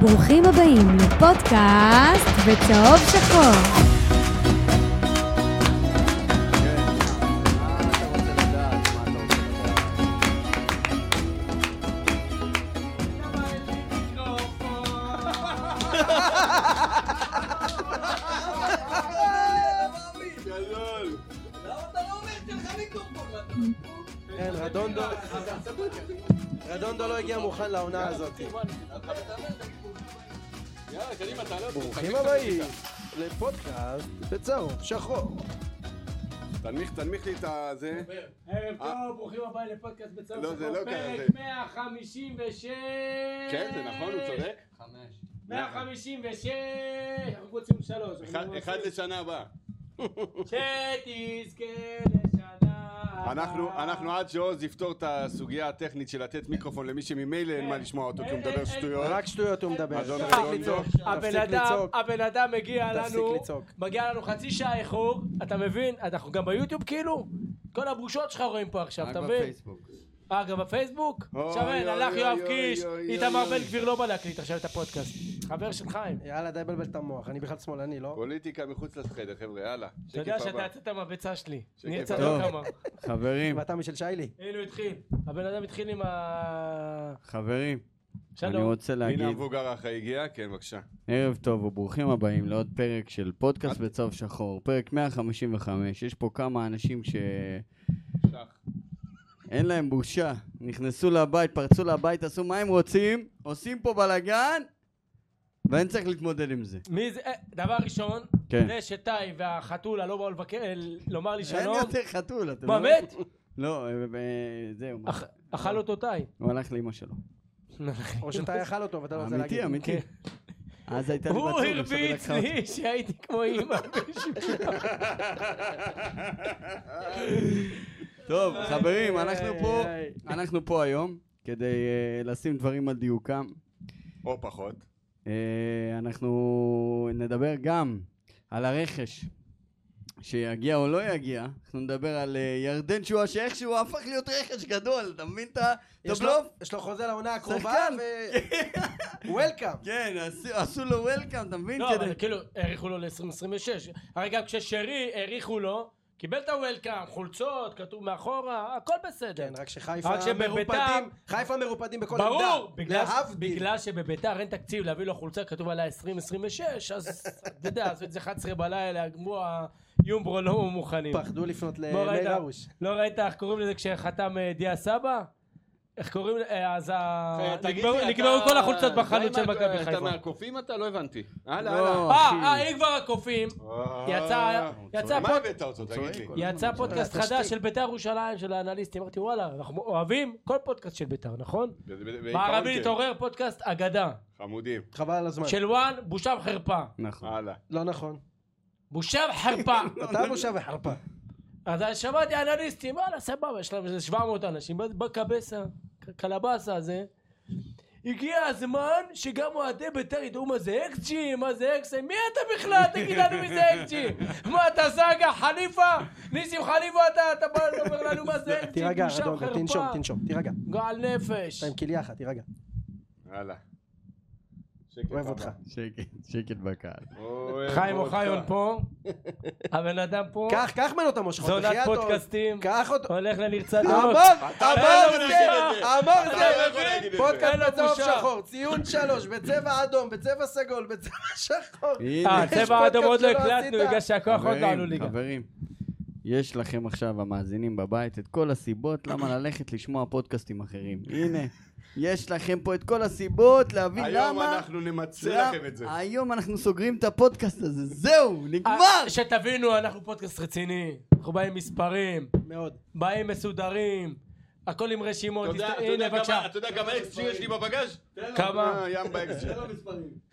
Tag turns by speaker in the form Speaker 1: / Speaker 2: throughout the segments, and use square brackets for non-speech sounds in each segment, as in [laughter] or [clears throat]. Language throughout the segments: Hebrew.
Speaker 1: ברוכים הבאים לפודקאסט בצהוב שחור.
Speaker 2: כן, רדונדו, רדונדו לא הגיע מוכן לעונה הזאת. ברוכים הבאים לפודקאסט בצהוב שחור.
Speaker 3: תנמיך, תנמיך לי את הזה.
Speaker 4: ערב טוב, ברוכים הבאים לפודקאסט בצלם
Speaker 3: אה. לא, זה לא ככה,
Speaker 4: פרק
Speaker 3: זה-
Speaker 4: 156!
Speaker 3: כן, זה נכון, הוא צודק. אה.
Speaker 4: 156! אנחנו רוצים שלוש.
Speaker 3: אחד- אחד לשנה הבאה.
Speaker 4: שתזכה לשנה הבאה.
Speaker 3: אנחנו, אנחנו עד שעוז יפתור את הסוגיה הטכנית של לתת מיקרופון למי שממילא אין מה לשמוע אותו כי הוא
Speaker 4: אין,
Speaker 3: מדבר
Speaker 4: אין, אין.
Speaker 3: שטויות.
Speaker 2: רק שטויות הוא מדבר.
Speaker 3: אדון
Speaker 2: תפסיק
Speaker 3: רדונדו.
Speaker 2: לצעוק,
Speaker 4: הבן
Speaker 2: תפסיק
Speaker 4: אדם,
Speaker 2: לצעוק.
Speaker 4: הבן אדם מגיע
Speaker 2: תפסיק
Speaker 4: לנו,
Speaker 2: לצעוק.
Speaker 4: מגיע לנו חצי שעה איחור, אתה מבין? אנחנו גם ביוטיוב כאילו, כל הבושות שלך רואים פה עכשיו, אתה מבין? אה, גם בפייסבוק?
Speaker 3: אוי,
Speaker 4: שרן,
Speaker 3: אוי,
Speaker 4: הלך
Speaker 3: אוי,
Speaker 4: יואב
Speaker 3: אוי,
Speaker 4: קיש,
Speaker 3: אוי, אוי,
Speaker 4: איתמר
Speaker 3: אוי.
Speaker 4: בן גביר לא בא להקליט עכשיו את הפודקאסט, חבר של חיים.
Speaker 2: יאללה, די בלבל את המוח, אני בכלל שמאלני, לא?
Speaker 3: פוליטיקה מחוץ לחדר, חבר'ה, יאללה.
Speaker 4: אתה יודע שאתה יצאת מהביצה שלי. אני
Speaker 3: שקף
Speaker 4: יצאתי
Speaker 5: הבא.
Speaker 4: כמה.
Speaker 5: חברים,
Speaker 2: ואתה משל שיילי.
Speaker 4: הנה הוא התחיל. הבן אדם התחיל עם ה...
Speaker 5: חברים, אני
Speaker 4: שלום.
Speaker 5: רוצה
Speaker 3: הנה
Speaker 5: להגיד
Speaker 3: המבוגר האחראי הגיע, כן, בבקשה.
Speaker 5: ערב טוב וברוכים הבאים לעוד פרק של פודקאסט בצהוב שחור, פרק 155. יש פה כמה אנשים שאין
Speaker 3: שח.
Speaker 5: להם בושה, נכנסו לבית, פרצו לבית, עשו מה הם רוצים, עושים פה בלאגן, ואני צריך להתמודד עם זה.
Speaker 4: מי זה? אה, דבר ראשון,
Speaker 5: כן.
Speaker 4: זה שטי והחתולה לא באו לבקר, אה, לומר לי
Speaker 5: אין
Speaker 4: שלום.
Speaker 5: יותר חתול, אתה
Speaker 4: מה,
Speaker 5: לא-
Speaker 4: מת?
Speaker 5: לא, אה, אה, זהו,
Speaker 4: אך- אכל אותו
Speaker 5: [laughs]
Speaker 4: טי.
Speaker 5: הוא הלך לאמא שלו.
Speaker 2: או שאתה יאכל אותו ואתה לא רוצה להגיד.
Speaker 5: אמיתי, אמיתי.
Speaker 4: כן.
Speaker 5: אז הייתה לי בת
Speaker 4: הוא
Speaker 5: זוג, עכשיו היא
Speaker 4: הרביץ
Speaker 5: לקחה אותי.
Speaker 4: לי שהייתי כמו
Speaker 5: [laughs]
Speaker 4: אימא. בשביל-
Speaker 5: טוב, חברים, אנחנו פה,
Speaker 2: איי.
Speaker 5: אנחנו פה היום כדי אה, לשים דברים על דיוקם.
Speaker 3: או פחות.
Speaker 5: אה, אנחנו נדבר גם על הרכש, שיגיע או לא יגיע. אנחנו נדבר על אה, ירדן שואה, שאיכשהו הפך להיות רכש גדול, אתה מבין את ה- את
Speaker 2: יש לו-
Speaker 5: הבלוף?
Speaker 2: יש לו חוזה לעונה הקרובה,
Speaker 5: לא? שחקן.
Speaker 2: ו... [laughs] וולקאם.
Speaker 5: כן, עשו- עשו לו וולקאם, אתה מבין?
Speaker 4: לא,
Speaker 5: כדי-
Speaker 4: אבל כאילו, האריכו לו ל-2026. הרי גם כששרי, האריכו לו, קיבל את הוולקאם, חולצות, כתוב מאחורה, הכל בסדר.
Speaker 2: כן, רק שחיפה
Speaker 4: רק שבביתר-
Speaker 2: מרופדים, חיפה מרופדים בכל עמדה.
Speaker 4: ברור, בגלל,
Speaker 2: להבדיל.
Speaker 4: בגלל שבביתר אין תקציב להביא לו חולצה כתוב עליה 2026, אז אתה יודע, אז זה 11 בלילה, כמו היומברו לא מוכנים.
Speaker 2: פחדו לפנות
Speaker 4: בוא, ראית?
Speaker 2: למאיר הרוש.
Speaker 4: לא ראית איך קוראים לזה כשחתם אה, דיה סבא? איך קוראים, אה, אז ה- נגמרו- נגמרו כל החולצות בחנות של מכבי חיפה.
Speaker 3: מהקופים אה, אתה? לא הבנתי. הלאה, אה,
Speaker 5: לא,
Speaker 4: אה,
Speaker 5: אחי.
Speaker 4: אה, אם כבר הקופים, יצא- יצא
Speaker 3: מה
Speaker 4: פה-
Speaker 3: הבאת אותו? תגיד לי.
Speaker 4: יצא פודקאסט
Speaker 2: התשתית.
Speaker 4: חדש של ביתר ירושלים, של האנליסטים, אמרתי וואלה, אנחנו אוהבים כל פודקאסט של ביתר, נכון?
Speaker 3: בעיקרון
Speaker 4: מערבי
Speaker 3: כן.
Speaker 4: להתעורר פודקאסט אגדה,
Speaker 3: חמודים.
Speaker 2: חבל על הזמן.
Speaker 4: של וואן, בושה וחרפה.
Speaker 5: נכון.
Speaker 3: הלאה.
Speaker 2: לא נכון.
Speaker 4: בושה וחרפה.
Speaker 2: אתה בושה וחרפה.
Speaker 4: אז אני שמעתי אנליסטים, וואלה סבבה, יש להם איזה 700 אנשים, בא- בא קבסה, ק- קלבסה הזה. הגיע הזמן שגם אוהדי בית"ר ידעו מה זה אקסג'י, מה זה אקסג'י, מי אתה בכלל? תגיד לנו מי זה אקסג'י. מה אתה זאגה, חליפה? ניסים חליפה אתה, אתה בא לדבר לנו מה זה אקסג'י,
Speaker 2: תירגע,
Speaker 4: בושה
Speaker 2: אדון,
Speaker 4: וחרפה.
Speaker 2: תנשום, תנשום, תירגע.
Speaker 4: גועל נפש.
Speaker 2: אתה עם כליה אחת, תירגע.
Speaker 3: הלאה. שקט
Speaker 2: אוהב
Speaker 3: הבא.
Speaker 2: אותך.
Speaker 5: שקט, שקט בקהל.
Speaker 3: אוהב
Speaker 4: חיים
Speaker 3: אותך.
Speaker 4: אוחיון פה, הבן אדם פה,
Speaker 2: קח, קח ממנו את המושכות,
Speaker 4: זה עונת
Speaker 2: בחייאת עוד.
Speaker 4: פודקאסטים. לא
Speaker 2: קח אותו.
Speaker 4: הולך לנרצה דעות.
Speaker 2: אמר,
Speaker 3: אתה
Speaker 2: אמר
Speaker 3: לא יכול להגיד את
Speaker 2: זה,
Speaker 3: זה.
Speaker 2: אמר
Speaker 3: אתה לא יכול להגיד את
Speaker 2: זה.
Speaker 3: זה.
Speaker 2: פודקאסט
Speaker 4: אין לו
Speaker 2: בצהוב
Speaker 4: בושה.
Speaker 2: שחור, ציון שלוש, בצבע אדום, בצבע סגול, בצבע שחור.
Speaker 5: הנה.
Speaker 4: אה,
Speaker 2: יש
Speaker 4: צבע
Speaker 2: פודקאסט
Speaker 4: אדום עוד לא
Speaker 2: שלא
Speaker 4: הקלטנו,
Speaker 2: עשית.
Speaker 4: בגלל שהכוח עוד לא עלו
Speaker 5: חברים,
Speaker 4: ליגה.
Speaker 5: חברים, יש לכם עכשיו, המאזינים בבית, את כל הסיבות למה ללכת לשמוע פודקאסטים אחרים. הנה, יש לכם פה את כל הסיבות להבין למה...
Speaker 3: היום אנחנו נמצא
Speaker 5: למ-
Speaker 3: לכם את זה.
Speaker 4: אה,
Speaker 5: היום אנחנו סוגרים את הפודקאסט הזה, זהו, נגמר!
Speaker 4: אה, שתבינו, אנחנו פודקאסט רציני. אנחנו באים עם מספרים,
Speaker 2: מאוד.
Speaker 4: באים מסודרים, הכל עם רשימות.
Speaker 3: אתה יודע-
Speaker 4: הסת-
Speaker 3: אתה יודע
Speaker 4: הנה, בבקשה.
Speaker 3: כמה- אתה יודע כמה אקס יש לי בבגז'?
Speaker 4: כמה?
Speaker 3: אה, ים באקס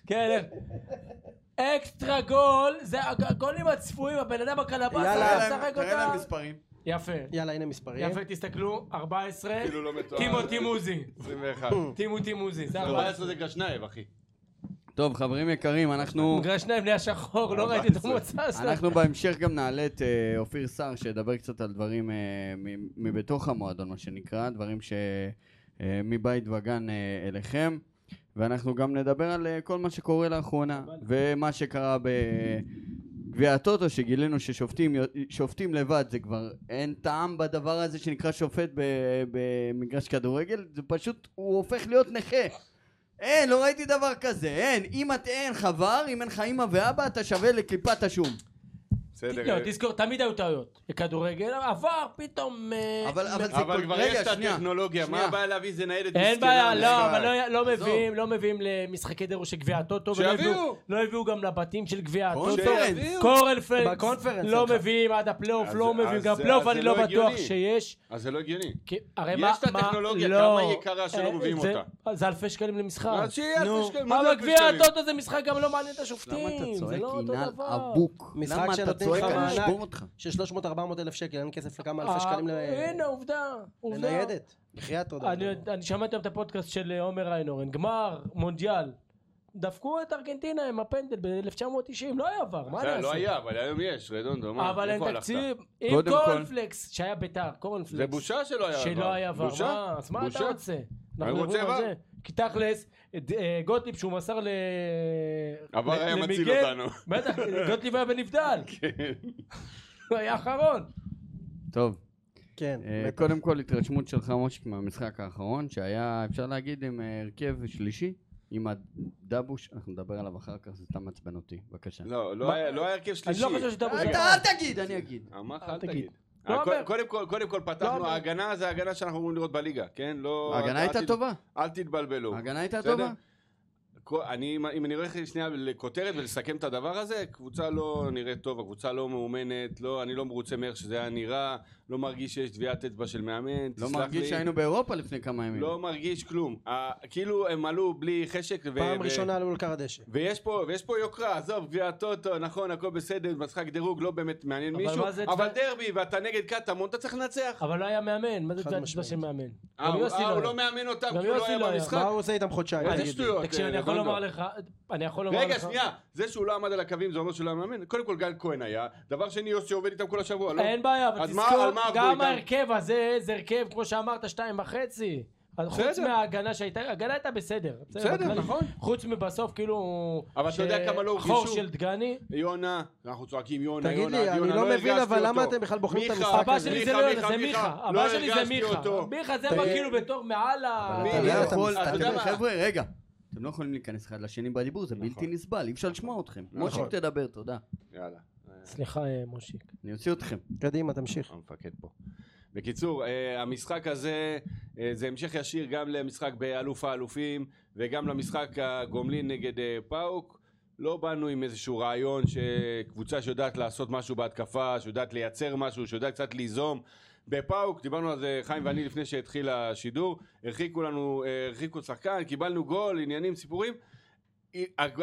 Speaker 4: כן. אה. אקסטרה גול, זה הג- הגולים הצפויים, הבן אדם הקלבס,
Speaker 2: יאללה,
Speaker 4: יאללה, משחק אותה.
Speaker 5: מספרים.
Speaker 4: יפה.
Speaker 2: יאללה, הנה מספרים.
Speaker 4: יפה, תסתכלו, 14,
Speaker 3: כאילו לא מתואר.
Speaker 4: טימותי מוזי.
Speaker 3: 21.
Speaker 4: טימותי מוזי,
Speaker 2: לא,
Speaker 4: זה 14.
Speaker 3: 14 זה גשנייב, אחי.
Speaker 5: טוב, חברים יקרים,
Speaker 2: לא.
Speaker 5: אנחנו...
Speaker 4: מגרש נבנה השחור, לא ראיתי את
Speaker 3: 14.
Speaker 4: המוצא שלו.
Speaker 5: אנחנו בהמשך גם נעלה את אה, אופיר סער שידבר קצת על דברים אה, מ- מבתוך המועדון מה שנקרא, דברים שמבית וגן אה, אליכם ואנחנו גם נדבר על אה, כל מה שקורה לאחרונה, ומה שקרה בגביע הטוטו, שגילינו ששופטים שופטים לבד, זה כבר אין טעם בדבר הזה שנקרא שופט ב- במגרש כדורגל, זה פשוט, הוא הופך להיות נכה. אין, לא ראיתי דבר כזה, אין. אם את אין לך ור, אם אין לך אמא ואבא, אתה שווה לקליפת השום.
Speaker 3: בסדר. אה,
Speaker 4: לא, תזכור, תמיד היו טעויות. בכדורגל, עבר פתאום... אה,
Speaker 5: אבל, אבל זה...
Speaker 3: אבל
Speaker 5: כל-
Speaker 3: כבר
Speaker 5: רגע,
Speaker 3: יש את
Speaker 5: שנייה.
Speaker 3: הטכנולוגיה, מה
Speaker 5: שנייה.
Speaker 3: הבעיה להביא איזה ניידת מסכנה?
Speaker 4: אין בעיה, לא,
Speaker 3: לשוויץ?
Speaker 4: אבל לא- לא
Speaker 5: עזוב.
Speaker 4: מביאים, לא מביאים למשחקי דירוש של גביע הטוטו, ולא
Speaker 3: שיביאו.
Speaker 4: הביאו- לא הביאו גם לבתים של גביע הטוטו,
Speaker 5: קונפרנס.
Speaker 4: קורנפלקס,
Speaker 2: בקונפרנס
Speaker 4: לא
Speaker 2: שלך.
Speaker 4: מביאים עד הפלייאוף,
Speaker 3: אוקיי. אז-
Speaker 4: לא מביאים,
Speaker 3: אז-
Speaker 4: גם פלייאוף
Speaker 3: אז
Speaker 4: אני
Speaker 3: זה
Speaker 4: לא
Speaker 3: לא
Speaker 4: בטוח
Speaker 3: הגיוני.
Speaker 4: שיש,
Speaker 3: אז זה לא הגיוני.
Speaker 4: כי הרי
Speaker 3: יש
Speaker 4: מה,
Speaker 3: את
Speaker 4: מה-
Speaker 3: הטכנולוגיה,
Speaker 4: לא.
Speaker 3: כמה היא יקרה שלא
Speaker 4: אה,
Speaker 3: מביאים
Speaker 4: זה-
Speaker 3: אותה?
Speaker 4: זה אלפי שקלים למשחק.
Speaker 3: אז שיהיה אלפי
Speaker 4: נו.
Speaker 3: שקלים, מה זה
Speaker 4: אבל
Speaker 3: אלפי
Speaker 4: גביע
Speaker 3: שקלים? אה,
Speaker 4: הטוטו זה משחק גם לא מעניין את
Speaker 5: למה
Speaker 4: השופטים,
Speaker 5: אתה
Speaker 4: זה
Speaker 5: צועק,
Speaker 4: לא אותו
Speaker 5: ינאל
Speaker 4: דבר.
Speaker 5: אבוק?
Speaker 2: משחק
Speaker 5: למה אתה
Speaker 2: שנותן
Speaker 5: צועק?
Speaker 2: לך
Speaker 5: אני אשבור
Speaker 2: מענק.
Speaker 5: אותך.
Speaker 2: של 300-400 אלף שקל, אין כסף לכמה
Speaker 4: אה,
Speaker 2: אלפי שקלים ל-
Speaker 4: הנה עובדה, עובדה.
Speaker 2: לניידת. בחייאת תודה.
Speaker 4: אני, אני שמעתי את הפודקאסט של אה, עומר איינורן, גמר, מונדיאל. דפקו את ארגנטינה עם הפנדל ב-1990, לא היה עבר, מה אני
Speaker 3: זה
Speaker 4: אעשה?
Speaker 3: לא היה, אבל היום יש, רדונדו. מה,
Speaker 4: אבל
Speaker 3: איפה
Speaker 4: אין
Speaker 3: הלכת?
Speaker 4: תקציב, עם
Speaker 5: קודם כל-
Speaker 4: קורנפלקס, שהיה ביתר, קורנפלקס.
Speaker 3: זה בושה שלא היה עבר.
Speaker 4: שלא היה עבר,
Speaker 3: בושה?
Speaker 4: מה? אז מה אתה
Speaker 3: בושה?
Speaker 4: רוצה? אנחנו
Speaker 3: אני רוצה
Speaker 4: מדברים על
Speaker 3: עבר.
Speaker 4: זה. כי תכלס, את, אה, גוטליב שהוא מסר ל...
Speaker 3: עבר
Speaker 4: ל-
Speaker 3: היה מציל
Speaker 4: למיגל-
Speaker 3: אותנו. כן.
Speaker 4: בטח, גוטליב היה
Speaker 3: [laughs]
Speaker 4: בנבדל, הוא היה אחרון.
Speaker 5: טוב,
Speaker 2: כן.
Speaker 5: אה,
Speaker 2: בטח.
Speaker 5: [laughs] קודם כל התרשמות שלך מושיק מהמשחק האחרון שהיה אפשר להגיד עם אה, הרכב שלישי עם הדבוש, אנחנו נדבר עליו אחר כך, זה סתם מעצבן אותי, בבקשה.
Speaker 3: לא, לא היה- לא היה הרכב
Speaker 4: אני
Speaker 3: שלישי.
Speaker 4: לא חושב שאתה
Speaker 5: אתה אל תגיד, אני אגיד.
Speaker 3: אמרתי לך,
Speaker 4: אל
Speaker 3: אל
Speaker 4: תגיד.
Speaker 3: תגיד.
Speaker 4: לא
Speaker 3: הכל-
Speaker 4: אומר.
Speaker 3: אה, קודם כל, קודם כל
Speaker 4: אומר.
Speaker 3: פתחנו, ההגנה זה ההגנה שאנחנו אמורים לראות בליגה, כן? לא...
Speaker 5: ההגנה
Speaker 3: אל- אל
Speaker 5: הייתה
Speaker 3: תת-
Speaker 5: טובה,
Speaker 3: אל תתבלבלו.
Speaker 5: ההגנה הייתה
Speaker 3: בסדר?
Speaker 5: טובה.
Speaker 3: כל- אני, אם- אם אני הולך שנייה לכותרת ולסכם את הדבר הזה, קבוצה לא נראית טוב, הקבוצה לא מאומנת, לא, אני לא מרוצה מאיך שזה היה נראה, לא מרגיש שיש טביעת אצבע של מאמן,
Speaker 5: לא
Speaker 3: תסלח
Speaker 5: מרגיש
Speaker 3: לי.
Speaker 5: שהיינו באירופה לפני כמה ימים.
Speaker 3: לא מרגיש כלום. ה- כאילו הם עלו בלי חשק. ו-
Speaker 2: פעם
Speaker 3: ו-
Speaker 2: ראשונה עלו לכר הדשא.
Speaker 3: ויש פה, ויש פה יוקרה, עזוב, גביע הטוטו, נכון, הכל בסדר, משחק דירוג, לא באמת מעניין
Speaker 4: אבל
Speaker 3: מישהו,
Speaker 4: מה זה-
Speaker 3: אבל דרבי, ואתה נגד קטמון, אתה צריך לנצח.
Speaker 4: אבל לא היה מאמן, מה זה
Speaker 2: חד
Speaker 4: תעודת
Speaker 2: משמעית.
Speaker 4: זמן של מאמן?
Speaker 3: אה,
Speaker 4: גם
Speaker 3: הוא-
Speaker 4: יוסי
Speaker 3: אה, הוא
Speaker 4: היה.
Speaker 3: לא מאמן אותם,
Speaker 4: גם
Speaker 3: כי הוא
Speaker 4: יוסי
Speaker 3: לא היה
Speaker 4: לא היה.
Speaker 2: מה
Speaker 3: במשחק.
Speaker 2: הוא עושה איתם חודשיים?
Speaker 3: איזה
Speaker 2: תגיד לי?
Speaker 3: שטויות.
Speaker 4: תקשיב,
Speaker 3: אה,
Speaker 4: אני יכול
Speaker 3: רדונדו.
Speaker 4: לומר לך, אני יכול לומר לא לך...
Speaker 3: רגע, שנייה, זה שהוא לא עמד על הקווים זה אומר שהוא לא היה מאמן? קודם כל גל כהן היה, דבר שני יוסי עובד איתם כל השבוע, לא?
Speaker 4: אין בעיה, אבל
Speaker 3: אז מה-
Speaker 4: תזכור,
Speaker 3: על מה עבדו
Speaker 4: גם
Speaker 3: איתם?
Speaker 4: ההרכב הזה, זה הרכב, כמו שאמרת, שתיים וחצי. אז חוץ
Speaker 3: בסדר.
Speaker 4: מההגנה שהייתה, ההגנה הייתה בסדר.
Speaker 3: בסדר,
Speaker 4: בכלל.
Speaker 3: נכון.
Speaker 4: חוץ מבסוף, כאילו...
Speaker 3: אבל אתה יודע
Speaker 4: ש-
Speaker 3: כמה לא הורגישו?
Speaker 4: חור של דגני.
Speaker 3: יונה, אנחנו צועקים יונה,
Speaker 2: תגיד
Speaker 3: יונה,
Speaker 2: לי, אני
Speaker 3: יונה,
Speaker 2: לא מבין,
Speaker 3: הרגשתי
Speaker 2: אבל למה
Speaker 3: אותו.
Speaker 2: אתם בכלל בוחרים את
Speaker 3: אה, אוקיי, מיכה,
Speaker 2: המשחק
Speaker 4: הבא
Speaker 2: הזה?
Speaker 4: שלי זה לא יונה, זה מיכה. הבא
Speaker 3: לא
Speaker 4: שלי זה
Speaker 3: הרגשתי
Speaker 4: מיכה.
Speaker 3: אותו.
Speaker 4: מיכה זה בא
Speaker 2: תגיד-
Speaker 4: כאילו בתור מעל ה...
Speaker 5: אבל
Speaker 3: מי-
Speaker 5: אתה
Speaker 2: מי-
Speaker 5: לא יכול,
Speaker 2: אתה
Speaker 5: אתם-
Speaker 3: יודע מה? נכון.
Speaker 5: חבר'ה, רגע. אתם לא יכולים להיכנס אחד לשני בדיבור, זה בלתי נסבל, אי אפשר לשמוע אתכם. מושיק תדבר, תודה.
Speaker 3: יאללה.
Speaker 4: סליחה, אה, מושיק.
Speaker 5: אני אוציא אתכם.
Speaker 2: קדימה, תמשיך.
Speaker 3: המפקד פה. בקיצור, אה, המשחק הזה אה, זה המשך ישיר גם למשחק באלוף האלופים וגם למשחק הגומלין נגד אה, פאוק. לא באנו עם איזשהו רעיון שקבוצה שיודעת לעשות משהו בהתקפה, שיודעת לייצר משהו, שיודעת קצת ליזום. בפאוק, דיברנו על זה חיים ואני לפני שהתחיל השידור, הרחיקו לנו, אה, הרחיקו שחקן, קיבלנו גול, עניינים, סיפורים.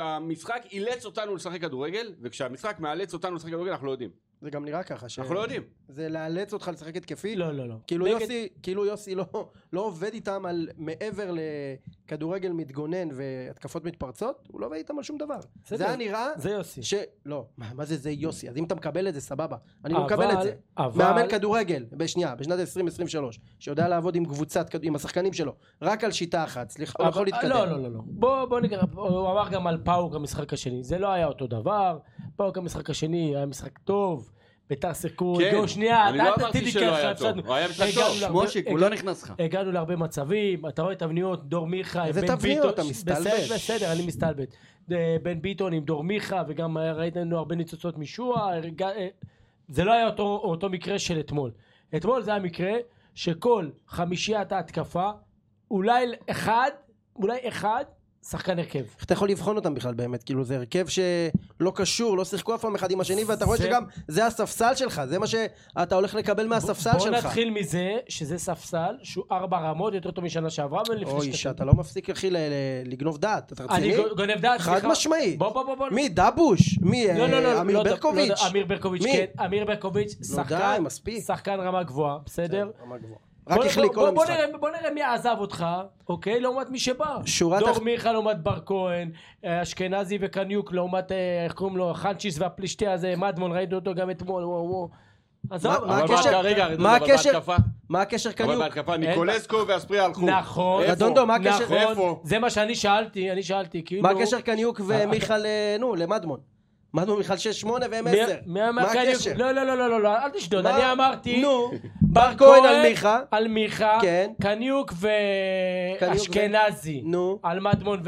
Speaker 3: המשחק אילץ אותנו לשחק כדורגל, וכשהמשחק מאלץ אותנו לשחק כדורגל אנחנו לא יודעים.
Speaker 2: זה גם נראה ככה. ש-
Speaker 3: אנחנו לא יודעים.
Speaker 2: זה לאלץ אותך לשחק התקפי?
Speaker 4: לא, לא, לא.
Speaker 2: כאילו
Speaker 4: נגד-
Speaker 2: יוסי, כאילו יוסי לא, לא עובד איתם על מעבר לכדורגל מתגונן והתקפות מתפרצות, הוא לא עובד איתם על שום דבר.
Speaker 4: בסדר.
Speaker 2: זה היה נראה
Speaker 4: זה יוסי.
Speaker 2: ש... לא, מה, מה זה זה יוסי? אז אם אתה מקבל את זה, סבבה. אני לא
Speaker 4: אבל-
Speaker 2: מקבל את זה.
Speaker 4: אבל-
Speaker 2: מאמן כדורגל, בשנייה, בשנת 2023, שיודע לעבוד עם קבוצת, כד- עם השחקנים שלו, רק על שיטה אחת, סליחה, הוא
Speaker 4: אבל-
Speaker 2: יכול להתקדם.
Speaker 4: לא, לא, לא, לא. בוא, בוא נקרא, הוא אמר גם על פאוק המשחק השני. זה לא היה אותו דבר. פאוק המשחק השני היה משחק טוב. ביתר שיחקו,
Speaker 3: כן.
Speaker 4: הגיעו שנייה,
Speaker 3: אני
Speaker 4: אתה-
Speaker 3: לא
Speaker 4: אתה
Speaker 3: אמרתי
Speaker 4: תדעי
Speaker 3: שלא
Speaker 4: ככה,
Speaker 3: היה טוב.
Speaker 4: הפסדנו.
Speaker 3: הוא היה משחק
Speaker 4: הגענו
Speaker 3: טוב.
Speaker 4: להרבה-
Speaker 5: מושיק, הוא לא נכנס לך.
Speaker 4: הגענו להרבה מצבים, אתה רואה תבניות, דור מיכה,
Speaker 2: איזה
Speaker 4: בן
Speaker 2: תבניות?
Speaker 4: ביטון-
Speaker 2: אתה מסתלבט.
Speaker 4: בסדר, בסדר, אני מסתלבט. אה, בן ביטון עם דור מיכה, וגם אה, ראינו הרבה ניצוצות משועה, הרגע- אה, זה לא היה אותו, אותו מקרה של אתמול. אתמול זה היה מקרה שכל חמישיית ההתקפה, אולי אחד, אולי אחד, שחקן הרכב.
Speaker 2: איך אתה יכול לבחון אותם בכלל באמת? כאילו זה הרכב שלא קשור, לא שיחקו אף פעם אחד עם השני, ואתה רואה
Speaker 4: זה-
Speaker 2: שגם זה הספסל שלך, זה מה שאתה הולך לקבל מהספסל
Speaker 4: בוא
Speaker 2: שלך.
Speaker 4: נתחיל מזה שזה ספסל שהוא ארבע רמות יותר טוב משנה שעברה ולפני
Speaker 2: אוי,
Speaker 4: שנתיים.
Speaker 2: שאתה לא מפסיק אחי ל- ל- לגנוב דעת, אתה
Speaker 4: אני
Speaker 2: רציני?
Speaker 4: גונב דעת,
Speaker 2: חד
Speaker 4: סליחה.
Speaker 2: משמעית.
Speaker 4: בוא בוא בוא בוא.
Speaker 2: מי, דבוש? מי,
Speaker 4: לא, לא, לא,
Speaker 2: אה, אמיר
Speaker 4: לא,
Speaker 2: ברקוביץ'?
Speaker 4: לא, אמיר ברקוביץ',
Speaker 2: מי?
Speaker 4: כן, אמיר ברקוביץ', שחקן,
Speaker 2: די, מספיק.
Speaker 4: שחקן רמה גבוהה, בסדר?
Speaker 2: רמה גבוהה.
Speaker 4: בוא-
Speaker 2: רק
Speaker 4: בוא-
Speaker 2: החליק
Speaker 4: בוא-
Speaker 2: כל
Speaker 4: בוא
Speaker 2: המשחק.
Speaker 4: נראה- בוא נראה מי עזב אותך, אוקיי? לעומת מי שבא.
Speaker 2: שורה
Speaker 4: דור
Speaker 2: תח-
Speaker 4: מיכה לעומת בר כהן, אה, אשכנזי וקניוק לעומת, אה, איך קוראים לו, חנצ'יס והפלישתי הזה, מדמון, ראינו אותו גם אתמול, וואו וואו. עזוב,
Speaker 2: מה- מה
Speaker 4: אבל-
Speaker 2: הקשר?
Speaker 4: אבל-
Speaker 2: מה הקשר? מה הקשר
Speaker 3: אבל
Speaker 2: קניוק?
Speaker 3: בהתקפה
Speaker 4: אין-
Speaker 3: ניקולסקו ואספריה הלכו.
Speaker 4: נכון,
Speaker 3: איפה?
Speaker 2: רדונדו, אה, מה הקשר?
Speaker 4: נכון,
Speaker 3: איפה?
Speaker 4: זה מה שאני שאלתי, אני שאלתי, כאילו...
Speaker 2: מה הקשר קניוק ומיכל, אה, נו, למדמון? מדמון מיכל 6-8 והם 10.
Speaker 4: מה
Speaker 2: מה הקשר?
Speaker 4: הקשר? לא, לא, לא, לא, לא, לא, אל תשדוד,
Speaker 2: מה?
Speaker 4: אני אמרתי...
Speaker 2: נו, בר כהן על מיכה.
Speaker 4: על מיכה,
Speaker 2: כן.
Speaker 4: קניוק
Speaker 2: קניוק ו-
Speaker 4: ואשכנזי,
Speaker 2: נו.
Speaker 4: על מדמון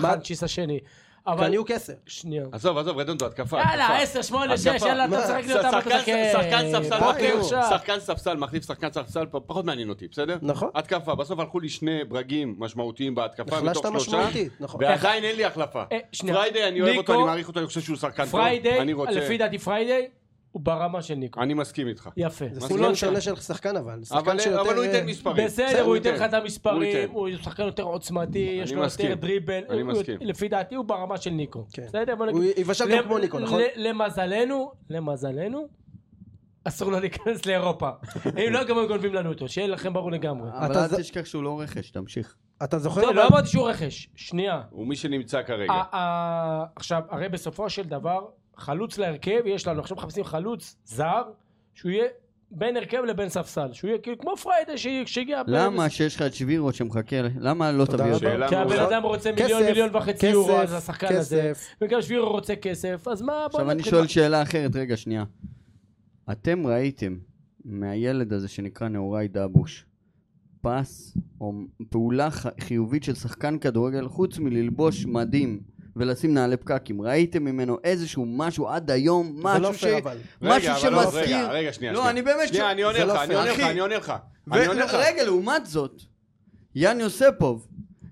Speaker 4: והחנצ'יס השני. אבל-
Speaker 2: קניוק 10.
Speaker 4: שנייה.
Speaker 3: עזוב, עזוב, רדונדו, התקפה.
Speaker 4: יאללה,
Speaker 3: התקפה.
Speaker 4: 10, 8, 6,
Speaker 3: התקפה.
Speaker 4: יאללה, אתה
Speaker 2: מה?
Speaker 4: משחק לי אותה
Speaker 3: שחקן-
Speaker 4: בתקן.
Speaker 3: שחקן ספסל
Speaker 2: בוא,
Speaker 3: מחליף,
Speaker 2: נו.
Speaker 3: שחקן ספסל מחליף שחקן ספסל, פ- פחות מעניין אותי, בסדר?
Speaker 2: נכון.
Speaker 3: התקפה, בסוף הלכו לי שני ברגים משמעותיים בהתקפה
Speaker 2: החלשת
Speaker 3: מתוך שלושה,
Speaker 2: משמעותית, נכון.
Speaker 3: ועדיין אין לי החלפה.
Speaker 4: אה, שנייה.
Speaker 3: פריידי, אני אוהב
Speaker 4: ניקו,
Speaker 3: אותו, אני מעריך אותו, אני חושב שהוא שחקן טוב,
Speaker 4: פריידי,
Speaker 3: אני רוצה,
Speaker 4: לפי דעתי פריידי, הוא ברמה של ניקו.
Speaker 3: אני מסכים איתך.
Speaker 4: יפה.
Speaker 2: זה
Speaker 4: הוא
Speaker 2: סגנון
Speaker 4: לא שם.
Speaker 2: שונה של שחקן אבל. שחקן
Speaker 3: אבל
Speaker 2: שיותר,
Speaker 3: אבל הוא
Speaker 2: אה,
Speaker 3: ייתן מספרים.
Speaker 4: בסדר, הוא ייתן לך את
Speaker 3: הוא
Speaker 4: המספרים,
Speaker 3: ייתן.
Speaker 4: הוא שחקן יותר עוצמתי, יש לו
Speaker 3: מסכים.
Speaker 4: יותר דריבל.
Speaker 3: אני
Speaker 4: הוא-
Speaker 3: מסכים.
Speaker 4: לפי דעתי הוא ברמה של ניקו.
Speaker 2: כן.
Speaker 4: בסדר? בוא
Speaker 2: הוא
Speaker 4: נגיד.
Speaker 2: יבשל גם
Speaker 4: למ-
Speaker 2: כמו ניקו, נכון?
Speaker 4: ל- למזלנו, למזלנו, אסור לו להיכנס לאירופה. אם לא, גם היו גונבים לנו אותו, שיהיה לכם ברור לגמרי.
Speaker 5: אבל
Speaker 2: אתה
Speaker 5: אל
Speaker 2: ז-
Speaker 5: תשכח שהוא לא רכש, תמשיך.
Speaker 2: אתה זוכר?
Speaker 4: טוב,
Speaker 2: אבל-
Speaker 4: לא אמרתי שהוא רכש. שנייה.
Speaker 3: הוא מי שנמצא כרגע.
Speaker 4: ה- ה- עכשיו, הרי בסופו של דבר, חלוץ להרכב יש לנו, עכשיו מחפשים חלוץ זר, שהוא יהיה בין הרכב לבין ספסל, שהוא יהיה כאילו כמו פריידי ש- שהגיע... ב-
Speaker 5: למה שיש לך את שבירו שמחכה, ל- למה לא
Speaker 2: תודה
Speaker 5: תביא
Speaker 2: רבה.
Speaker 5: אותו?
Speaker 3: שאלה
Speaker 4: כי הבן
Speaker 3: מעולה.
Speaker 4: אדם רוצה מיליון,
Speaker 2: כסף,
Speaker 4: מיליון וחצי
Speaker 2: כסף,
Speaker 4: יורו, אז השחקן הזה.
Speaker 2: כסף.
Speaker 4: וגם שבירו רוצה כסף, אז מה... בוא
Speaker 5: עכשיו אני
Speaker 4: נתחיל.
Speaker 5: שואל שאלה אחרת, רגע שנייה. אתם ראיתם מהילד הזה שנקרא נאורי דאבוש פס או פעולה ח- חיובית של שחקן כדורגל חוץ מללבוש מדים ולשים נעלי פקקים, ראיתם ממנו איזשהו משהו עד היום,
Speaker 2: זה לא
Speaker 5: משהו ש...
Speaker 2: פייר אבל.
Speaker 5: משהו
Speaker 3: רגע, אבל לא,
Speaker 5: שמזכיר...
Speaker 3: רגע, רגע, שנייה.
Speaker 5: לא,
Speaker 3: שנייה.
Speaker 5: אני באמת...
Speaker 3: שנייה,
Speaker 5: שואל-
Speaker 3: אני עונה
Speaker 2: זה לא
Speaker 3: לך, אני
Speaker 2: פייר.
Speaker 3: עונה לך,
Speaker 5: אחי.
Speaker 3: אני עונה לך. אני עונה לך.
Speaker 5: ורגע, לעומת זאת, יאן יוספוב,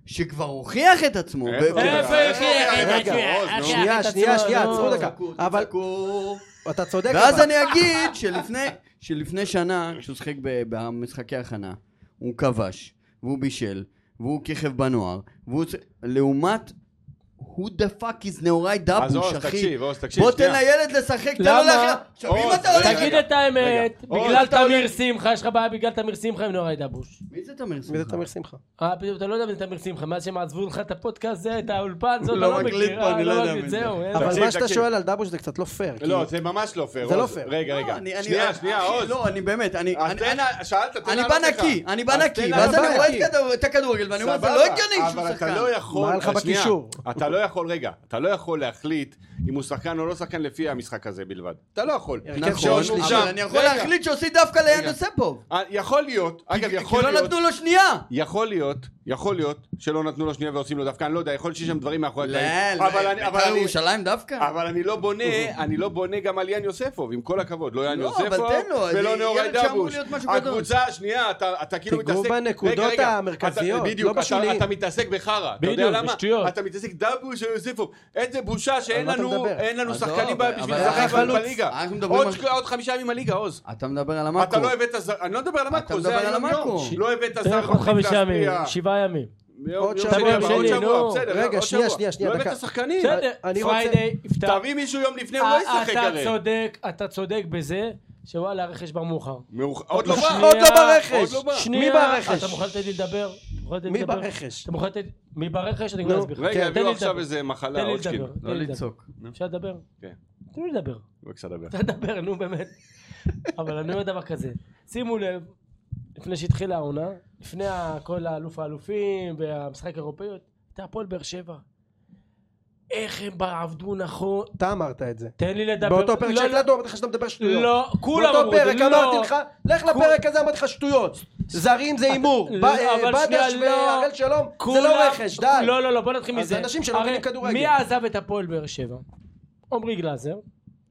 Speaker 5: שכבר הוכיח את עצמו,
Speaker 3: איפה?
Speaker 5: ו-
Speaker 4: איפה יחי?
Speaker 2: רגע,
Speaker 4: יחי,
Speaker 3: עוז,
Speaker 4: יחי,
Speaker 3: נו.
Speaker 4: יחי,
Speaker 2: שנייה,
Speaker 4: את
Speaker 2: שנייה,
Speaker 4: עצמו,
Speaker 2: שנייה,
Speaker 4: נו.
Speaker 2: עצרו דקה. לא. אבל
Speaker 5: תצעקו.
Speaker 2: אתה צודק.
Speaker 5: ואז
Speaker 2: אבל.
Speaker 5: אני אגיד שלפני, שלפני שנה, כשהוא שיחק ב- במשחקי הכנה, הוא כבש, והוא בישל, והוא כיכב בנוער, והוא... צ- לעומת... who the fuck is נאורי
Speaker 3: אז
Speaker 5: דאבוש,
Speaker 3: עוז,
Speaker 5: אחי.
Speaker 3: תקשיב, עוז, תקשיב.
Speaker 5: בוא תן
Speaker 3: שנייה.
Speaker 5: לילד לשחק, תן לו
Speaker 4: למה?
Speaker 5: להכריע. עכשיו,
Speaker 3: עוז,
Speaker 5: אם אתה לא הולך...
Speaker 3: רגע.
Speaker 4: תגיד את האמת,
Speaker 3: רגע. אוי,
Speaker 4: בגלל
Speaker 3: אתה עולה-
Speaker 4: תמיר שמחה, יש לך בעיה בגלל תמיר שמחה עם נוראי דבוש.
Speaker 5: מי זה תמיר
Speaker 2: מי זה
Speaker 5: שמחה?
Speaker 2: תמיר שמחה?
Speaker 4: אה, פתאום אתה לא יודע מי זה תמיר שמחה, מאז שהם עזבו לך את הפודקאסט, זה, את האולפן, זאת, אתה
Speaker 5: לא
Speaker 4: לא
Speaker 5: מקליט
Speaker 4: מכיר,
Speaker 5: פה,
Speaker 4: אה,
Speaker 5: אני לא יודע
Speaker 4: מקליט,
Speaker 5: מי זה.
Speaker 4: זהו, אין.
Speaker 2: אבל
Speaker 3: תקשיב,
Speaker 2: מה שאתה
Speaker 3: תקשיב.
Speaker 2: שואל על דאבוש זה קצת לא פייר. כי-
Speaker 3: לא, זה ממש לא פייר.
Speaker 2: זה לא
Speaker 3: עוז.
Speaker 2: פייר.
Speaker 3: רגע, רגע.
Speaker 5: אני- אני-
Speaker 3: שנייה,
Speaker 5: אני-
Speaker 3: שנייה,
Speaker 5: אחי,
Speaker 3: עוז.
Speaker 5: לא, אני באמת, אני...
Speaker 3: אז
Speaker 5: אני-
Speaker 3: תן לה- שאלת, תן
Speaker 5: אני
Speaker 3: לענות
Speaker 5: בא
Speaker 3: לך.
Speaker 5: נקי, אני
Speaker 3: אז
Speaker 5: בא
Speaker 3: תן
Speaker 5: נקי,
Speaker 3: לה
Speaker 5: ואז אני
Speaker 3: לענות
Speaker 5: רואה
Speaker 3: נקי.
Speaker 5: את הכדור- את הכדורגל, ואני אומר, זה
Speaker 3: סבבה,
Speaker 5: לא הגיוני שהוא
Speaker 3: אבל
Speaker 5: שחקן.
Speaker 3: אתה לא יכול,
Speaker 2: מה היה לך
Speaker 3: שנייה,
Speaker 2: בקישור?
Speaker 3: אתה לא יכול, רגע, אתה לא יכול להחליט אם הוא שחקן או לא שחקן לפי המשחק הזה בלבד. אתה לא יכול.
Speaker 2: הרכב
Speaker 5: נכון,
Speaker 2: שלישי.
Speaker 5: אבל אני יכול
Speaker 3: רגע.
Speaker 5: להחליט שעושים דווקא ליד
Speaker 3: רגע.
Speaker 5: יוספוב.
Speaker 3: אה, יכול להיות, אגב,
Speaker 5: כי
Speaker 3: יכול
Speaker 5: לא
Speaker 3: להיות,
Speaker 5: נתנו לו שנייה.
Speaker 3: יכול להיות, יכול להיות שלא נתנו לו שנייה ועושים לו דווקא, אני לא יודע, יכול להיות שיש שם דברים מאחורי הקלעים.
Speaker 5: לא,
Speaker 3: אבל אני- אבל
Speaker 5: בית"ר
Speaker 3: אני-
Speaker 5: ירושלים דווקא?
Speaker 3: אבל אני לא בונה, אני לא בונה גם על יאן יוספוב, עם כל הכבוד, לא יאן
Speaker 5: לא,
Speaker 3: יוספוב,
Speaker 5: אבל תן לו, זה
Speaker 3: ולא
Speaker 5: ילד
Speaker 3: נאורי
Speaker 5: שאמור
Speaker 3: דבוש.
Speaker 5: להיות משהו גדול.
Speaker 3: הקבוצה השנייה, אתה אתה כאילו
Speaker 2: תיגעו
Speaker 3: מתעסק...
Speaker 2: בנקודות
Speaker 3: רגע, רגע,
Speaker 2: המרכזיות,
Speaker 3: אתה-
Speaker 2: לא
Speaker 3: בדיוק, אתה-
Speaker 2: בשוליים.
Speaker 3: אתה מתעסק בחרא, אתה יודע
Speaker 4: בדיוק,
Speaker 3: למה?
Speaker 4: בשטויות.
Speaker 3: אתה מתעסק דבוש או יוספוב. איזה בושה שאין
Speaker 2: מה אתה
Speaker 3: לנו-
Speaker 2: מדבר?
Speaker 3: אין לנו
Speaker 5: עזוב,
Speaker 3: שחקנים
Speaker 5: אבל-
Speaker 3: בשביל
Speaker 5: אבל
Speaker 3: לשחק
Speaker 5: החלוץ.
Speaker 3: בליגה.
Speaker 5: אנחנו מדברים
Speaker 3: עוד
Speaker 5: על-
Speaker 3: ש- עוד חמישה ימים בליגה, עוז.
Speaker 5: אתה מדבר על
Speaker 3: אתה
Speaker 5: המאקרו.
Speaker 3: לא הבאת זר, אני לא מדבר על המאקרו,
Speaker 5: מדבר
Speaker 3: זה
Speaker 5: על
Speaker 3: היום
Speaker 5: המאקרו.
Speaker 3: יום. לא הבאת
Speaker 4: תן
Speaker 3: זר,
Speaker 4: לך עוד
Speaker 3: מחליף
Speaker 4: חמישה ימים,
Speaker 3: להפריע.
Speaker 4: שבעה ימים.
Speaker 3: יום-
Speaker 2: עוד
Speaker 3: יום
Speaker 2: שבוע,
Speaker 3: שני הבא, עוד
Speaker 4: שני,
Speaker 3: שבוע,
Speaker 4: נו.
Speaker 3: בסדר,
Speaker 2: רגע, שנייה,
Speaker 3: עוד שבוע.
Speaker 2: שנייה, שנייה,
Speaker 3: לא
Speaker 2: דקה.
Speaker 3: הבאת שחקנים.
Speaker 4: בסדר,
Speaker 2: אני רוצה-
Speaker 4: פריידי יפתח. אה,
Speaker 3: תביא מישהו יום לפני, הוא לא ישחק
Speaker 4: אתה
Speaker 3: הרי.
Speaker 4: צודק, אתה צודק בזה שוואלה הרכש בא מאוחר.
Speaker 3: מאוח- עוד לא בא,
Speaker 4: שנייה,
Speaker 2: עוד לא ברכש.
Speaker 3: עוד לא בא.
Speaker 4: שנייה,
Speaker 2: מי ברכש?
Speaker 4: אתה מוכן לתת לי לדבר? אתה מוכן לתת לי
Speaker 2: מי
Speaker 4: לדבר?
Speaker 2: ברכש?
Speaker 4: אתה מוכן לתת... מי ברכש? אני
Speaker 2: נו,
Speaker 4: כבר אסביר לך.
Speaker 2: כן,
Speaker 3: רגע,
Speaker 4: תן
Speaker 3: הביאו
Speaker 4: לי
Speaker 3: עכשיו
Speaker 4: לדבר.
Speaker 3: איזה מחלה,
Speaker 4: תן לי
Speaker 3: אולצ'קין.
Speaker 4: לדבר. תן
Speaker 5: לא
Speaker 4: לי לדבר.
Speaker 5: לצעוק.
Speaker 4: אפשר לדבר?
Speaker 3: כן.
Speaker 4: תנו לי לדבר.
Speaker 3: בבקשה, דבר.
Speaker 4: אתה תדבר, נו באמת. אבל אני אומר דבר כזה, שימו לב, לפני שהתחילה העונה, לפני ה- כל האלוף האלופים והמשחק האירופאיות, הייתה הפועל באר שבע. איך הם בא- עבדו נכון,
Speaker 2: אתה אמרת את זה.
Speaker 4: תן לי לדבר.
Speaker 2: באותו פרק
Speaker 4: לא,
Speaker 2: שהקלטנו אמרתי לך שאתה מדבר
Speaker 4: לא,
Speaker 2: שטויות.
Speaker 4: לא, כולם
Speaker 2: באותו
Speaker 4: אמרו את זה,
Speaker 2: פרק
Speaker 4: לא.
Speaker 2: אמרתי לך, לך
Speaker 4: כול-
Speaker 2: לפרק הזה אמרתי לך שטויות. זרים זה הימור.
Speaker 4: לא,
Speaker 2: ב- אה,
Speaker 4: אבל שנייה,
Speaker 2: בדש
Speaker 4: לא.
Speaker 2: והראל שלום, זה
Speaker 4: כולם-
Speaker 2: לא רכש, די.
Speaker 4: לא, לא, לא, בוא נתחיל
Speaker 2: אז
Speaker 4: מזה.
Speaker 2: אנשים שלא
Speaker 4: הרי
Speaker 2: מבינים כדורגל.
Speaker 4: מי עזב את הפועל באר שבע? עמרי גלאזר,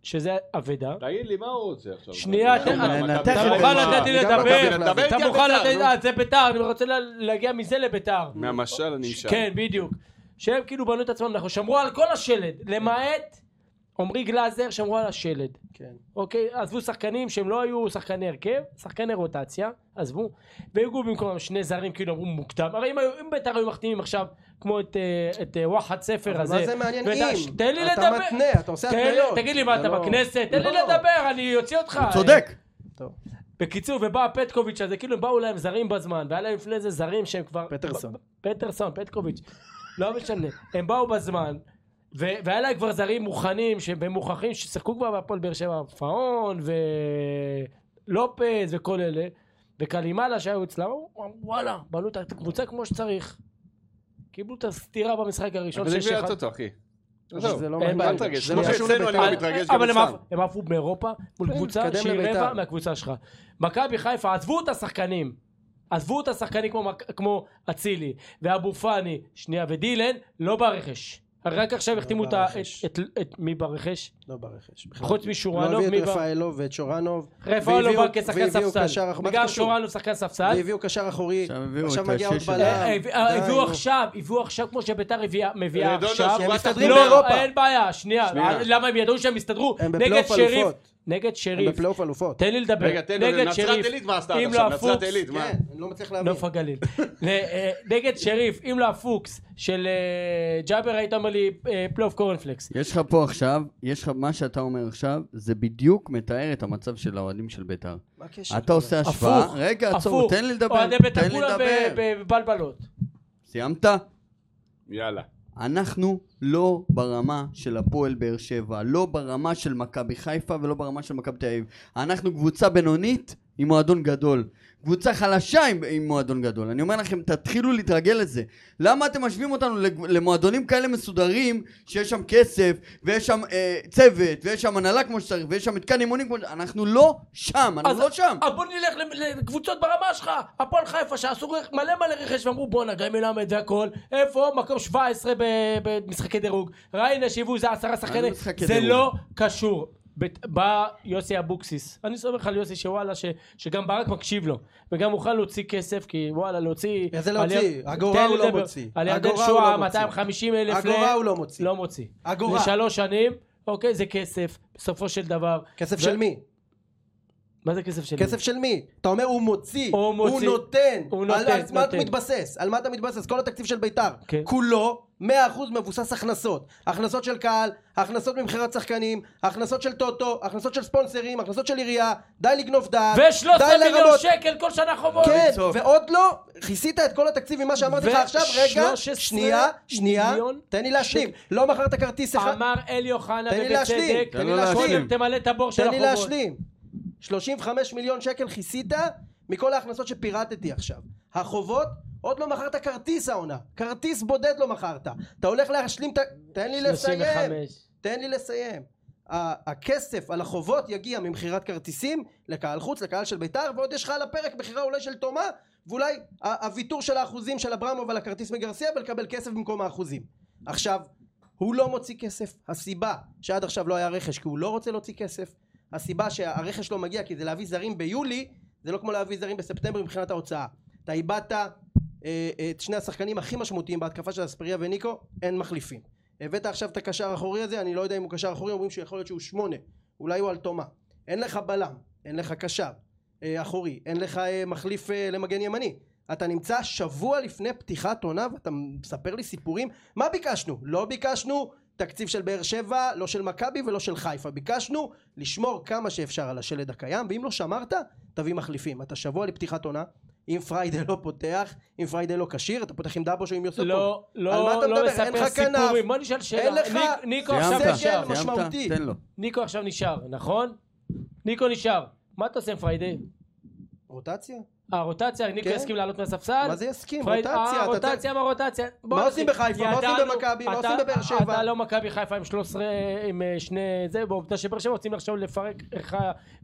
Speaker 4: שזה אבדה.
Speaker 3: תגיד לי, מה הוא רוצה עכשיו?
Speaker 4: שנייה,
Speaker 3: אתה-
Speaker 4: תן-
Speaker 3: אתה-
Speaker 5: נתח
Speaker 4: אתה
Speaker 5: את
Speaker 4: מוכן
Speaker 5: זה.
Speaker 4: לתת לי
Speaker 2: אני גם
Speaker 4: לדבר?
Speaker 2: לא מבין.
Speaker 4: אתה
Speaker 3: דבר
Speaker 4: מוכן
Speaker 3: איתי על
Speaker 4: לתת לי...
Speaker 3: בית"ר,
Speaker 4: אה, זה ביתר, אני רוצה לה- להגיע מזה לביתר.
Speaker 3: מהמשל אני נשאר.
Speaker 4: כן, בדיוק. שהם כאילו בנו את עצמם נכון, שמרו על כל השלד, למעט עמרי גלאזר שמרו על השלד.
Speaker 2: כן.
Speaker 4: אוקיי, עזבו שחקנים שהם לא היו שחקני הרכב, שחקני רוטציה, עזבו, והיגעו במקומם שני זרים כאילו אמרו מוקדם, הרי אם, היו- אם ביתר היו מחתימים עכשיו כמו את, אה, את אה, וואחד ספר
Speaker 2: אבל
Speaker 4: הזה,
Speaker 2: מה זה מעניין
Speaker 4: ואת ה-
Speaker 2: אם?
Speaker 4: תן לי
Speaker 2: אתה
Speaker 4: לדבר,
Speaker 2: מתנה, אתה עושה
Speaker 4: תן לי-
Speaker 2: התניות.
Speaker 4: תגיד לי מה
Speaker 2: זה
Speaker 4: אתה
Speaker 2: לא-
Speaker 4: בכנסת, תן לי
Speaker 2: לא.
Speaker 4: לדבר, אני אוציא אותך,
Speaker 5: הוא צודק.
Speaker 2: טוב.
Speaker 4: בקיצור, ובא הפטקוביץ' הזה, כאילו הם באו להם זרים בזמן, והיה להם לפני זה זרים שהם כבר...
Speaker 2: פטרסון.
Speaker 4: פטרסון, פטקוביץ', לא משנה. הם באו בזמן, ו- והיה להם כבר זרים מוכנים, ש- והם מוכרחים, ששיחקו כבר בהפועל באר שבע, פאון, ולופז וכל אלה, וקלימאלה שהיו אצלם, אמרו, וואלה, בנו את הקבוצה כמו שצריך. קיבלו את הסטירה במשחק הראשון,
Speaker 3: אבל זה
Speaker 4: 6-1.
Speaker 3: גביע הטוטו, אחי. עזוב,
Speaker 2: זה לא מעניין.
Speaker 4: אין בעיה,
Speaker 3: תתרגש.
Speaker 2: זה
Speaker 3: כמו
Speaker 2: לא קשור
Speaker 3: שאצלנו אני
Speaker 2: לבית"ר.
Speaker 3: לא
Speaker 4: אבל-
Speaker 3: מתרגש גם
Speaker 4: אבל הם
Speaker 3: שם.
Speaker 4: עפו- הם עפו באירופה מול
Speaker 2: כן,
Speaker 4: קבוצה
Speaker 2: תתקדם
Speaker 4: שהיא
Speaker 2: לביתר.
Speaker 4: רבע מהקבוצה שלך. מכבי חיפה, עזבו את השחקנים. עזבו את השחקנים כמו מק- כמו אצילי ואבו פאני, שנייה, ודילן, לא ברכש. רק
Speaker 3: לא
Speaker 4: עכשיו החתימו את ה-
Speaker 2: ברכש.
Speaker 4: את- את- את- מי ברכש?
Speaker 2: לא ברכש.
Speaker 3: כן.
Speaker 2: בכלל.
Speaker 4: חוץ
Speaker 2: לא
Speaker 4: משורנוב,
Speaker 2: הביא
Speaker 4: מי
Speaker 2: את
Speaker 4: בר-
Speaker 2: רפאלוב ואת שורנוב.
Speaker 4: רפאלו
Speaker 2: והביאו-
Speaker 4: בא כשחקן
Speaker 2: והביאו
Speaker 4: ספסל.
Speaker 2: קשר אחורי. מה
Speaker 4: וגם
Speaker 2: קשור?
Speaker 4: שורנו שחקן ספסל.
Speaker 2: והביאו קשר אחורי.
Speaker 5: עכשיו הביאו
Speaker 2: עכשיו
Speaker 5: את
Speaker 2: מגיע עוד
Speaker 5: השש
Speaker 2: בלם.
Speaker 5: הזה.
Speaker 4: אה, אה,
Speaker 2: די,
Speaker 4: הביאו
Speaker 2: נו.
Speaker 4: עכשיו, הביאו עכשיו כמו שביתר הביאה- מביאה
Speaker 3: רדונדו,
Speaker 4: עכשיו.
Speaker 3: שורה
Speaker 2: הם מסתדרים
Speaker 4: לא,
Speaker 3: תחתונה.
Speaker 2: באירופה.
Speaker 4: אין בעיה, שנייה.
Speaker 3: שנייה.
Speaker 4: למה הם ידעו שהם יסתדרו?
Speaker 2: הם
Speaker 4: נגד
Speaker 2: בפלייאוף
Speaker 4: שריף.
Speaker 2: אלופות.
Speaker 4: נגד
Speaker 2: הם
Speaker 4: שריף.
Speaker 2: בפלייאוף אלופות.
Speaker 4: תן לי לדבר.
Speaker 3: רגע, תן לי,
Speaker 4: נגד
Speaker 3: נצרת
Speaker 4: שריף,
Speaker 3: עילית, מה עשתה עד
Speaker 4: אם
Speaker 3: עכשיו?
Speaker 4: לא
Speaker 3: נצרת
Speaker 4: הפוקס-
Speaker 3: עילית, מה?
Speaker 2: כן, אני לא מצליח להבין.
Speaker 4: נוף הגליל. ל- אה, נגד שריף, אם לא הפוקס של אה, ג'אבר, היית אומר לי אה, פלייאוף קורנפלקס.
Speaker 5: יש לך פה עכשיו, יש לך מה שאתה אומר עכשיו, זה בדיוק מתאר את המצב של האוהדים של ביתר.
Speaker 2: מה הקשר?
Speaker 5: אתה עושה השוואה,
Speaker 4: הפוך,
Speaker 5: רגע, עצור,
Speaker 4: הפוך.
Speaker 5: תן לי לדבר,
Speaker 4: אוהדי
Speaker 5: תן
Speaker 4: בית"ר
Speaker 5: לי
Speaker 4: כולם ב-
Speaker 5: לדבר.
Speaker 4: ב- בבלבלות.
Speaker 5: סיימת?
Speaker 3: יאללה.
Speaker 5: אנחנו לא ברמה של הפועל באר שבע, לא ברמה של מכבי חיפה ולא ברמה של מכבי תל אביב. אנחנו קבוצה בינונית עם מועדון גדול. קבוצה חלשה עם, עם מועדון גדול. אני אומר לכם, תתחילו להתרגל לזה. למה אתם משווים אותנו לג- למועדונים כאלה מסודרים, שיש שם כסף, ויש שם אה, צוות, ויש שם הנהלה כמו שצריך, ויש שם מתקן אימונים כמו שצריך? אנחנו לא שם, אנחנו
Speaker 4: אז-
Speaker 5: לא שם.
Speaker 4: אז בוא נלך למ- לקבוצות ברמה שלך. הפועל חיפה שעשו רכ- מלא מלא רכש ואמרו בואנה גיא מלמד והכל. איפה? מקום 17 ב- במשחקי דירוג. ריינה שהביאו איזה עשרה
Speaker 5: אני
Speaker 4: שחקנים.
Speaker 5: במשחקי
Speaker 4: זה
Speaker 5: דירוג.
Speaker 4: לא קשור. בית- בא יוסי אבוקסיס, אני סומך על יוסי שוואלה ש- שגם ברק מקשיב לו וגם מוכן להוציא כסף כי וואלה להוציא,
Speaker 2: איזה להוציא?
Speaker 4: על-
Speaker 2: אגורה
Speaker 4: תן
Speaker 2: הוא
Speaker 4: לי
Speaker 2: לא
Speaker 4: לדבר.
Speaker 2: מוציא.
Speaker 4: על ירדן
Speaker 2: אגורה הוא
Speaker 4: שואה
Speaker 2: לא מוציא.
Speaker 4: 250 אלף
Speaker 2: אגורה הוא לא מוציא.
Speaker 4: לא מוציא,
Speaker 2: אגורה.
Speaker 4: לשלוש שנים, אוקיי זה כסף בסופו של דבר,
Speaker 2: כסף
Speaker 4: ו-
Speaker 2: של מי?
Speaker 4: מה זה כסף שלי?
Speaker 2: כסף של מי? אתה אומר הוא מוציא,
Speaker 4: הוא
Speaker 2: הוא
Speaker 4: מוציא.
Speaker 2: נותן,
Speaker 4: הוא
Speaker 2: על-
Speaker 4: נותן,
Speaker 2: על מה אתה
Speaker 4: נותן.
Speaker 2: מתבסס? על מה אתה מתבסס? כל התקציב של ביתר,
Speaker 4: כן.
Speaker 2: כולו 100% מבוסס הכנסות, הכנסות של קהל, הכנסות ממכירת שחקנים, הכנסות של טוטו, הכנסות של ספונסרים, הכנסות של עירייה, די לגנוב דעת,
Speaker 4: ו-13
Speaker 2: די
Speaker 4: מיליון
Speaker 2: לרמות.
Speaker 4: שקל כל שנה חובות.
Speaker 2: כן,
Speaker 5: לצעוק.
Speaker 2: ועוד לא, כיסית את כל התקציב ממה שאמרתי לך
Speaker 4: ו-
Speaker 2: עכשיו, רגע,
Speaker 4: 13
Speaker 2: שנייה, שנייה,
Speaker 4: מיליון
Speaker 2: תן לי להשלים, לא מכרת כרטיס אחד,
Speaker 4: אמר אלי אוחנה
Speaker 2: תן לי להשלים,
Speaker 4: ובצדק,
Speaker 2: תן
Speaker 5: תן
Speaker 2: לי
Speaker 5: לו
Speaker 2: להשלים.
Speaker 5: להשלים.
Speaker 4: קודם תמלא את הבור של
Speaker 2: תן לי
Speaker 4: החובות.
Speaker 2: להשלים. 35 מיליון שקל כיסית מכל ההכנסות שפירטתי עכשיו. החובות, עוד לא מכרת כרטיס העונה. כרטיס בודד לא מכרת. אתה הולך להשלים את ה... תן לי לסיים.
Speaker 4: 35.
Speaker 2: תן לי לסיים. ה- הכסף על החובות יגיע ממכירת כרטיסים לקהל חוץ, לקהל של ביתר, ועוד יש לך על הפרק מכירה אולי של תומה, ואולי ה- הוויתור של האחוזים של אברמוב על הכרטיס מגרסיה ולקבל כסף במקום האחוזים. עכשיו, הוא לא מוציא כסף, הסיבה שעד עכשיו לא היה רכש כי הוא לא רוצה להוציא כסף, הסיבה שהרכש לא מגיע כי זה להביא זרים ביולי, זה לא כמו להביא זרים בספטמבר מבחינת ההוצאה. אתה איבדת אה, את שני השחקנים הכי משמעותיים בהתקפה של אספריה וניקו, אין מחליפים. הבאת עכשיו את הקשר האחורי הזה, אני לא יודע אם הוא קשר אחורי, אומרים שיכול להיות שהוא שמונה, אולי הוא על תומה. אין לך בלם, אין לך קשר אה, אחורי, אין לך אה, מחליף אה, למגן ימני. אתה נמצא שבוע לפני פתיחת עונה ואתה מספר לי סיפורים? מה ביקשנו? לא ביקשנו תקציב של באר שבע, לא של מכבי ולא של חיפה. ביקשנו לשמור כמה שאפשר על השלד הקיים, ואם לא שמרת, תביא מחליפים. אתה שבוע לפתיחת עונה, אם פריידי לא פותח, אם פריידי לא כשיר, אתה פותח עם דבוש או עם יוספו.
Speaker 4: לא,
Speaker 2: על מה
Speaker 4: לא,
Speaker 2: אתה
Speaker 4: לא
Speaker 2: מדבר? אין
Speaker 4: מספר
Speaker 2: לך כנף.
Speaker 4: סיפורים. בוא נשאל
Speaker 2: אין
Speaker 4: שאלה.
Speaker 2: לך
Speaker 4: ניק- ניקו
Speaker 5: סיימת,
Speaker 4: עכשיו
Speaker 2: סגל.
Speaker 4: נשאר.
Speaker 5: סיימת,
Speaker 2: משמעותי.
Speaker 5: תן לו.
Speaker 4: ניקו עכשיו נשאר, נכון? ניקו נשאר. מה אתה עושה עם פריידי?
Speaker 2: רוטציה?
Speaker 4: אה, רוטציה, ניקו
Speaker 2: כן.
Speaker 4: יסכים לעלות מהספסל?
Speaker 2: מה זה יסכים?
Speaker 4: פרייד-
Speaker 2: רוטציה.
Speaker 4: אה,
Speaker 2: אתה צריך-
Speaker 4: רוטציה, מה רוטציה? בוא
Speaker 2: מה
Speaker 4: נעשה-
Speaker 2: עושים בחיפה? מה עושים
Speaker 4: ידענו,
Speaker 2: במכבי? מה
Speaker 4: אתה-
Speaker 2: עושים בבאר שבע?
Speaker 4: אתה לא מכבי חיפה עם 13, עם אה, שני... זה, בעובדה שבאר שבע רוצים עכשיו לפרק לך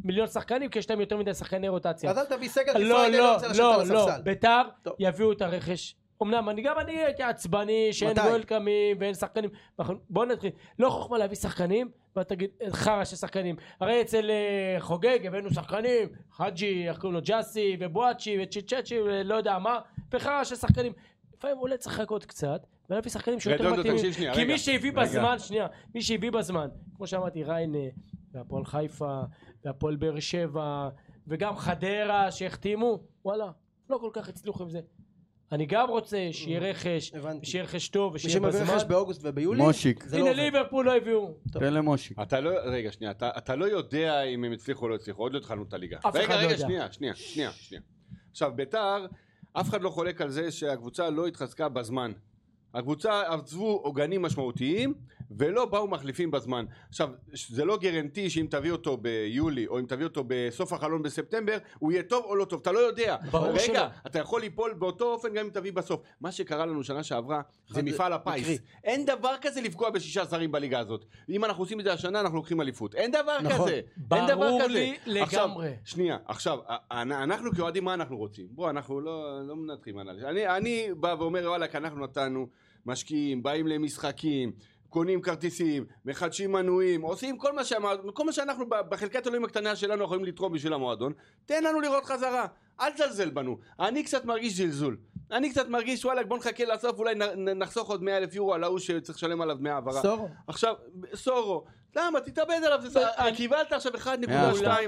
Speaker 4: מיליון שחקנים, כי יש להם יותר מדי שחקני רוטציה.
Speaker 2: אז אל תביא סגל, כי
Speaker 4: לא,
Speaker 2: פריידי לא
Speaker 4: לא,
Speaker 2: רוצה לשבת על
Speaker 4: לא, לא,
Speaker 2: הספסל.
Speaker 4: ביתר
Speaker 2: טוב.
Speaker 4: יביאו את הרכש. אמנם אני גם אני הייתי עצבני שאין
Speaker 2: מתי?
Speaker 4: וולקאמים ואין שחקנים. אנחנו- בוא נתחיל. לא חוכמה להביא שחקנים ואתה תגיד "אה, חרא של שחקנים. הרי אצל אה, חוגג הבאנו שחקנים, חאג'י, איך קוראים לו ג'אסי ובואצ'י וצ'יצ'צ'י ולא יודע מה, וחרא של שחקנים. לפעמים אולי צריך לחכות קצת ולהביא שחקנים שיותר
Speaker 3: רדונדו,
Speaker 4: מתאימים.
Speaker 3: תקשיב שנייה,
Speaker 4: כי
Speaker 3: רגע.
Speaker 4: מי שהביא
Speaker 3: רגע.
Speaker 4: בזמן, שנייה, מי שהביא בזמן, כמו שאמרתי, ריינה והפועל חיפה והפועל באר שבע וגם חדרה שהחתימו, וואלה, לא כל כך הצליחו עם זה. אני גם רוצה
Speaker 3: Mm-hmm.
Speaker 4: שיהיה רכש,
Speaker 2: הבנתי.
Speaker 4: שיהיה רכש טוב
Speaker 2: מי
Speaker 4: ושיהיה
Speaker 2: שמביא
Speaker 4: בזמן.
Speaker 2: רכש באוגוסט וביולי,
Speaker 5: מושיק,
Speaker 2: זה לא
Speaker 4: הנה
Speaker 2: עובד.
Speaker 4: ליברפול לא הביאו.
Speaker 5: תן למושיק.
Speaker 3: אתה לא, רגע, שנייה, אתה, אתה לא יודע אם הם הצליחו או לא הצליחו, עוד לא התחלנו את הליגה.
Speaker 4: אף
Speaker 3: רגע,
Speaker 4: אחד לא
Speaker 3: רגע,
Speaker 4: יודע.
Speaker 3: שנייה, שנייה, שנייה, שנייה. עכשיו, ביתר, אף אחד לא חולק על זה שהקבוצה לא התחזקה בזמן. הקבוצה עזבו עוגנים משמעותיים, ולא באו מחליפים בזמן. עכשיו, ש- זה לא גרנטי שאם תביא אותו ביולי, או אם תביא אותו בסוף החלון בספטמבר, הוא יהיה טוב או לא טוב, אתה לא יודע.
Speaker 4: ברור
Speaker 3: רגע,
Speaker 4: שלא.
Speaker 3: אתה יכול ליפול באותו אופן גם אם תביא בסוף. מה שקרה לנו שנה שעברה, זה
Speaker 2: אחד-
Speaker 3: מפעל הפיס.
Speaker 2: מקרי.
Speaker 3: אין דבר כזה לפגוע בשישה זרים בליגה הזאת. אם אנחנו עושים את זה השנה, אנחנו לוקחים אליפות. אין דבר
Speaker 2: נכון.
Speaker 3: כזה. אין דבר
Speaker 4: ברור
Speaker 3: כזה.
Speaker 4: לי
Speaker 3: עכשיו,
Speaker 4: לגמרי.
Speaker 3: שנייה, עכשיו, א- אנחנו כאוהדים, מה אנחנו רוצים? בוא, אנחנו לא, לא מנתחים אנליסט. אני, אני בא ואומר, וואלכ, אנחנו נתנו, משקיעים, באים למשחקים, קונים כרטיסים, מחדשים מנויים, עושים כל מה, שהמוע... כל מה שאנחנו ב- בחלקת אלוהים הקטנה שלנו יכולים לתרום בשביל המועדון, תן לנו לראות חזרה, אל תזלזל בנו. אני קצת מרגיש זלזול. אני קצת מרגיש, וואלכ, בוא נחכה לסוף, אולי נ- נ- נחסוך עוד 100 אלף יורו על ההוא שצריך לשלם עליו דמי העברה.
Speaker 2: סורו.
Speaker 3: עכשיו, סורו. למה? תתאבד עליו, זה אה,
Speaker 4: אני-
Speaker 3: קיבלת עכשיו 1.2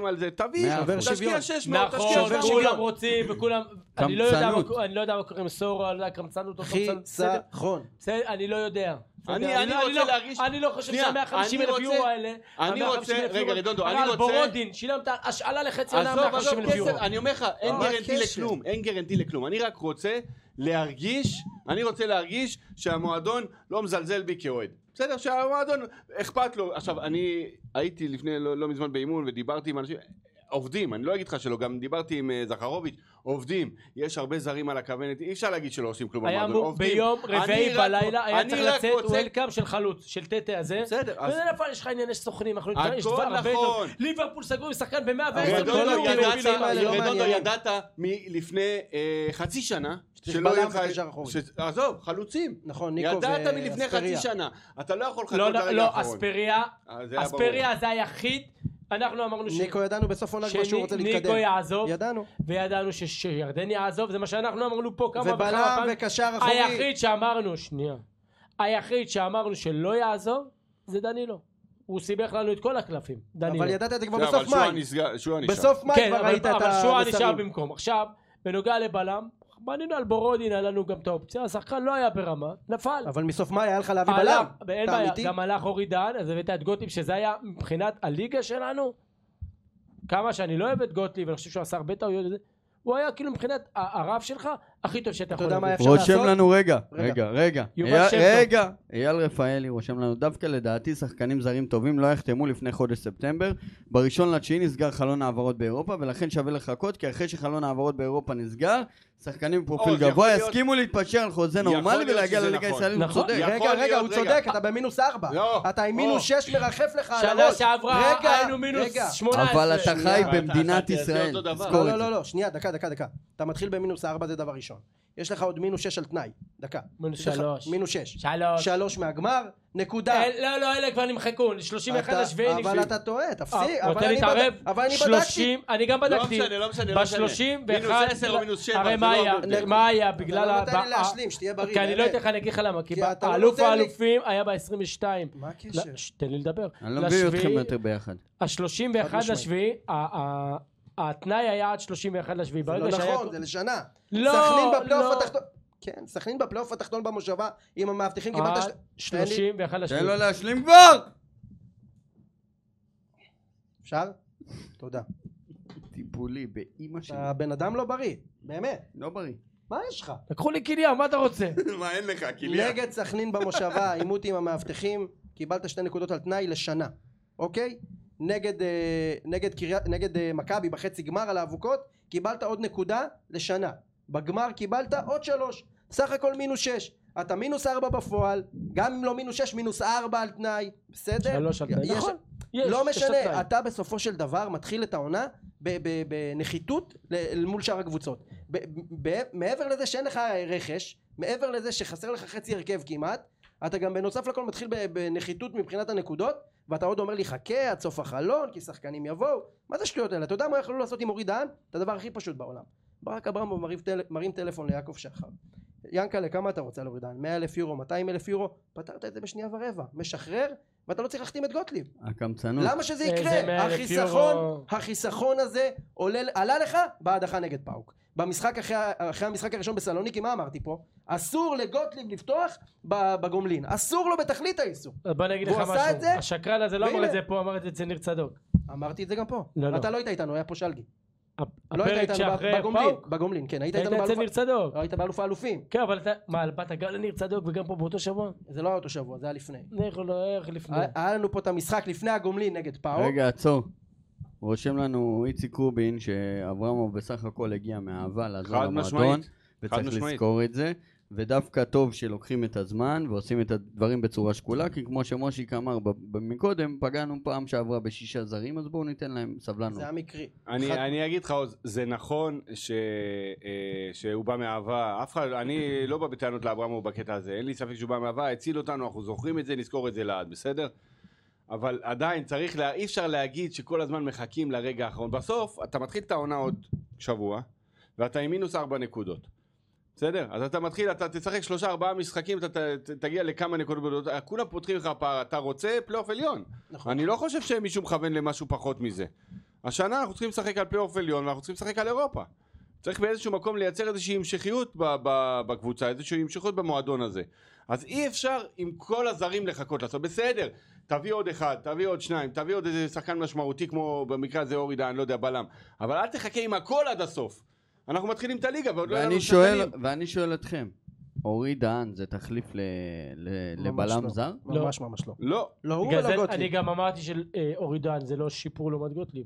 Speaker 3: על זה, תביא,
Speaker 5: מאה
Speaker 2: אחוז.
Speaker 3: תשקיע
Speaker 2: שוויון.
Speaker 3: 600, תשקיע
Speaker 4: נכון,
Speaker 3: 700.
Speaker 4: כולם רוצים וכולם... אני לא יודע מה- אני לא יודע מה קורה עם סורו, אני לא יודע, קמצנות או קמצנות. בסדר,
Speaker 2: חיסכון.
Speaker 4: בסדר, אני לא יודע. בסדר,
Speaker 3: אני- אני
Speaker 4: לא-
Speaker 3: רוצה
Speaker 4: לא-
Speaker 3: להרגיש-
Speaker 4: אני לא חושב
Speaker 3: שנייה,
Speaker 4: שה-150
Speaker 3: אני
Speaker 4: אלף
Speaker 3: רוצה-
Speaker 4: יורו האלה...
Speaker 3: אני
Speaker 4: ה- 150,000
Speaker 3: רוצה-
Speaker 4: יורו-
Speaker 3: רגע, רדונדו,
Speaker 4: הרי
Speaker 3: אני
Speaker 4: על
Speaker 3: רוצה-
Speaker 4: בורודין, שילמת השאלה לחצי עונה
Speaker 3: עזוב,
Speaker 4: 150
Speaker 3: עזוב
Speaker 4: אלף יורו.
Speaker 3: כסף, אני אומר לך, אין
Speaker 2: מה
Speaker 3: גרנטי
Speaker 2: הקשר?
Speaker 3: לכלום, אין גרנטי לכלום. אני רק רוצה להרגיש, אני רוצה להרגיש שהמועדון לא מזלזל בי כאוהד. בסדר, שהמועדון אכפת לו. עכשיו, אני הייתי לפני, לא לא מזמן באימון ודיברתי עם אנשים, עובדים, אני לא אגיד לך שלא, גם דיברתי עם אה, זכרוביץ', עובדים, יש הרבה זרים על הכוונת, אי אפשר להגיד שלא עושים כלום
Speaker 4: היה
Speaker 3: במועדון,
Speaker 4: אמור
Speaker 3: עובדים.
Speaker 4: ביום
Speaker 3: אני
Speaker 4: רביעי
Speaker 3: רק-
Speaker 4: בלילה, היה
Speaker 3: אני
Speaker 4: צריך
Speaker 3: רק
Speaker 4: לצאת
Speaker 3: רוצה-
Speaker 4: וולקאם של חלוץ, של טטה הזה.
Speaker 3: בסדר, אז-
Speaker 4: וזה נפל, יש לך ענייני סוכנים, אנחנו
Speaker 3: הכל
Speaker 4: יש דבר הרבה
Speaker 3: נכון.
Speaker 4: יותר. ליברפול סגרו עם שחקן ב-110
Speaker 2: כל
Speaker 3: רדונדו,
Speaker 2: הטירופים
Speaker 3: ידעת-
Speaker 2: האלה לא
Speaker 3: רדונדו
Speaker 2: מעניינים.
Speaker 3: ידעת מלפני אה, חצי שנה,
Speaker 2: שצריך
Speaker 3: שלא יהיה
Speaker 2: בלם
Speaker 3: לך...
Speaker 2: וקשר אחורי.
Speaker 3: ש- עזוב, חלוצים.
Speaker 2: נכון, ניקו
Speaker 3: ידעת
Speaker 2: ואספריה.
Speaker 3: מלפני חצי שנה, אתה לא יכול
Speaker 4: לא,
Speaker 3: לחכות
Speaker 4: לא,
Speaker 3: לרגע
Speaker 4: לא,
Speaker 3: האחרון.
Speaker 4: אספריה,
Speaker 3: אה, זה היה
Speaker 4: אספריה זה היחיד, אנחנו אמרנו ש-
Speaker 2: ניקו ידענו בסוף עונה כבר שהוא רוצה
Speaker 4: שניקו
Speaker 2: להתקדם.
Speaker 4: יעזוב.
Speaker 2: ידענו.
Speaker 4: וידענו ש- שירדן יעזוב, זה מה שאנחנו אמרנו פה כמה וכמה
Speaker 2: ובלם
Speaker 4: פעמים.
Speaker 2: וקשר אחורי.
Speaker 4: היחיד שאמרנו, שנייה, היחיד שאמרנו שלא יעזוב, זה דנילו. הוא סיבך לנו את כל הקלפים, דנילו.
Speaker 2: אבל ידעת את זה כבר
Speaker 3: זה, לא, אבל
Speaker 2: בסוף
Speaker 3: שועה
Speaker 2: מאי.
Speaker 3: נסגר- שועה נשאר.
Speaker 2: בסוף מאי
Speaker 4: כן,
Speaker 2: כבר
Speaker 4: אבל,
Speaker 2: ראית את
Speaker 4: אבל שועה נשאר
Speaker 2: המסרים.
Speaker 4: במקום. עכשיו, בנוגע לבלם, בנינו על בורודין, היה לנו גם את האופציה, השחקן לא היה ברמה, נפל.
Speaker 2: אבל מסוף מאי היה לך להביא
Speaker 4: הלך,
Speaker 2: בלם.
Speaker 4: ואין
Speaker 2: אתה
Speaker 4: אה, לא, בעיה,
Speaker 2: אמיתי?
Speaker 4: גם הלך אורי דהן, אז הבאת את גוטליב, שזה היה מבחינת הליגה שלנו, כמה שאני לא אוהב את גוטליב, ואני חושב שהוא עשה הרבה טעויות וזה, הוא היה כאילו מבחינת ה- הרף שלך, הכי טוב שאתה
Speaker 2: אתה
Speaker 4: יכול
Speaker 2: יודע מה
Speaker 4: להביא.
Speaker 2: אפשר
Speaker 5: רושם
Speaker 2: לעשות?
Speaker 5: לנו, רגע,
Speaker 2: רגע.
Speaker 5: רגע, רגע,
Speaker 4: יובל
Speaker 5: אייל-
Speaker 4: שם טוב.
Speaker 5: רגע, אייל רפאלי רושם לנו, דווקא לדעתי שחקנים זרים טובים לא יחתמו לפני חודש ספטמבר, בראשון לתשיעי נסגר חלון העברות באירופה, ולכן שווה לחכות, כי אחרי שחלון העברות באירופה נסגר, שחקנים עם פרופיל
Speaker 3: או, זה יכול
Speaker 5: גבוה
Speaker 3: להיות-
Speaker 5: יסכימו להתפשר על חוזה
Speaker 3: יכול
Speaker 5: נורמלי
Speaker 3: להיות
Speaker 5: ולהגיע
Speaker 3: שזה
Speaker 5: לליגה
Speaker 3: נכון.
Speaker 5: הישראלית, הוא
Speaker 4: נכון.
Speaker 5: צודק.
Speaker 3: יכול
Speaker 2: רגע, רגע,
Speaker 3: להיות,
Speaker 2: הוא
Speaker 3: רגע.
Speaker 2: צודק, אתה במינוס ארבע.
Speaker 3: לא.
Speaker 2: אתה עם
Speaker 3: או.
Speaker 2: מינוס שש מרחף לך על
Speaker 4: שנה
Speaker 2: הראש.
Speaker 4: שעברה
Speaker 2: רגע,
Speaker 4: היינו מינוס
Speaker 2: רגע.
Speaker 4: 18.
Speaker 5: אבל אתה חי
Speaker 3: אתה-
Speaker 5: במדינת
Speaker 3: אתה- אתה
Speaker 5: ישראל,
Speaker 3: אותו דבר.
Speaker 5: תזכור
Speaker 2: לא,
Speaker 5: את
Speaker 2: לא,
Speaker 5: זה.
Speaker 2: לא, לא, שנייה, דקה, דקה, דקה. אתה מתחיל במינוס ארבע, זה דבר ראשון. יש לך עוד מינוס שש על תנאי, דקה.
Speaker 4: מינוס
Speaker 2: יש לך-
Speaker 4: שלוש.
Speaker 2: מינוס שש.
Speaker 4: שלוש.
Speaker 2: שלוש מהגמר, נקודה.
Speaker 4: אה, לא, לא, אלה כבר נמחקו, 31
Speaker 2: אתה-
Speaker 4: לשביעי נמחקו.
Speaker 2: אבל אתה טועה, תפסיק.
Speaker 4: אה,
Speaker 2: אבל
Speaker 4: רוצה
Speaker 2: אני
Speaker 4: להתערב?
Speaker 2: בד- אבל אני בדקתי.
Speaker 4: 30, אני גם
Speaker 3: לא
Speaker 4: בדקתי.
Speaker 3: משנה, לא משנה, לא משנה. מינוס עשר או מינוס
Speaker 4: ב-31,
Speaker 3: שבע,
Speaker 4: הרי
Speaker 3: זה
Speaker 4: מה
Speaker 3: לא
Speaker 4: היה?
Speaker 3: הבדל.
Speaker 4: מה היה?
Speaker 2: אתה
Speaker 4: בגלל
Speaker 2: לא
Speaker 4: ה...
Speaker 2: נותן לי
Speaker 4: ה-
Speaker 2: להשלים, שתהיה בריא,
Speaker 4: כי אני לא
Speaker 2: באמת.
Speaker 4: אתן לך, אני אגיד לך למה. כי
Speaker 2: כי אתה לא
Speaker 4: האלוף
Speaker 2: נותן לי.
Speaker 4: האלופים היה ב-22.
Speaker 2: מה הקשר?
Speaker 4: תן לי לדבר.
Speaker 5: אני לא מבין אתכם
Speaker 4: לשביעי-
Speaker 5: יותר ביחד.
Speaker 4: ה-31
Speaker 2: חד משמעית.
Speaker 4: לשביעי, ה- ה- התנאי היה עד 31 לשביעי.
Speaker 2: זה לא
Speaker 4: ברגע שהיה-
Speaker 2: נכון, זה לשנה.
Speaker 4: לא,
Speaker 2: סכנין בפלייאוף
Speaker 4: לא.
Speaker 2: התחתון... כן, סכנין בפלייאוף התחתון במושבה, עם המאבטחים
Speaker 4: עד
Speaker 2: קיבלת... ש- תן לי-
Speaker 4: 31
Speaker 5: תן
Speaker 4: לשביעי.
Speaker 5: לו להשלים כבר!
Speaker 2: אפשר? תודה.
Speaker 5: טיפולי באימא שלי,
Speaker 2: אתה בן אדם לא בריא, באמת.
Speaker 5: לא בריא.
Speaker 2: מה יש לך?
Speaker 4: לקחו לי כליה, מה אתה
Speaker 2: [laughs]
Speaker 4: רוצה?
Speaker 3: [laughs] מה אין לך, כליה?
Speaker 2: נגד סכנין במושבה, [laughs] עימות עם המאבטחים, קיבלת שתי נקודות על תנאי לשנה, אוקיי? נגד, אה, נגד, קריה, נגד אה, מכבי בחצי גמר על האבוקות, קיבלת עוד נקודה לשנה. בגמר קיבלת עוד שלוש. סך הכל מינוס שש. אתה מינוס ארבע בפועל, גם אם לא מינוס שש, מינוס ארבע על תנאי, בסדר?
Speaker 4: שלוש על תנאי.
Speaker 2: יש-
Speaker 4: נכון. יש,
Speaker 2: לא
Speaker 4: יש התנאי.
Speaker 2: משנה, אתה בסופו של דבר מתחיל את העונה ב- ב- בנחיתות ל- אל מול שאר הקבוצות. ב- ב- מעבר לזה שאין לך רכש, מעבר לזה שחסר לך חצי הרכב כמעט, אתה גם בנוסף לכל מתחיל ב- בנחיתות מבחינת הנקודות, ואתה עוד אומר לי חכה עד סוף החלון, כי שחקנים יבואו. מה זה השטויות האלה? אתה יודע מה יכלו לעשות עם אורי דהן? את הדבר הכי פשוט בעולם. ברק אברמוב מרים טל... מרים טלפון ליעקב שחר. ינקלה, כמה אתה רוצה על אורי דהן? 100 אלף יורו, 200 אלף יורו? פתרת את זה בשנייה ורבע. משחרר, ואתה לא צריך להחתים את גוטליב.
Speaker 5: הקמצנות.
Speaker 2: למה שזה
Speaker 4: איזה
Speaker 2: יקרה?
Speaker 4: 100,000
Speaker 2: החיסכון,
Speaker 4: יורו.
Speaker 2: החיסכון הזה עולה, עלה לך בהדחה נגד פאוק. במשחק אחרי, ה- אחרי המשחק הראשון בסלוניקי, מה אמרתי פה? אסור לגוטליב לפתוח ב- בגומלין. אסור לו בתכלית האיסור.
Speaker 4: אז בוא אני אגיד לך
Speaker 2: והוא
Speaker 4: משהו.
Speaker 2: עשה את זה,
Speaker 4: השקרן הזה לא אמר
Speaker 2: והנה.
Speaker 4: את זה פה, אמר את זה אצל ניר צדוק.
Speaker 2: אמרתי את זה גם פה.
Speaker 4: לא, לא.
Speaker 2: אתה לא היית איתנו, היה פה שלגי. לא היית
Speaker 4: הפרק
Speaker 2: איתנו
Speaker 4: שאחרי
Speaker 2: בגומלין,
Speaker 4: פאוק,
Speaker 2: בגומלין, כן, היית
Speaker 4: היית
Speaker 2: איתנו
Speaker 4: אצל
Speaker 2: באלוף...
Speaker 4: ניר צדוק.
Speaker 2: לא, היית באלוף האלופים,
Speaker 4: כן, אבל אתה, מה, באת גם לניר צדוק וגם פה באותו שבוע?
Speaker 2: זה לא היה אותו שבוע, זה היה לפני.
Speaker 4: איך לא, איך לפני?
Speaker 2: היה- היה לנו פה את המשחק לפני הגומלין נגד
Speaker 3: אה,
Speaker 2: פאו.
Speaker 3: אוקיי.
Speaker 5: רגע, עצור. רושם לנו איציק רובין שאברמוב בסך הכל הגיע מאהבה
Speaker 3: חד
Speaker 5: לעזור למועדון,
Speaker 3: משמעית.
Speaker 5: וצריך
Speaker 3: משמעית.
Speaker 5: לזכור את זה, ודווקא טוב שלוקחים את הזמן ועושים את הדברים בצורה שקולה, כי כמו שמושיק אמר ב- ב- מקודם, פגענו פעם שעברה בשישה זרים, אז בואו ניתן להם סבלנות.
Speaker 2: זה היה מקרי.
Speaker 3: אני,
Speaker 2: חד-
Speaker 3: אני אגיד לך עוד, זה נכון ש, אה, שהוא בא מאהבה, אף אחד, אני לא בא בטענות לאברמוב בקטע הזה, אין לי ספק שהוא בא מאהבה, הציל אותנו, אנחנו זוכרים את זה, נזכור את זה לעד, בסדר? אבל עדיין צריך, לה, אי אפשר להגיד שכל הזמן מחכים לרגע האחרון. בסוף, אתה מתחיל את העונה עוד שבוע, ואתה עם מינוס ארבע נקודות. בסדר? אז אתה מתחיל, אתה תשחק שלושה ארבעה משחקים, אתה ת, ת, תגיע לכמה נקודות, כולם פותחים לך פער, אתה רוצה פלייאוף עליון.
Speaker 2: נכון.
Speaker 3: אני לא חושב שמישהו מכוון למשהו פחות מזה. השנה אנחנו צריכים לשחק על פלייאוף עליון ואנחנו צריכים לשחק על אירופה. צריך באיזשהו מקום לייצר איזושהי המשכיות ב- ב- בקבוצה, איזושהי המשכיות במועדון הזה. אז אי אפשר עם כל הזרים לחכות לעשות. בסדר, תביא עוד אחד, תביא עוד שניים, תביא עוד איזה שחקן משמעותי כמו במקרה הזה אורי דהן, לא יודע, בלם. אבל אל תחכה עם הכל עד הסוף. אנחנו מתחילים את הליגה ועוד לא היה לנו
Speaker 5: ואני שואל,
Speaker 3: שחקנים.
Speaker 5: ואני שואל אתכם, אורי דהן זה תחליף ל- ל-
Speaker 2: ממש
Speaker 5: לבלם
Speaker 2: לא.
Speaker 5: זר?
Speaker 4: לא.
Speaker 2: ממש ממש לא.
Speaker 3: לא,
Speaker 2: לא הוא
Speaker 4: בגלל
Speaker 2: ולא
Speaker 4: זה אני
Speaker 2: גוטליב.
Speaker 4: גם אמרתי שאורי דהן זה לא שיפור לעומת גוטליב.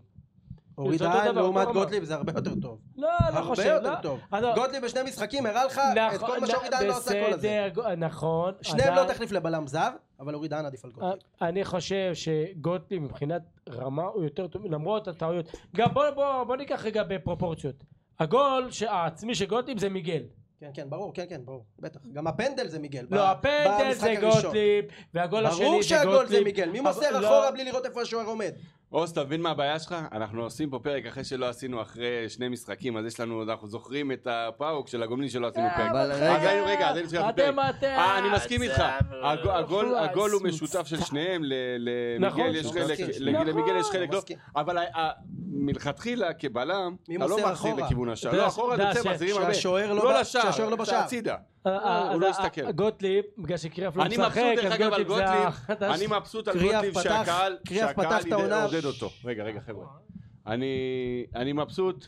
Speaker 2: אורי
Speaker 4: זה אותו
Speaker 2: דהן
Speaker 4: דבר,
Speaker 2: לעומת
Speaker 4: אותו דבר.
Speaker 2: גוטליב זה הרבה יותר טוב.
Speaker 4: לא, לא
Speaker 2: הרבה
Speaker 4: חושב, לא.
Speaker 2: יותר טוב.
Speaker 4: אה, לא.
Speaker 2: גוטליב בשני משחקים הראה לך את
Speaker 4: נכון,
Speaker 2: כל מה שאורי דהן לא עשה כל הזה.
Speaker 4: בסדר, גו- נכון.
Speaker 2: שניהם
Speaker 4: עדיין- אה.
Speaker 2: לא תחליף לבלם זר, אבל אורי דהן עדיף על גוטליב.
Speaker 4: אני חושב שגוטליב מבחינת רמה הוא יותר טוב למרות הטעויות גם בוא, בוא, בוא ניקח רגע בפרופורציות הגול ש- העצמי של גוטליב זה מיגל
Speaker 2: כן, כן, ברור, כן, כן, ברור, בטח. גם הפנדל זה מיגל. ב-
Speaker 4: לא הפנדל
Speaker 2: במשחק
Speaker 4: זה
Speaker 2: הראשון.
Speaker 4: גוטליב והגול השני זה
Speaker 2: ברור
Speaker 4: גוטליב
Speaker 2: שהגול זה מיגל. מי
Speaker 4: אבל-
Speaker 2: מוסר
Speaker 4: לא,
Speaker 2: אחורה בלי לראות איפה השוער עומד?
Speaker 3: עוז, אתה מבין מה הבעיה שלך? אנחנו עושים פה פרק אחרי שלא עשינו אחרי שני משחקים, אז יש לנו, אנחנו זוכרים את הפאוק של הגומלין שלא עשינו פרק.
Speaker 5: אבל
Speaker 3: אז
Speaker 5: רגע.
Speaker 3: היינו, רגע, אז היינו צריכים לעשות
Speaker 4: אתם-
Speaker 3: פרק.
Speaker 4: אתם-
Speaker 3: אה, אני מסכים איתך. הגול- הגול- הגול הוא
Speaker 4: פלאס,
Speaker 3: משותף של שניהם, ל-
Speaker 4: נכון,
Speaker 3: למיגל יש
Speaker 2: נכון.
Speaker 3: חלק,
Speaker 2: מסכים.
Speaker 3: לג- למיגל יש
Speaker 2: נכון.
Speaker 3: חלק לא.
Speaker 2: מסכים.
Speaker 3: אבל ה- ה- מלכתחילה כבלם,
Speaker 2: מי
Speaker 3: אתה
Speaker 2: מוסר
Speaker 3: לא מחזיר
Speaker 2: אחורה?
Speaker 3: לכיוון השער.
Speaker 4: אתה
Speaker 3: לא,
Speaker 4: יודע-
Speaker 3: אחורה זה
Speaker 4: אתה יודע
Speaker 3: צא,
Speaker 4: ש-
Speaker 3: מחזירים הרבה.
Speaker 2: שהשוער לא
Speaker 3: לא
Speaker 2: בא-
Speaker 3: לשער,
Speaker 2: שהשוער לא בשער.
Speaker 3: הצידה.
Speaker 4: אה, אה,
Speaker 3: הוא לא
Speaker 4: אז ה-
Speaker 3: הסתכל.
Speaker 4: גוטליב בגלל שקריאף לא
Speaker 3: אני
Speaker 4: משחק
Speaker 3: מבסוט
Speaker 4: אז
Speaker 3: דרך אגב על
Speaker 4: גוטליב זה
Speaker 3: גוטליב,
Speaker 4: החדש.
Speaker 3: אני מבסוט על
Speaker 2: קריאף
Speaker 3: גוטליב
Speaker 2: פתח-
Speaker 3: שהקהל,
Speaker 2: קריאף
Speaker 3: שהקהל
Speaker 2: פתח את
Speaker 3: יד-
Speaker 2: העונה.
Speaker 3: עודד אותו. רגע, רגע חבר'ה, אני אני
Speaker 2: [laughs]
Speaker 3: מבסוט,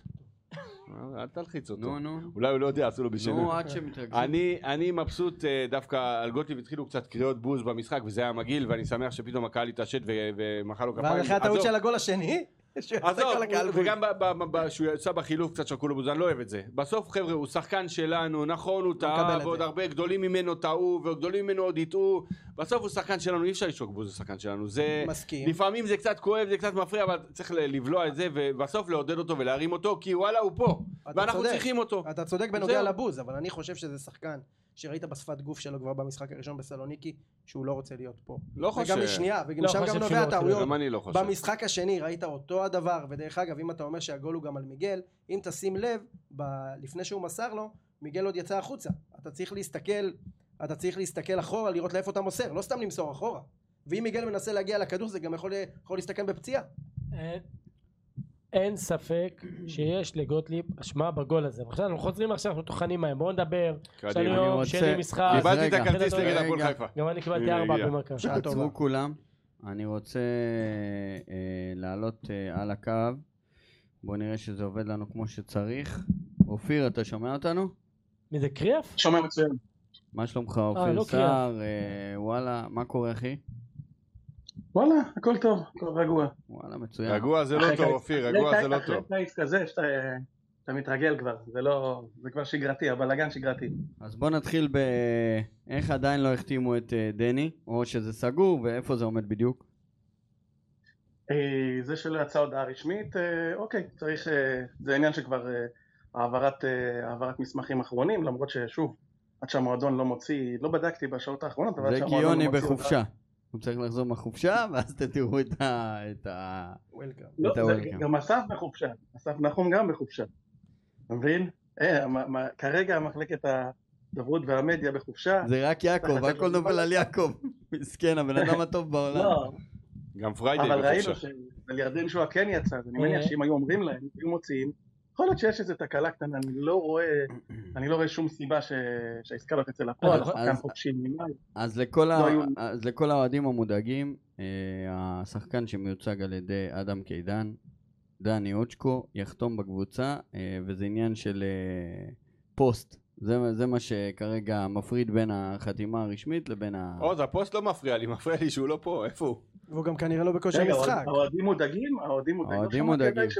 Speaker 3: אל תלחיץ אותו,
Speaker 5: נו, נו.
Speaker 3: אולי הוא לא יודע, עשו לו בשינה.
Speaker 5: נו, עד שמתרגשים.
Speaker 3: אני, אני מבסוט אה, דווקא על גוטליב התחילו קצת קריאות בוז במשחק וזה היה מגעיל ואני שמח שפתאום הקהל התעשת ו- ומחא לו כפיים.
Speaker 2: ועל אחרי הטעות
Speaker 3: עזוב,
Speaker 2: של הגול השני, [laughs] שהוא יצא
Speaker 3: עזוב,
Speaker 2: כל הקהל
Speaker 3: הוא- וגם ב- ב- ב- שהוא יצא בחילוף קצת שקול בוז, אני לא אוהב את זה. בסוף חבר'ה הוא שחקן שלנו, נכון הוא
Speaker 2: מקבל את
Speaker 3: טעה
Speaker 2: זה.
Speaker 3: ועוד הרבה גדולים ממנו טעו וגדולים ממנו עוד יטעו. בסוף הוא שחקן שלנו, אי אפשר לשחוק בוז לשחקן שלנו. זה...
Speaker 2: מסכים.
Speaker 3: לפעמים זה קצת כואב, זה קצת מפריע, אבל צריך ל- לבלוע את זה ובסוף לעודד אותו ולהרים אותו כי וואלה הוא פה.
Speaker 2: אתה
Speaker 3: ואנחנו
Speaker 2: צודק.
Speaker 3: צריכים אותו.
Speaker 2: אתה צודק בנוגע
Speaker 3: זהו.
Speaker 2: לבוז, אבל אני חושב שזה שחקן שראית בשפת גוף שלו כבר במשחק הראשון בסלוניקי, שהוא לא רוצה להיות פה.
Speaker 3: לא חושב.
Speaker 2: וגם משנייה, וגם
Speaker 4: לא
Speaker 2: שם
Speaker 4: חושב
Speaker 2: גם
Speaker 4: שהוא
Speaker 2: נובע
Speaker 4: לא רוצה
Speaker 2: הטעויות.
Speaker 3: גם אני לא חושב.
Speaker 2: במשחק השני ראית אותו הדבר, ודרך אגב, אם אתה אומר שהגול הוא גם על מיגל, אם תשים לב, ב... לפני שהוא מסר לו, מיגל עוד יצא החוצה. אתה צריך להסתכל, אתה צריך להסתכל אחורה, לראות לאיפה אתה מוסר, לא סתם למסור אחורה. ואם מיגל מנסה להגיע לכדור, זה גם יכול, יכול להסתכן בפציעה.
Speaker 4: אין- אין ספק שיש לגוטליב אשמה בגול הזה. ועכשיו אנחנו חוזרים עכשיו, אנחנו טוחנים מהם. בואו נדבר.
Speaker 3: קדימה.
Speaker 4: יש לנו
Speaker 3: אני
Speaker 4: יום
Speaker 5: רוצה-
Speaker 4: שני משחק.
Speaker 5: אז
Speaker 3: קיבלתי את
Speaker 5: רגע.
Speaker 3: הכרטיס
Speaker 4: רגע,
Speaker 3: נגד הפועל
Speaker 5: רגע.
Speaker 3: חיפה.
Speaker 4: גם אני קיבלתי
Speaker 3: הנה,
Speaker 4: ארבע
Speaker 3: הגיע.
Speaker 4: במכה.
Speaker 2: שעה טובה.
Speaker 5: עצרו כולם. אני רוצה אה, לעלות אה, על הקו. בואו נראה שזה עובד לנו כמו שצריך. אופיר, אתה שומע אותנו?
Speaker 4: מי זה קריאף?
Speaker 6: שומע מצוין.
Speaker 5: מה שלומך, אופיר
Speaker 4: לא
Speaker 5: סער? אה, וואלה, מה קורה, אחי?
Speaker 6: וואלה, הכל טוב, הכל רגוע.
Speaker 5: וואלה, מצוין.
Speaker 3: רגוע זה לא
Speaker 6: אחרי
Speaker 3: טוב,
Speaker 6: קיץ-
Speaker 3: אופיר,
Speaker 6: אחרי
Speaker 3: רגוע
Speaker 6: קיץ-
Speaker 3: זה לא
Speaker 6: אחרי
Speaker 3: טוב.
Speaker 6: קיץ כזה שאתה אה, אתה מתרגל כבר, זה לא... זה כבר שגרתי, הבלאגן שגרתי.
Speaker 5: אז בואו נתחיל ב... אה, איך עדיין לא החתימו את אה, דני, או שזה סגור, ואיפה זה עומד בדיוק?
Speaker 6: אה, זה שלא יצאה הודעה רשמית, אה, אוקיי, צריך... אה, זה עניין שכבר אה, העברת, אה, העברת מסמכים אחרונים, למרות ששוב, עד שהמועדון לא מוציא, לא בדקתי בשעות האחרונות, אבל עד
Speaker 5: זה כי
Speaker 6: שהמועדון לא
Speaker 5: יוני
Speaker 6: מוציא... הודעה-
Speaker 5: בחופשה. הוא צריך לחזור מהחופשה, [laughs] ואז אתם תראו את ה... את ה...
Speaker 2: Welcome.
Speaker 6: לא,
Speaker 5: אתה
Speaker 6: זה-
Speaker 5: welcome.
Speaker 6: גם אסף בחופשה, אסף נחום גם בחופשה. אתה מבין? אה, מה- מה- כרגע מחלקת הדוברות והמדיה בחופשה.
Speaker 5: זה רק
Speaker 6: [laughs]
Speaker 5: יעקב, הכל נופל על יעקב. [laughs] מסכן, הבן אדם הטוב בעולם.
Speaker 6: לא,
Speaker 3: גם פריידי
Speaker 6: אבל ראינו
Speaker 3: בחופשה.
Speaker 6: שבירדן שואה כן יצא, אז אני מניח
Speaker 4: אה.
Speaker 6: שאם היו אומרים להם, היו מוציאים, יכול להיות שיש איזו תקלה קטנה, אני לא רואה,
Speaker 5: אה.
Speaker 6: אני לא רואה שום סיבה ש- שהעסקה לא תצא לפועל,
Speaker 4: אז-
Speaker 6: השחקן
Speaker 5: אז-
Speaker 6: חופשי ממאי,
Speaker 5: אז לכל, ה...
Speaker 6: לא היו-
Speaker 5: אז לכל האוהדים המודאגים, אה, השחקן שמיוצג על ידי אדם קידן, דני אוצ'קו יחתום בקבוצה, אה, וזה עניין של אה, פוסט. זה, מה- זה מה שכרגע מפריד בין החתימה הרשמית לבין ה...
Speaker 3: עוז, הפוסט לא מפריע לי, [laughs] מפריע לי שהוא לא פה, איפה הוא?
Speaker 2: והוא גם כנראה לא בכושר
Speaker 6: רגע,
Speaker 2: משחק.
Speaker 6: האוהדים מודאגים? האוהדים מודאגים.
Speaker 5: האוהדים
Speaker 6: לא שמעתי
Speaker 5: מודאגים.
Speaker 6: עדיין ש-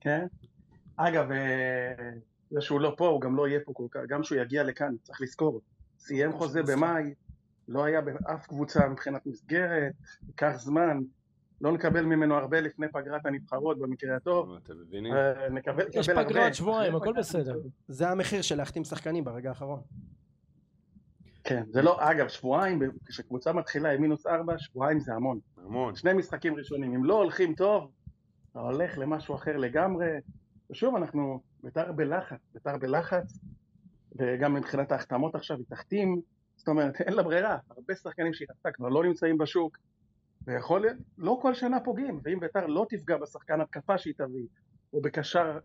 Speaker 6: כן. אגב, אה, זה שהוא לא פה, הוא גם לא יהיה פה כל כך, גם שהוא יגיע לכאן, צריך לזכור. סיים
Speaker 5: אה,
Speaker 6: חוזה במאי, לא היה באף קבוצה מבחינת מסגרת, ייקח זמן, לא נקבל ממנו הרבה לפני פגרת הנבחרות במקרה הטוב.
Speaker 3: אתם מבינים?
Speaker 6: אה, נקבל,
Speaker 4: יש
Speaker 6: נקבל
Speaker 4: פגרה
Speaker 6: הרבה.
Speaker 4: עוד שבועיים, הכל בסדר.
Speaker 2: זה המחיר של להחתים שחקנים ברגע האחרון.
Speaker 6: כן, זה לא, אגב, שבועיים, כשקבוצה מתחילה עם מינוס ארבע, שבועיים זה המון.
Speaker 3: המון.
Speaker 6: נכון, שני משחקים ראשונים, אם לא הולכים טוב, אתה הולך למשהו אחר לגמרי. ושוב, אנחנו בית"ר בלחץ, בית"ר בלחץ, וגם מבחינת ההחתמות עכשיו היא תחתים, זאת אומרת, אין לה ברירה, הרבה שחקנים שהיא רצתה כבר לא נמצאים בשוק, ויכול להיות, לא כל שנה פוגעים, ואם בית"ר לא תפגע בשחקן התקפה שהיא תביא, או בקשר,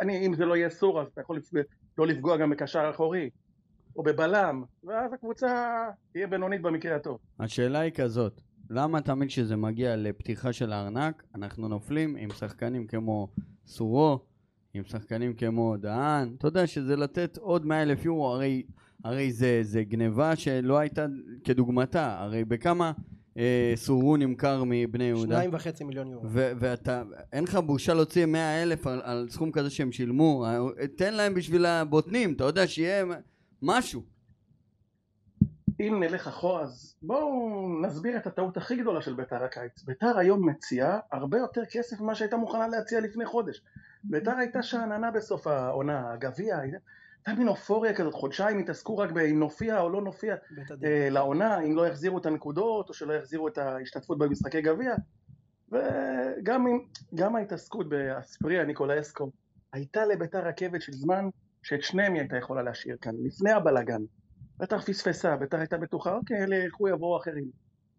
Speaker 6: אני, אם זה לא יהיה סור, אז אתה יכול לפג- לא לפגוע גם בקשר אחורי, או בבלם, ואז הקבוצה תהיה בינונית במקרה הטוב.
Speaker 5: השאלה היא כזאת, למה תמיד כשזה מגיע לפתיחה של הארנק, אנחנו נופלים עם שחקנים כמו סורו, עם שחקנים כמו דהן, אתה יודע שזה לתת עוד 100 אלף יורו, הרי, הרי זה, זה גניבה שלא הייתה כדוגמתה, הרי בכמה אה, סורו נמכר מבני יהודה?
Speaker 2: שניים וחצי מיליון יורו.
Speaker 5: ו- ואתה, אין לך בושה להוציא 100 אלף על, על סכום כזה שהם שילמו, אה, תן להם בשביל הבוטנים, אתה יודע שיהיה משהו.
Speaker 6: אם נלך אחורה, אז בואו נסביר את הטעות הכי גדולה של ביתר הקיץ. ביתר היום מציעה הרבה יותר כסף ממה שהייתה מוכנה להציע לפני חודש. ביתר הייתה שאננה בסוף העונה, הגביע, הייתה מין אופוריה כזאת, חודשיים התעסקו רק באם נופיע או לא נופיע
Speaker 2: בית הדין.
Speaker 6: אה, לעונה, אם לא יחזירו את הנקודות או שלא יחזירו את ההשתתפות במשחקי גביע. וגם אם- גם ההתעסקות באספריה, ניקולאסקו, הייתה לביתר רכבת של זמן שאת שניהם היא הייתה יכולה להשאיר כאן, לפני הבלגן. ביתר פספסה, ביתר הייתה בטוחה, אוקיי, אלה ילכו יבואו אחרים.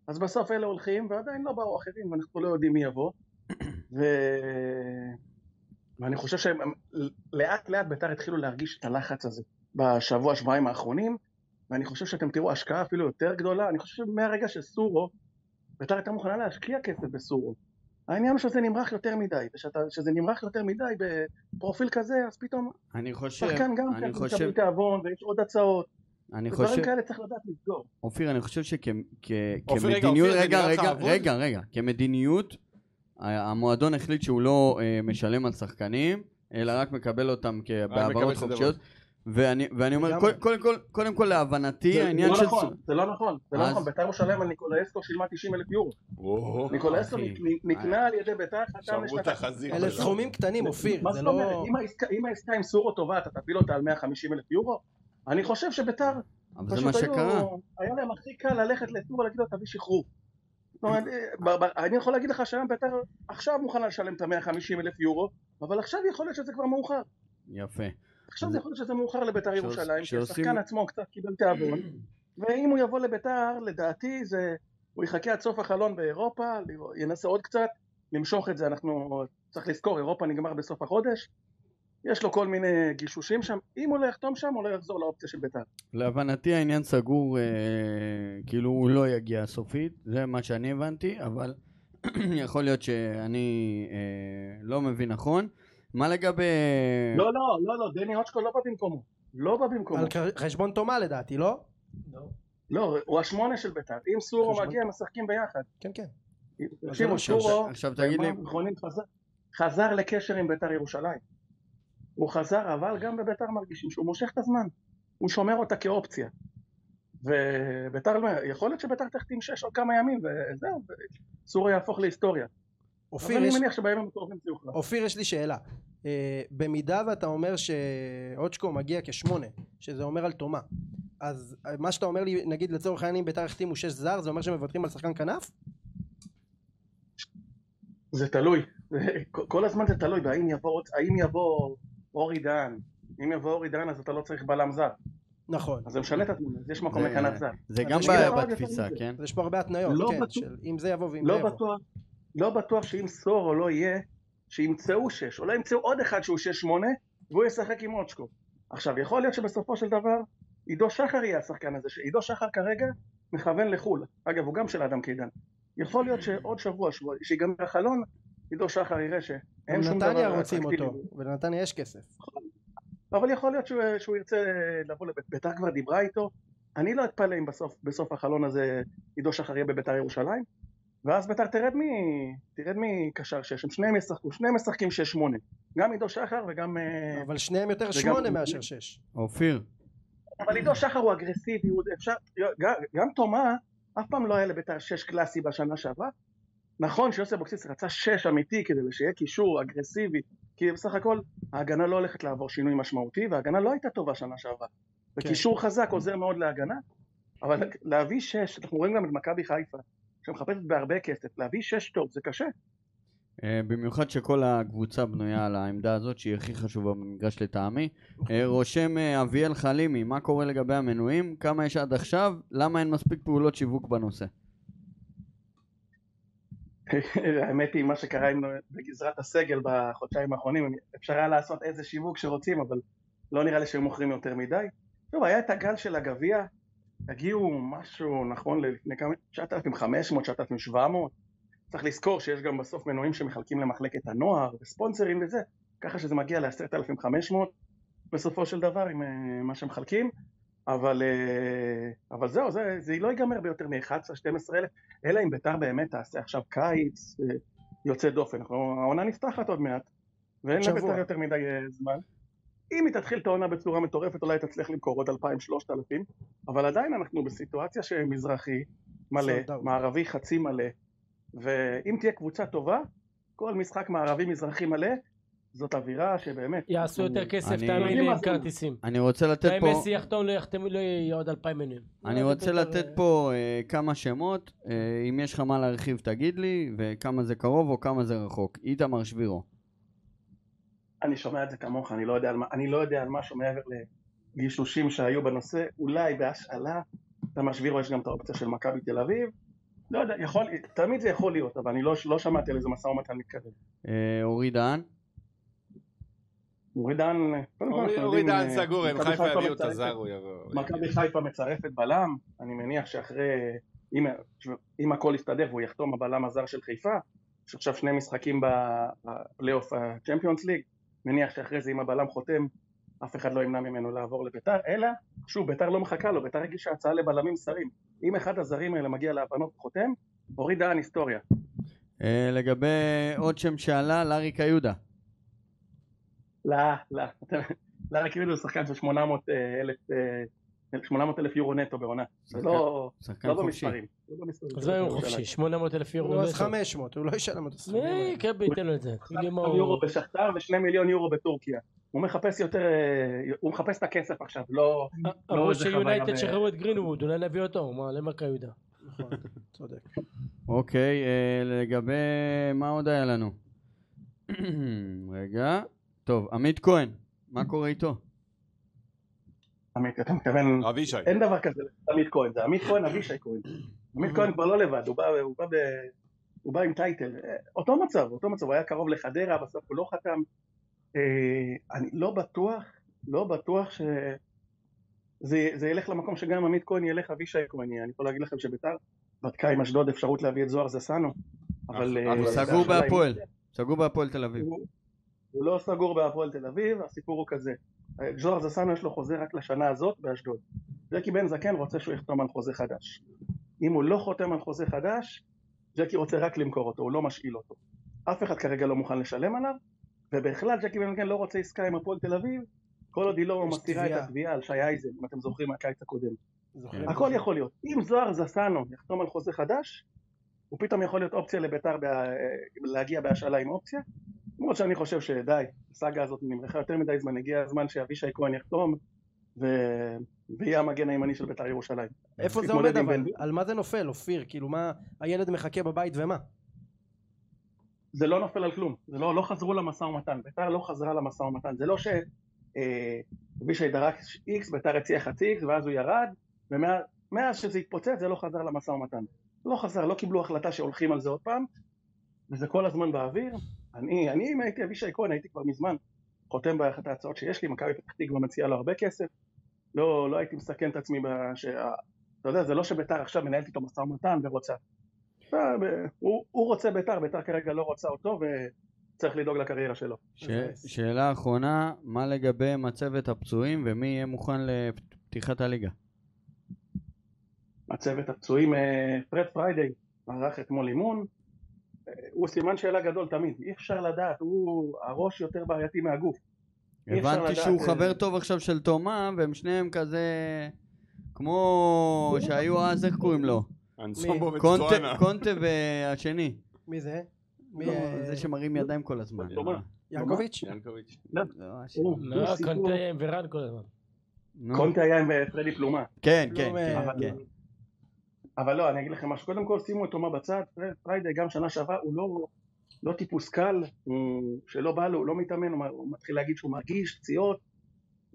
Speaker 6: אז בסוף אלה הולכים, ועדיין לא באו אחרים, ואנחנו לא יודעים מי יבוא. ו... ואני חושב שהם לאט לאט ביתר התחילו להרגיש את הלחץ הזה בשבוע, שבועיים האחרונים, ואני חושב שאתם תראו השקעה אפילו יותר גדולה, אני חושב שמהרגע שסורו, ביתר הייתה מוכנה להשקיע כסף בסורו. העניין הוא שזה נמרח יותר מדי, וכשזה נמרח יותר מדי בפרופיל כזה, אז פתאום
Speaker 5: אני חושב,
Speaker 6: שחקן גם
Speaker 5: כן, אני
Speaker 6: כן
Speaker 5: חושב,
Speaker 6: מקבל תיאבון, ויש עוד הצעות,
Speaker 5: אני חושב,
Speaker 6: דברים כאלה צריך לדעת לסגור.
Speaker 5: אופיר, אני חושב
Speaker 3: אופיר, רגע,
Speaker 5: שכמדיניות,
Speaker 3: אופיר, זה
Speaker 5: רגע,
Speaker 3: נראה לך
Speaker 5: רגע,
Speaker 3: אבוד?
Speaker 5: רגע, רגע, כמדיניות, ה- המועדון החליט שהוא לא אה, משלם על שחקנים, אלא רק מקבל אותם כ-
Speaker 3: מקבל
Speaker 5: בהעברות
Speaker 3: את
Speaker 5: חופשיות, ואני ואני אומר,
Speaker 2: לגמרי.
Speaker 5: קודם- קודם כל- קודם כל להבנתי,
Speaker 6: זה
Speaker 5: העניין
Speaker 6: לא
Speaker 5: של...
Speaker 6: נכון, זה לא נכון, זה לא
Speaker 5: אז- אה,
Speaker 6: נכון, ביתר ירושלים על ניקולאסקו שילמה 90 אלף יורו.
Speaker 3: וואו.
Speaker 6: ניקולאסקו
Speaker 5: אחי. אה.
Speaker 6: נק- נקנה על ידי ביתר חתם
Speaker 3: שמרו את
Speaker 6: לשנתיים.
Speaker 3: החזיר.
Speaker 2: אלה
Speaker 3: שלו.
Speaker 2: סכומים קטנים, אופיר,
Speaker 6: אה, מה
Speaker 2: זה
Speaker 6: זאת
Speaker 2: לא...
Speaker 6: אומרת, אם העסקה- אם העסקה עם סורו טובה, אתה תפיל אותה על 150 אלף יורו? אני חושב שביתר
Speaker 5: אבל זה מה
Speaker 6: פשוט
Speaker 5: שקרה.
Speaker 6: היו... היה להם הכי קל ללכת לסורו ולהגיד לו תביא שחרור. זאת אומרת, ב- ב- אני יכול להגיד לך שהיום ביתר עכשיו מוכנה לשלם את ה-150 אלף יורו, אבל עכשיו יכול להיות שזה כבר מאוחר.
Speaker 5: יפה.
Speaker 6: עכשיו זה יכול להיות שזה מאוחר לביתר
Speaker 5: שעוש-
Speaker 6: ירושלים, כי
Speaker 5: שעושים-
Speaker 6: השחקן עצמו קצת קיבל תיאבון, ואם הוא יבוא לביתר, לדעתי זה, הוא יחכה עד סוף החלון באירופה, לראות- ינסה עוד קצת, למשוך את זה, אנחנו, צריך לזכור, אירופה נגמר בסוף החודש, יש לו כל מיני גישושים שם, אם הוא לא יחתום שם, הוא לא יחזור לאופציה של ביתר.
Speaker 5: להבנתי העניין סגור, אה, כאילו הוא לא יגיע סופית, זה מה שאני הבנתי, אבל [clears throat] יכול להיות שאני אה, לא מבין נכון. מה לגבי...
Speaker 2: כן.
Speaker 6: לא, לא, לא, לא, דני הוצ'קו לא בא במקומו, לא בא במקומו,
Speaker 2: על כ- חשבון תומה לדעתי, לא?
Speaker 6: לא, הוא השמונה של ביתר, אם סורו
Speaker 2: חשבון-
Speaker 6: מגיע, הם משחקים ביחד.
Speaker 2: כן, כן.
Speaker 6: תקשיבו,
Speaker 2: עכשיו-
Speaker 6: סורו,
Speaker 5: עכשיו תגיד לי,
Speaker 6: אמר, מכונית חזר, חזר לקשר עם ביתר ירושלים. הוא חזר, אבל גם בביתר מרגישים שהוא מושך את הזמן. הוא שומר אותה כאופציה. וביתר, לא- יכול להיות שביתר תחתים שש עוד כמה ימים, וזהו, סוריה יהפוך להיסטוריה. אבל
Speaker 2: אופיר,
Speaker 6: אני
Speaker 2: יש-
Speaker 6: מניח שבימים הקרובים זה יוכרע.
Speaker 2: אופיר, יש לי שאלה. אה, במידה ואתה אומר שאוצ'קו מגיע כשמונה, שזה אומר על תומה, אז אה, מה שאתה אומר לי, נגיד לצורך העניין אם ביתר החתימו שש זר, זה אומר שמוותרים על שחקן כנף?
Speaker 6: זה תלוי. [laughs] זה- כל הזמן זה תלוי, והאם יבוא, עוד- האם יבוא אורי דהן. אם יבוא אורי דהן אז אתה לא צריך בלם זר.
Speaker 2: נכון.
Speaker 6: אז זה משנה את התמונה, אז יש מקום
Speaker 5: זה-
Speaker 6: לכנף זר.
Speaker 5: זה גם
Speaker 2: יש
Speaker 5: בעיה
Speaker 6: גם עוד
Speaker 5: בתפיסה,
Speaker 6: יותר מזה.
Speaker 5: כן?
Speaker 2: אז יש פה הרבה התניות,
Speaker 6: לא
Speaker 2: כן,
Speaker 6: בטוח.
Speaker 2: של אם זה יבוא ואם זה
Speaker 6: לא
Speaker 2: יבוא.
Speaker 6: בטוח, לא בטוח שאם סורו לא יהיה, שימצאו שש, אולי ימצאו עוד אחד שהוא שש שמונה, והוא ישחק עם אוצ'קו. עכשיו, יכול להיות שבסופו של דבר, עידו שחר יהיה השחקן הזה, שעידו שחר כרגע מכוון לחו"ל. אגב, הוא גם של אדם קידן. יכול להיות שעוד שבוע, שבוע שיגמר החלון, עידו שחר יראה שאין שום דבר...
Speaker 2: נתניה רוצים אותו,
Speaker 6: אטרקטיבי.
Speaker 2: ולנתניה יש כסף.
Speaker 6: אבל יכול להיות שהוא, אה, שהוא ירצה לבוא לבית... ביתר כבר דיברה איתו. אני לא אתפלא אם בסוף, בסוף החלון הזה עידו שחר יהיה בביתר ירושלים, ואז ביתר תרד מ... תרד מקשר שש. הם שניהם ישחקו, שניהם משחקים שש שמונה. גם עידו שחר וגם... אה,
Speaker 2: אבל שניהם יותר
Speaker 6: וגם-
Speaker 2: שמונה מאשר שש.
Speaker 5: אופיר,
Speaker 6: אבל עידו שחר הוא אגרסיבי, הוא אפשר, גם, גם תומה אף פעם לא היה לביתר שש קלאסי בשנה שעברה. נכון שיוסי אבוקסיס רצה שש אמיתי כדי שיהיה קישור אגרסיבי, כי בסך הכל ההגנה לא הולכת לעבור שינוי משמעותי, וההגנה לא הייתה טובה שנה שעברה. וקישור חזק עוזר מאוד להגנה, אבל להביא שש, אנחנו רואים גם את מכבי חיפה, שמחפשת בהרבה כסף, להביא שש טוב זה קשה.
Speaker 5: אה, במיוחד שכל הקבוצה בנויה על העמדה הזאת שהיא הכי חשובה במגרש לטעמי.
Speaker 6: אוקיי.
Speaker 5: אה, רושם אה, אביאל חלימי, מה קורה לגבי המנויים? כמה יש עד עכשיו? למה אין מספיק פעולות שיווק בנושא?
Speaker 6: [laughs] האמת היא, מה שקרה עם, אה, בגזרת הסגל בחודשיים האחרונים, אפשר היה לעשות איזה שיווק שרוצים, אבל לא נראה לי שהם מוכרים יותר מדי. טוב, היה את הגל של הגביע, הגיעו משהו, נכון, לפני כמה, 9,500, 9,700. צריך לזכור שיש גם בסוף מנויים שמחלקים למחלקת הנוער, וספונסרים וזה, ככה שזה מגיע ל-10,500 בסופו של דבר עם אה, מה שמחלקים. אבל, אה, אבל זהו, זה, זה לא ייגמר ביותר מ-11-12 אלף, אלא אם ביתר באמת תעשה עכשיו קיץ אה, יוצא דופן. אנחנו- העונה נפתחת עוד מעט, ואין
Speaker 2: שבוע.
Speaker 6: לביתר יותר מדי אה, זמן. אם היא תתחיל את העונה בצורה מטורפת, אולי תצליח למכור עוד 2,000-3,000, אבל עדיין אנחנו בסיטואציה שמזרחי מלא,
Speaker 2: Sold out.
Speaker 6: מערבי חצי מלא, ואם תהיה קבוצה טובה, כל משחק מערבי-מזרחי מלא, זאת אווירה שבאמת...
Speaker 4: יעשו
Speaker 6: אנחנו-
Speaker 4: יותר כסף,
Speaker 5: אני-
Speaker 4: תאמין לי, עם
Speaker 6: אני-
Speaker 4: כרטיסים.
Speaker 5: אני רוצה לתת
Speaker 4: אם
Speaker 5: פה...
Speaker 4: מסי יחתום, לא יחתמו, לא יהיה עוד אלפיים לא, מנויים.
Speaker 5: אני רוצה לתת פה אה, כמה שמות, אה, אם יש לך מה להרחיב תגיד לי, וכמה זה קרוב או כמה זה רחוק. איתמר שבירו.
Speaker 6: אני שומע את זה כמוך, אני לא יודע על, מה- אני לא יודע על משהו מעבר לגישושים שהיו בנושא, אולי בהשאלה, תמר שבירו יש גם את האופציה של מכבי תל אביב, לא יודע, יכול, תמיד זה יכול להיות, אבל אני לא, לא שמעתי על איזה משא ומתן מתקדם.
Speaker 5: אה, אורי דהן.
Speaker 6: אורי דהן, קודם כל
Speaker 3: אורי-
Speaker 6: אנחנו
Speaker 3: אורי
Speaker 6: יודעים,
Speaker 3: דן
Speaker 6: אה,
Speaker 3: סגור, הם
Speaker 6: מכבי
Speaker 3: חיפה יביאו את
Speaker 6: מצרפת.
Speaker 3: הזר, הוא יבוא.
Speaker 6: מכבי חיפה מצרפת בלם, אני מניח שאחרי, אם, אם הכל יסתדר והוא יחתום הבלם הזר של חיפה, יש עכשיו שני משחקים בפלייאוף ה-Champions League, מניח שאחרי זה אם הבלם חותם, אף אחד לא ימנע ממנו לעבור לביתר, אלא, שוב, ביתר לא מחכה לו, ביתר הגישה הצעה לבלמים זרים. אם אחד הזרים האלה מגיע להבנות וחותם, הוריד דהן היסטוריה.
Speaker 5: אה, לגבי עוד שם שעלה, לאריק איודה.
Speaker 6: לא, לא. לארי קיבל הוא שחקן של 800 אה, אלף, אה, 800 אלף יורו נטו בעונה. זה לא,
Speaker 5: שחקן
Speaker 6: לא
Speaker 5: חופשי.
Speaker 6: במספרים. לא במספרים.
Speaker 4: כן. אז מה אם הוא חופשי? 800 אלף יורו.
Speaker 2: נו, אז
Speaker 4: נטו.
Speaker 2: 500, הוא לא ישלם את הסכומים
Speaker 4: אה,
Speaker 2: האלה.
Speaker 4: כן, ייתן לו את זה. תגיד לי מה
Speaker 6: מיליון יורו
Speaker 4: הוא...
Speaker 6: בשכתר ושני מיליון יורו בטורקיה. הוא מחפש יותר, אה, הוא מחפש את הכסף עכשיו, לא...
Speaker 4: אה, אמרו
Speaker 6: איזה חוויה
Speaker 4: שיונייטד
Speaker 6: ב-
Speaker 4: שחררו את גרינווד, אולי נביא אותו, מה, למכה יהודה.
Speaker 2: נכון, צודק.
Speaker 6: [laughs]
Speaker 5: אוקיי, אה, לגבי... מה עוד היה לנו? רגע. טוב, עמית כהן, מה קורה איתו?
Speaker 6: עמית, אתה מתכוון...
Speaker 3: אבישי.
Speaker 6: אין דבר כזה, עמית כהן, זה עמית כהן, אבישי כהן. עמית כהן כבר לא לבד, הוא בא, הוא בא, ב, הוא בא עם טייטל. אה, אותו מצב, אותו מצב, הוא היה קרוב לחדרה, בסוף הוא לא חתם. אה, אני לא בטוח, לא בטוח ש... זה, זה ילך למקום שגם עמית כהן ילך, אבישי כהן יהיה. אני יכול להגיד לכם שביתר בדקה עם אשדוד אפשרות להביא את זוהר זסנו, אבל...
Speaker 3: אח-
Speaker 6: אה,
Speaker 3: אחלה.
Speaker 6: זה
Speaker 5: סגור
Speaker 6: השאלה אם-
Speaker 5: בהפועל. סגור בהפועל תל אביב.
Speaker 6: הוא- הוא לא סגור בהפועל תל אביב, הסיפור הוא כזה. אה, ג'ורג' זסנו יש לו חוזה רק לשנה הזאת באשדוד. ג'קי בן זקן רוצה שהוא יחתום על חוזה חדש. אם הוא לא חותם על חוזה חדש, ג'קי רוצה רק למכור אותו, הוא לא משאיל אותו. אף אחד כרגע לא מוכן לשלם עליו, ובכלל ג'קי בן זקן לא רוצה עסקה עם הפועל תל אביב, כל עוד היא לא
Speaker 2: יש
Speaker 6: מסתירה את
Speaker 2: תביעה.
Speaker 6: התביעה על שי אייזן, אם אתם זוכרים מהקיץ הקודם.
Speaker 5: כן.
Speaker 2: זוכרים?
Speaker 6: הכל יכול להיות. אם זוהר זסנו יחתום על חוזה חדש, הוא פתאום יכול להיות אופציה לביתר בה... להגיע בהשאלה עם אופציה. למרות שאני חושב שדי, הסאגה הזאת נמרחה יותר מדי זמן, הגיע הזמן שאבישי כהן יחתום ו... ויהיה המגן הימני של ביתר ירושלים.
Speaker 2: איפה זה
Speaker 6: תתמודד
Speaker 2: עומד
Speaker 6: עם
Speaker 2: אבל?
Speaker 6: בן-
Speaker 2: על מה זה נופל, אופיר? כאילו, מה הילד מחכה בבית ומה?
Speaker 6: זה לא נופל על כלום, זה לא, לא חזרו למשא ומתן, ביתר לא חזרה למשא ומתן, זה לא ש- אה, אבישי דרק איקס, ביתר הציע חצי איקס ואז הוא ירד, ומאז שזה התפוצץ זה לא חזר למשא ומתן. לא חזר, לא קיבלו החלטה שהולכים על זה עוד פעם, וזה כל הזמן באוויר. אני, אני אם הייתי אבישי כהן הייתי כבר מזמן חותם באחת ההצעות שיש לי, מכבי פתח תקווה מציעה לו הרבה כסף, לא, לא הייתי מסכן את עצמי, בש... אתה יודע, זה לא שביתר עכשיו מנהלת איתו משא ומתן ורוצה. אתה- הוא הוא רוצה ביתר, ביתר כרגע לא רוצה אותו וצריך לדאוג לקריירה שלו.
Speaker 5: ש- שאלה אחרונה, מה לגבי מצבת הפצועים ומי יהיה מוכן לפתיחת הליגה?
Speaker 6: הצוות הפצועים, אה, פרד פריידי ערך אתמול אימון, אה, הוא סימן שאלה גדול תמיד, אי אפשר לדעת, הוא הראש יותר בעייתי מהגוף. אי אפשר
Speaker 5: הבנתי
Speaker 6: לדעת,
Speaker 5: שהוא
Speaker 6: אה,
Speaker 5: חבר טוב עכשיו של תומה, והם שניהם כזה... כמו שהיו אז, איך קוראים לו?
Speaker 3: אנסומבו
Speaker 5: קונטה-
Speaker 3: וצואנה.
Speaker 5: קונטה והשני.
Speaker 2: מי זה? מי,
Speaker 5: לא,
Speaker 2: אה,
Speaker 5: זה שמרים ידיים כל הזמן.
Speaker 6: תומה.
Speaker 2: ינקוביץ'?
Speaker 3: ינקוביץ'.
Speaker 5: לא, השני.
Speaker 6: הוא-
Speaker 4: לא,
Speaker 6: הוא סיפור.
Speaker 4: קונטה עם ורן כל הזמן.
Speaker 5: נו.
Speaker 6: קונטה היה עם אה, פרדי פלומה.
Speaker 5: כן,
Speaker 2: לא,
Speaker 5: כן,
Speaker 2: אה,
Speaker 5: כן,
Speaker 6: אבל-
Speaker 5: כן.
Speaker 6: אבל לא, אני אגיד לכם משהו, קודם כל שימו את תומה בצד, פרד פריידי גם שנה שעברה הוא לא, לא טיפוס קל, הוא שלא בא לו, הוא לא מתאמן, הוא, הוא מתחיל להגיד שהוא מרגיש פציעות,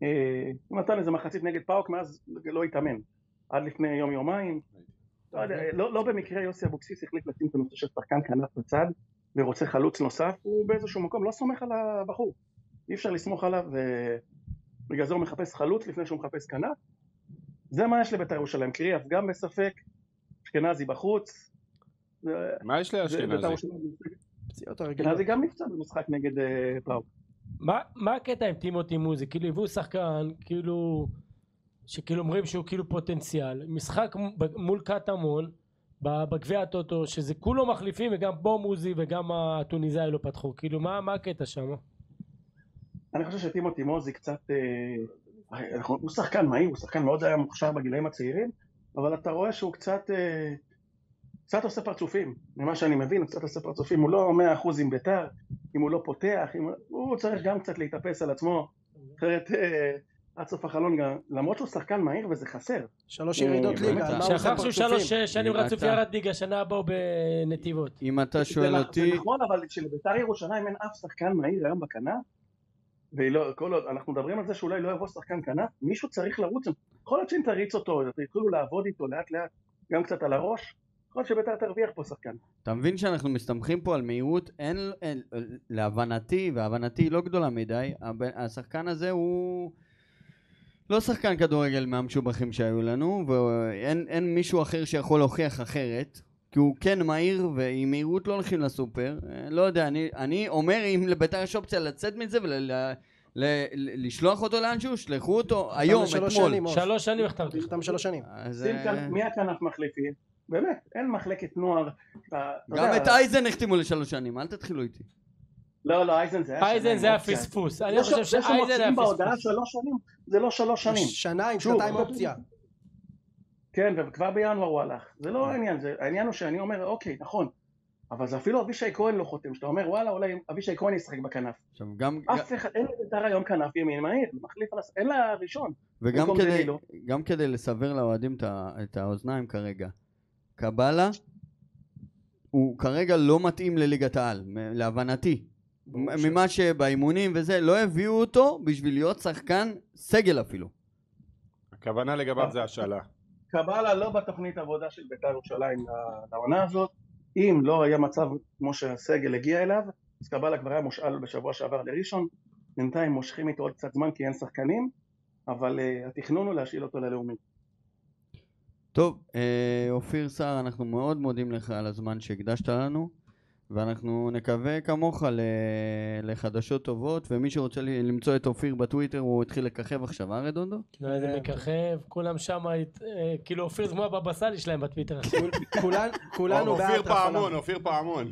Speaker 6: אה, הוא נתן איזה מחצית נגד פאוק, מאז לא התאמן, עד לפני יום יומיים, לא, יודע, לא, לא במקרה יוסי אבוקסיס החליט לשים את הנושא של שחקן כנף בצד, ורוצה חלוץ נוסף, הוא באיזשהו מקום לא סומך על הבחור, אי אפשר לסמוך עליו, ובגלל זה הוא מחפש חלוץ לפני שהוא מחפש כנף, זה מה יש לבית"ר ירושלים, קריאף גם בספק, אשכנזי בחוץ, זה-
Speaker 3: מה יש
Speaker 6: זה- בית"ר
Speaker 3: לאשכנזי?
Speaker 6: ירושלים בספק.
Speaker 2: פציעות הרגילות.
Speaker 6: אשכנזי גם נפצע במשחק נגד אה, פלאו.
Speaker 4: מה- מה הקטע עם טימותי מוזי? כאילו הביאו שחקן, כאילו, שכאילו אומרים שהוא כאילו פוטנציאל. משחק מ- ב- מול קטמון, ב- בגביע הטוטו, שזה כולו מחליפים, וגם בו מוזי וגם הטוניסאי לא פתחו. כאילו, מה מה הקטע שם?
Speaker 6: אני חושב שטימותי מוזי קצת... אה, אנחנו- הוא שחקן מהיר, הוא שחקן מאוד היה מוכשר בגילאים הצעירים, אבל אתה רואה שהוא קצת... אה, קצת עושה פרצופים, ממה שאני מבין, הוא קצת עושה פרצופים, הוא לא מאה אחוז עם ביתר, אם הוא לא פותח, אם... הוא צריך גם קצת להתאפס על עצמו, אחרת אה, עד סוף החלון גם, למרות שהוא שחקן מהיר וזה חסר,
Speaker 2: שלוש
Speaker 6: הוא-
Speaker 2: ירידות
Speaker 5: באמת,
Speaker 2: ליגה, על מה הוא עושה
Speaker 4: שכח שהוא שלוש
Speaker 2: פרצופים?
Speaker 4: אה, שנים
Speaker 5: נדאגת.
Speaker 4: רצוף ירד ליגה, שנה הבאה הוא בנתיבות.
Speaker 5: אם אתה שואל
Speaker 6: זה נכ-
Speaker 5: אותי,
Speaker 6: זה נכון, אבל כשלביתר ירושלים אין אף שחקן מהיר היום בכנף, וכל עוד, אנחנו מדברים על זה שאולי לא יבוא שחקן כנף, מישהו צריך לרוץ, יכול להיות שאם תריץ אותו, תתחילו לעבוד איתו לאט לאט, גם קצת על הראש, יכול להיות שביתר תרוויח פה שחקן.
Speaker 5: אתה מבין שאנחנו מסתמכים פה על מהירות, אין, אין להבנתי, והבנתי היא לא גדולה מדי, הבן- השחקן הזה הוא לא שחקן כדורגל מהמשובחים שהיו לנו, ואין אין מישהו אחר שיכול להוכיח אחרת, כי הוא כן מהיר, ועם מהירות לא הולכים לסופר, אה, לא יודע, אני, אני אומר אם לביתר יש אופציה לצאת מזה ול... ל- ל- לשלוח אותו לאנשהו, שלחו אותו היום,
Speaker 2: שלוש
Speaker 5: אתמול.
Speaker 2: שנים, אוש.
Speaker 4: שלוש שנים החתמתי.
Speaker 2: נחתם שלוש שנים.
Speaker 5: אז,
Speaker 6: שים
Speaker 5: אה,
Speaker 6: כאן- כן, מי הכנף מחליפים? באמת, אין מחלקת נוער. אתה- אתה
Speaker 5: גם
Speaker 6: יודע,
Speaker 5: את אייזן החתימו לשלוש שנים, אל תתחילו איתי.
Speaker 6: לא, לא, אייזן זה היה שנה
Speaker 4: אייזן
Speaker 6: עם
Speaker 4: זה
Speaker 6: אופציה.
Speaker 4: הפספוס. אני לא
Speaker 6: זה ש-
Speaker 4: חושב
Speaker 6: זה
Speaker 4: שאייזן היה
Speaker 6: שמוציאים בהודעה
Speaker 4: פספוס.
Speaker 6: שלוש שנים, זה לא שלוש שנים.
Speaker 2: שנה עם
Speaker 6: שוב.
Speaker 2: שנתיים
Speaker 3: אה,
Speaker 2: אופציה.
Speaker 6: כן, וכבר בינואר הוא הלך. זה לא העניין, זה, העניין הוא שאני אומר, אוקיי, נכון, אבל זה אפילו אבישי כהן לא חותם, שאתה אומר, וואלה, אולי אבישי כהן ישחק בכנף.
Speaker 5: עכשיו, גם...
Speaker 6: אף אחד, אין לבית"ר היום כנף ימין מהיר, מחליף על הס... אין לה ראשון.
Speaker 5: וגם
Speaker 6: במקום
Speaker 5: כדי,
Speaker 6: דנילו.
Speaker 5: גם כדי לסבר לאוהדים את ה- את האוזניים כרגע, קבלה הוא כרגע לא מתאים לליגת העל, מ- להבנתי. מ- ממה שבאימונים וזה, לא הביאו אותו בשביל להיות שחקן סגל אפילו.
Speaker 3: הכוונה לגביו זה השאלה.
Speaker 6: קבלה לא בתוכנית עבודה של בית"ר ירושלים ל- לעונה הזאת. אם לא היה מצב כמו שהסגל הגיע אליו, אז קבלה כבר היה מושאל בשבוע שעבר לראשון. בינתיים מושכים איתו עוד קצת זמן כי אין שחקנים, אבל uh, התכנון הוא להשאיל אותו ללאומי.
Speaker 5: טוב, אה, אופיר סער, אנחנו מאוד מודים לך על הזמן שהקדשת לנו, ואנחנו נקווה כמוך ל- לחדשות טובות, ומי שרוצה ל- למצוא את אופיר בטוויטר, הוא התחיל לככב עכשיו, אה רדונדו?
Speaker 6: כן.
Speaker 4: לא, איזה מככב, כולם שם, אה, כאילו אופיר זה כמו הבבא סאלי שלהם בטוויטר.
Speaker 2: כול- כולן- כולנו בעד
Speaker 3: אופיר
Speaker 2: רחלה.
Speaker 3: פעמון, אופיר פעמון.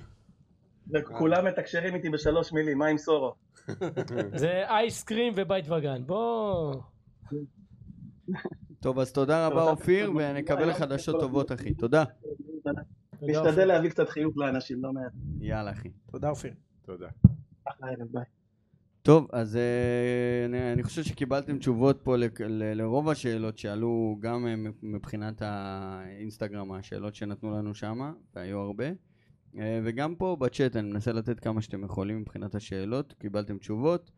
Speaker 6: וכולם מתקשרים איתי בשלוש מילים, מה עם סורו?
Speaker 3: כן.
Speaker 4: זה אייסקרים ובית וגן. בוא...
Speaker 5: טוב, אז תודה רבה
Speaker 6: תודה.
Speaker 5: אופיר, ונקבל חדשות טובות, אחי. תודה.
Speaker 4: לא
Speaker 6: משתדל להביא קצת חיוך לאנשים, לא מעט.
Speaker 5: יאללה אחי.
Speaker 2: תודה אופיר.
Speaker 3: תודה.
Speaker 6: אחלה ערב, ביי.
Speaker 5: טוב, אז אה, אני, אני חושב שקיבלתם תשובות פה לק- ל, לרוב השאלות שעלו גם אה, מבחינת האינסטגרם, השאלות שנתנו לנו שמה, והיו הרבה. אה, וגם פה בצ'אט אני מנסה לתת כמה שאתם יכולים מבחינת השאלות, קיבלתם תשובות.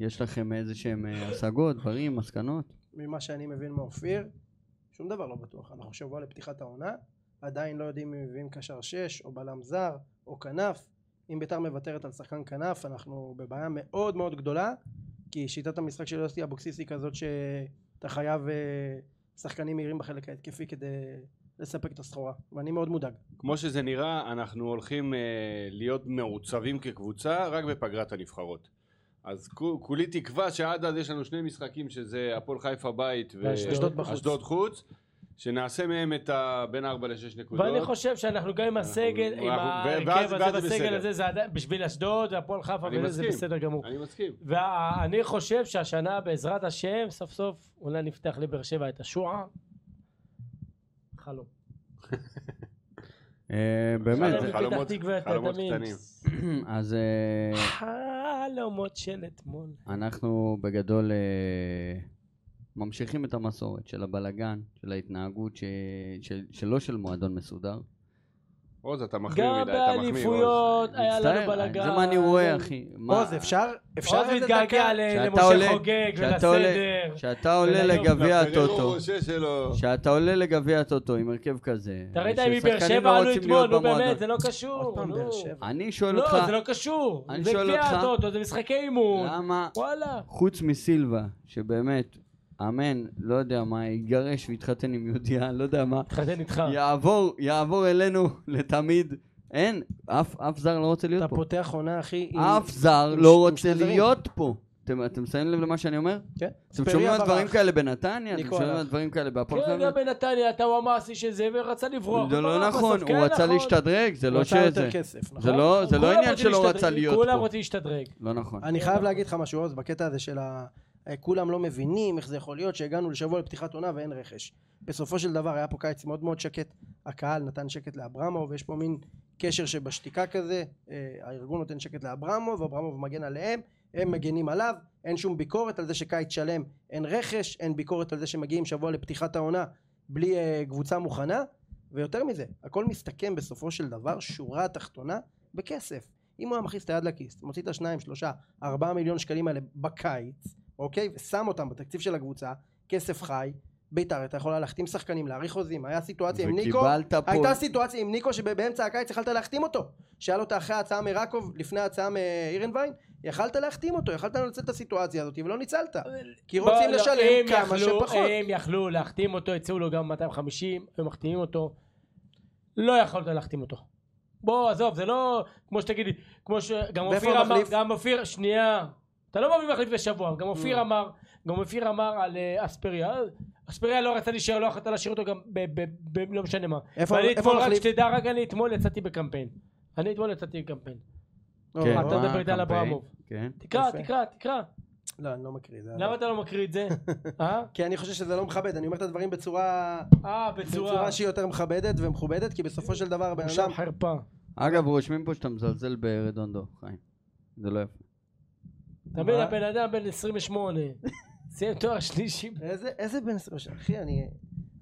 Speaker 5: יש לכם איזה שהם אה, השגות, דברים, מסקנות?
Speaker 2: ממה שאני מבין מאופיר, שום דבר לא בטוח. אנחנו שבוע לפתיחת העונה, עדיין לא יודעים אם מביאים קשר שש, או בלם זר, או כנף. אם ביתר מוותרת על שחקן כנף, אנחנו בבעיה מאוד מאוד גדולה, כי שיטת המשחק של יוסי אבוקסיס היא כזאת שאתה חייב אה, שחקנים מהירים בחלק ההתקפי כדי לספק את הסחורה, ואני מאוד מודאג.
Speaker 3: כמו שזה נראה, אנחנו הולכים אה, להיות מעוצבים כקבוצה רק בפגרת הנבחרות. אז כו- כולי תקווה שעד אז יש לנו שני משחקים שזה הפועל חיפה בית
Speaker 4: ואשדוד.
Speaker 2: אשדוד בחוץ.
Speaker 3: אשדוד חוץ, שנעשה מהם את ה... בין 4 ל-6 נקודות.
Speaker 4: ואני חושב שאנחנו גם עם הסגל,
Speaker 3: לא. אנחנו-
Speaker 4: עם
Speaker 3: ואז-
Speaker 4: ההרכב
Speaker 3: ואז
Speaker 4: הזה
Speaker 3: זה
Speaker 4: בסגל
Speaker 3: בסדר.
Speaker 4: הזה, זה עדיין- בשביל אשדוד והפועל חיפה,
Speaker 3: אני
Speaker 4: וזה, זה
Speaker 3: מסכים.
Speaker 4: בסדר גמור.
Speaker 3: אני מסכים.
Speaker 4: ואני חושב שהשנה בעזרת השם סוף סוף אולי נפתח לבאר שבע את השועה. חלום.
Speaker 5: אה, באמת,
Speaker 3: זה
Speaker 4: חלום
Speaker 3: חלומות-
Speaker 4: מפתח תקווה, אתה
Speaker 3: חלומות
Speaker 4: תמיד.
Speaker 3: קטנים.
Speaker 5: אז אה,
Speaker 4: חלומות של אתמול.
Speaker 5: אנחנו בגדול אה, ממשיכים את המסורת של הבלגן, של ההתנהגות ש- של- שלא של מועדון מסודר.
Speaker 3: עוז, אתה מחמיר מדי,
Speaker 4: גם
Speaker 3: אתה מחמיא. עוז.
Speaker 4: באליפויות היה לנו
Speaker 5: מצטער,
Speaker 4: בלאגן.
Speaker 5: זה מה אני רואה, אחי. מה-
Speaker 2: עוז, אפשר? אפשר
Speaker 4: עוז
Speaker 2: איזה
Speaker 4: מתגעגע
Speaker 2: דקה?
Speaker 4: ל-
Speaker 5: כשאתה
Speaker 4: למשה
Speaker 5: עולה-
Speaker 4: חוגג
Speaker 5: כשאתה עולה-
Speaker 4: ולסדר.
Speaker 5: כשאתה עולה
Speaker 4: ולליופ,
Speaker 5: לגביע
Speaker 3: לפררו
Speaker 5: הטוטו,
Speaker 3: ראשה שלו.
Speaker 5: כשאתה עולה לגביע הטוטו עם הרכב כזה,
Speaker 4: אתה ראית אם מבאר
Speaker 5: ששחקנים
Speaker 4: שבע
Speaker 5: לא
Speaker 4: עלו
Speaker 5: רוצים
Speaker 4: אתמול,
Speaker 5: להיות
Speaker 4: נו
Speaker 5: במועדון.
Speaker 4: באמת, זה לא קשור.
Speaker 2: עוד פעם
Speaker 4: נו.
Speaker 2: באר שבע.
Speaker 5: אני שואל אותך,
Speaker 4: לא, זה לא קשור.
Speaker 5: אני
Speaker 4: זה
Speaker 5: שואל
Speaker 4: גביע
Speaker 5: אותך-
Speaker 4: הטוטו, זה משחקי אימון.
Speaker 5: למה
Speaker 4: וואלה.
Speaker 5: חוץ מסילבה, שבאמת, אמן, לא יודע מה, יתגרש ויתחתן עם יהודיה, לא יודע מה,
Speaker 4: התחתן איתך.
Speaker 5: יעבור, יעבור אלינו לתמיד. אין, אף, אף זר לא רוצה
Speaker 2: אתה
Speaker 5: להיות פה.
Speaker 2: פותח עונה, אחי. עם-
Speaker 5: אף זר
Speaker 2: עם ש-
Speaker 5: לא
Speaker 2: עם
Speaker 5: רוצה
Speaker 2: שני זרים.
Speaker 5: להיות פה. אתם, אתם שמים לב למה שאני אומר?
Speaker 2: כן.
Speaker 5: אתם
Speaker 2: פרי
Speaker 5: שומעים על
Speaker 2: עבר
Speaker 5: דברים
Speaker 2: אח.
Speaker 5: כאלה בנתניה? אתם
Speaker 2: ניקו
Speaker 5: שומעים
Speaker 2: הלך.
Speaker 5: על דברים כאלה בהפועל
Speaker 4: כן,
Speaker 5: חיפה?
Speaker 4: גם בנתניה, אתה הוא המעשי של זה, ורצה לברוח.
Speaker 5: זה לא
Speaker 4: וברח
Speaker 5: נכון,
Speaker 4: בסוף.
Speaker 5: הוא
Speaker 4: כן,
Speaker 5: רצה
Speaker 4: נכון.
Speaker 5: להשתדרג, זה
Speaker 2: הוא
Speaker 5: לא
Speaker 2: רצה יותר
Speaker 5: שזה.
Speaker 2: כסף,
Speaker 5: זה
Speaker 2: נכון?
Speaker 5: לא, זה לא
Speaker 4: כולם
Speaker 5: עניין
Speaker 4: רוצים
Speaker 5: שלא
Speaker 4: להשתדרג,
Speaker 5: רצה להיות
Speaker 4: כולם
Speaker 5: פה.
Speaker 4: רוצים להשתדרג.
Speaker 5: לא נכון.
Speaker 2: אני חייב להגיד לך משהו עוז בקטע הזה של ה... אה, כולם לא מבינים איך זה יכול להיות שהגענו לשבוע לפתיחת עונה ואין רכש. בסופו של דבר היה פה קיץ מאוד מאוד שקט, הקהל נתן שקט לאברמוב, יש פה מין קשר שבשתיקה כזה, אה, הארגון נותן שקט לאברמוב, אברמוב מגן עליהם, הם מגנים עליו, אין שום ביקורת על זה שקיץ שלם אין רכש, אין ביקורת על זה שמגיעים שבוע לפתיחת העונה בלי אה, קבוצה מוכנה, ויותר מזה, הכל מסתכם בסופו של דבר, שורה תחתונה, בכסף. אם הוא היה מכניס את היד לכיס, מוציא את השניים, שלושה, ארבעה מיליון שקלים האלה בקיץ, אוקיי? ושם אותם בתקציב של הקבוצה, כסף חי, ביתר הייתה יכולה להחתים שחקנים, להאריך חוזים, היה סיטואציה עם ניקו,
Speaker 5: וקיבלת פה...
Speaker 2: הייתה סיטואציה עם ניקו שבאמצע הקיץ יכלת להחתים אותו. שאל אותה אחרי ההצעה מרקוב, לפני ההצעה מאירנביין, יכלת להחתים אותו, יכלת לנצל את הסיטואציה הזאת, ולא ניצלת. כי רוצים
Speaker 4: לא, לא,
Speaker 2: לשלם
Speaker 4: הם
Speaker 2: כמה
Speaker 4: יכלו- אה,
Speaker 2: שפחות.
Speaker 4: הם יכלו להחתים אותו, הציעו לו גם 250, הם מחתימים אותו. לא יכולת להחתים אותו. בוא, עזוב, זה לא כמו שתגידי, כמו שגם
Speaker 2: ואיפה
Speaker 4: אופיר אמר,
Speaker 2: המחליף?
Speaker 4: גם אופיר, שנייה. אתה לא מביא מחליף לשבוע, גם
Speaker 2: Mm.
Speaker 4: אופיר אמר, גם אופיר אמר על אה, אספריה. אספריה לא רצה להישאר, לא יכולת להשאיר אותו גם ב... ב- ב- לא משנה מה.
Speaker 2: איפה
Speaker 4: ואני
Speaker 2: איפה
Speaker 4: אתמול, רק
Speaker 2: המחליף?
Speaker 4: שתדע, רק אני אתמול יצאתי בקמפיין. אני אתמול יצאתי בקמפיין.
Speaker 5: כן,
Speaker 2: לא,
Speaker 4: אתה
Speaker 5: מה
Speaker 2: לא,
Speaker 4: מדבר איתי על
Speaker 5: הקמפיין?
Speaker 4: אברמוב.
Speaker 5: כן.
Speaker 4: תקרא,
Speaker 2: יפה.
Speaker 4: תקרא, תקרא.
Speaker 2: לא, אני לא מקריא. זה-
Speaker 4: למה אתה לא מקריא את
Speaker 2: [laughs]
Speaker 4: זה? אה?
Speaker 2: כי אני חושב שזה לא מכבד, אני אומר את הדברים בצורה...
Speaker 4: אה,
Speaker 2: בצורה
Speaker 4: בצורה...
Speaker 2: שהיא יותר מכבדת ומכובדת, כי בסופו של דבר בן
Speaker 4: בושה
Speaker 2: אדם...
Speaker 4: וחרפה.
Speaker 5: אגב, רושמים פה שאתה מזלזל ברדונדו, חיים. זה לא יפה.
Speaker 4: אתה מבין,
Speaker 2: מה?
Speaker 4: הבן אדם בן
Speaker 5: [laughs]
Speaker 4: 28. סיים תואר שלישי.
Speaker 2: איזה- איזה בן 23? אחי, אני...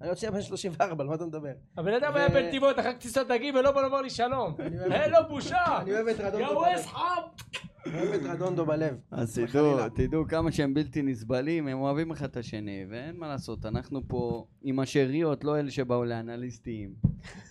Speaker 2: אני עוד שנייה בן 34, על מה אתה מדבר?
Speaker 4: הבן אדם
Speaker 2: ו-
Speaker 4: היה בנתיבות, אחר טיסת דגים, ולא בא לומר לי שלום.
Speaker 2: אוהב-
Speaker 4: אין לו בושה!
Speaker 2: אני אוהב את
Speaker 4: יא
Speaker 2: רדונדו בלב.
Speaker 4: וסחאם!
Speaker 2: אני אוהב את רדונדו בלב.
Speaker 5: אז
Speaker 2: חס
Speaker 5: תדעו,
Speaker 2: וחלילה.
Speaker 5: תדעו כמה שהם בלתי נסבלים, הם אוהבים אחד את השני, ואין מה לעשות, אנחנו פה עם השאריות, לא אלה
Speaker 4: [laughs]
Speaker 5: שבאו לאנליסטים.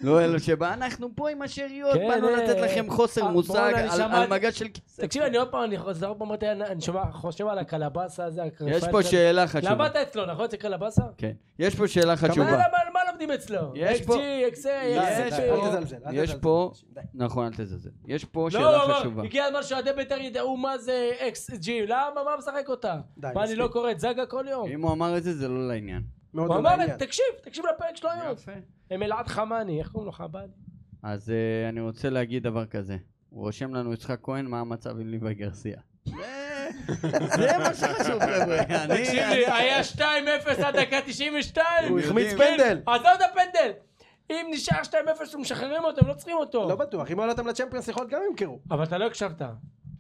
Speaker 5: לא אלה שבאו, אנחנו פה עם השאריות,
Speaker 4: כן,
Speaker 5: באנו
Speaker 4: אה,
Speaker 5: לתת לכם חוסר
Speaker 4: אה,
Speaker 5: מושג
Speaker 4: בואנה, אני
Speaker 5: על-
Speaker 4: שמעתי-
Speaker 5: על מגש של כסף.
Speaker 4: תקשיב, אני עוד פעם, אני חוזר עוד פעם, אמרתי, אני אני שומע- חושב על הקלבאסה הזה.
Speaker 5: יש
Speaker 4: הקרפיים
Speaker 5: פה
Speaker 4: של-
Speaker 5: שאלה חשובה.
Speaker 4: למדת אצלו, נכון? זה קלבאסה?
Speaker 5: כן. יש פה שאלה
Speaker 4: מה-
Speaker 5: חשובה.
Speaker 4: מה- מה לומדים אצלו?
Speaker 5: יש
Speaker 4: XG,
Speaker 5: פה- לא,
Speaker 4: XA,
Speaker 5: יש
Speaker 2: די, די,
Speaker 5: פה-
Speaker 2: אל תזלזל, אל
Speaker 5: יש
Speaker 2: תזלזל.
Speaker 5: פה-
Speaker 2: די.
Speaker 5: נכון, אל תזלזל. יש פה
Speaker 4: לא,
Speaker 5: שאלה
Speaker 4: הוא אמר,
Speaker 5: חשובה.
Speaker 4: הגיע הזמן שאוהדי בית"ר ידעו מה זה XG, למה? מה משחק אותה?
Speaker 2: די,
Speaker 4: מה, אני
Speaker 2: מספיק.
Speaker 4: לא קורא את זגה כל יום?
Speaker 5: אם הוא אמר את זה, זה לא לעניין.
Speaker 2: מאוד
Speaker 4: הוא
Speaker 2: לא
Speaker 4: אמר
Speaker 2: מעניין.
Speaker 4: להם, תקשיב, תקשיב לפרק שלו היום. הם אלעד חמני, איך קוראים לו חב"ד?
Speaker 5: אז אה, אני רוצה להגיד דבר כזה. הוא רושם לנו יצחק כהן מה המצב עם ליבה גרסיה. זה- זה מה שחשוב חבר'ה. אני-
Speaker 4: תקשיב
Speaker 5: אני-
Speaker 4: לי, היה 2-0 עד דקה 92.
Speaker 2: הוא החמיץ
Speaker 4: כן,
Speaker 2: פנדל.
Speaker 4: עזוב את הפנדל. אם נשאר 2-0, הם משחררים אותו, הם לא צריכים אותו.
Speaker 2: לא בטוח, אם עלתם לצ'מפיונס יכול להיות גם ימכרו.
Speaker 4: אבל אתה לא הקשבת.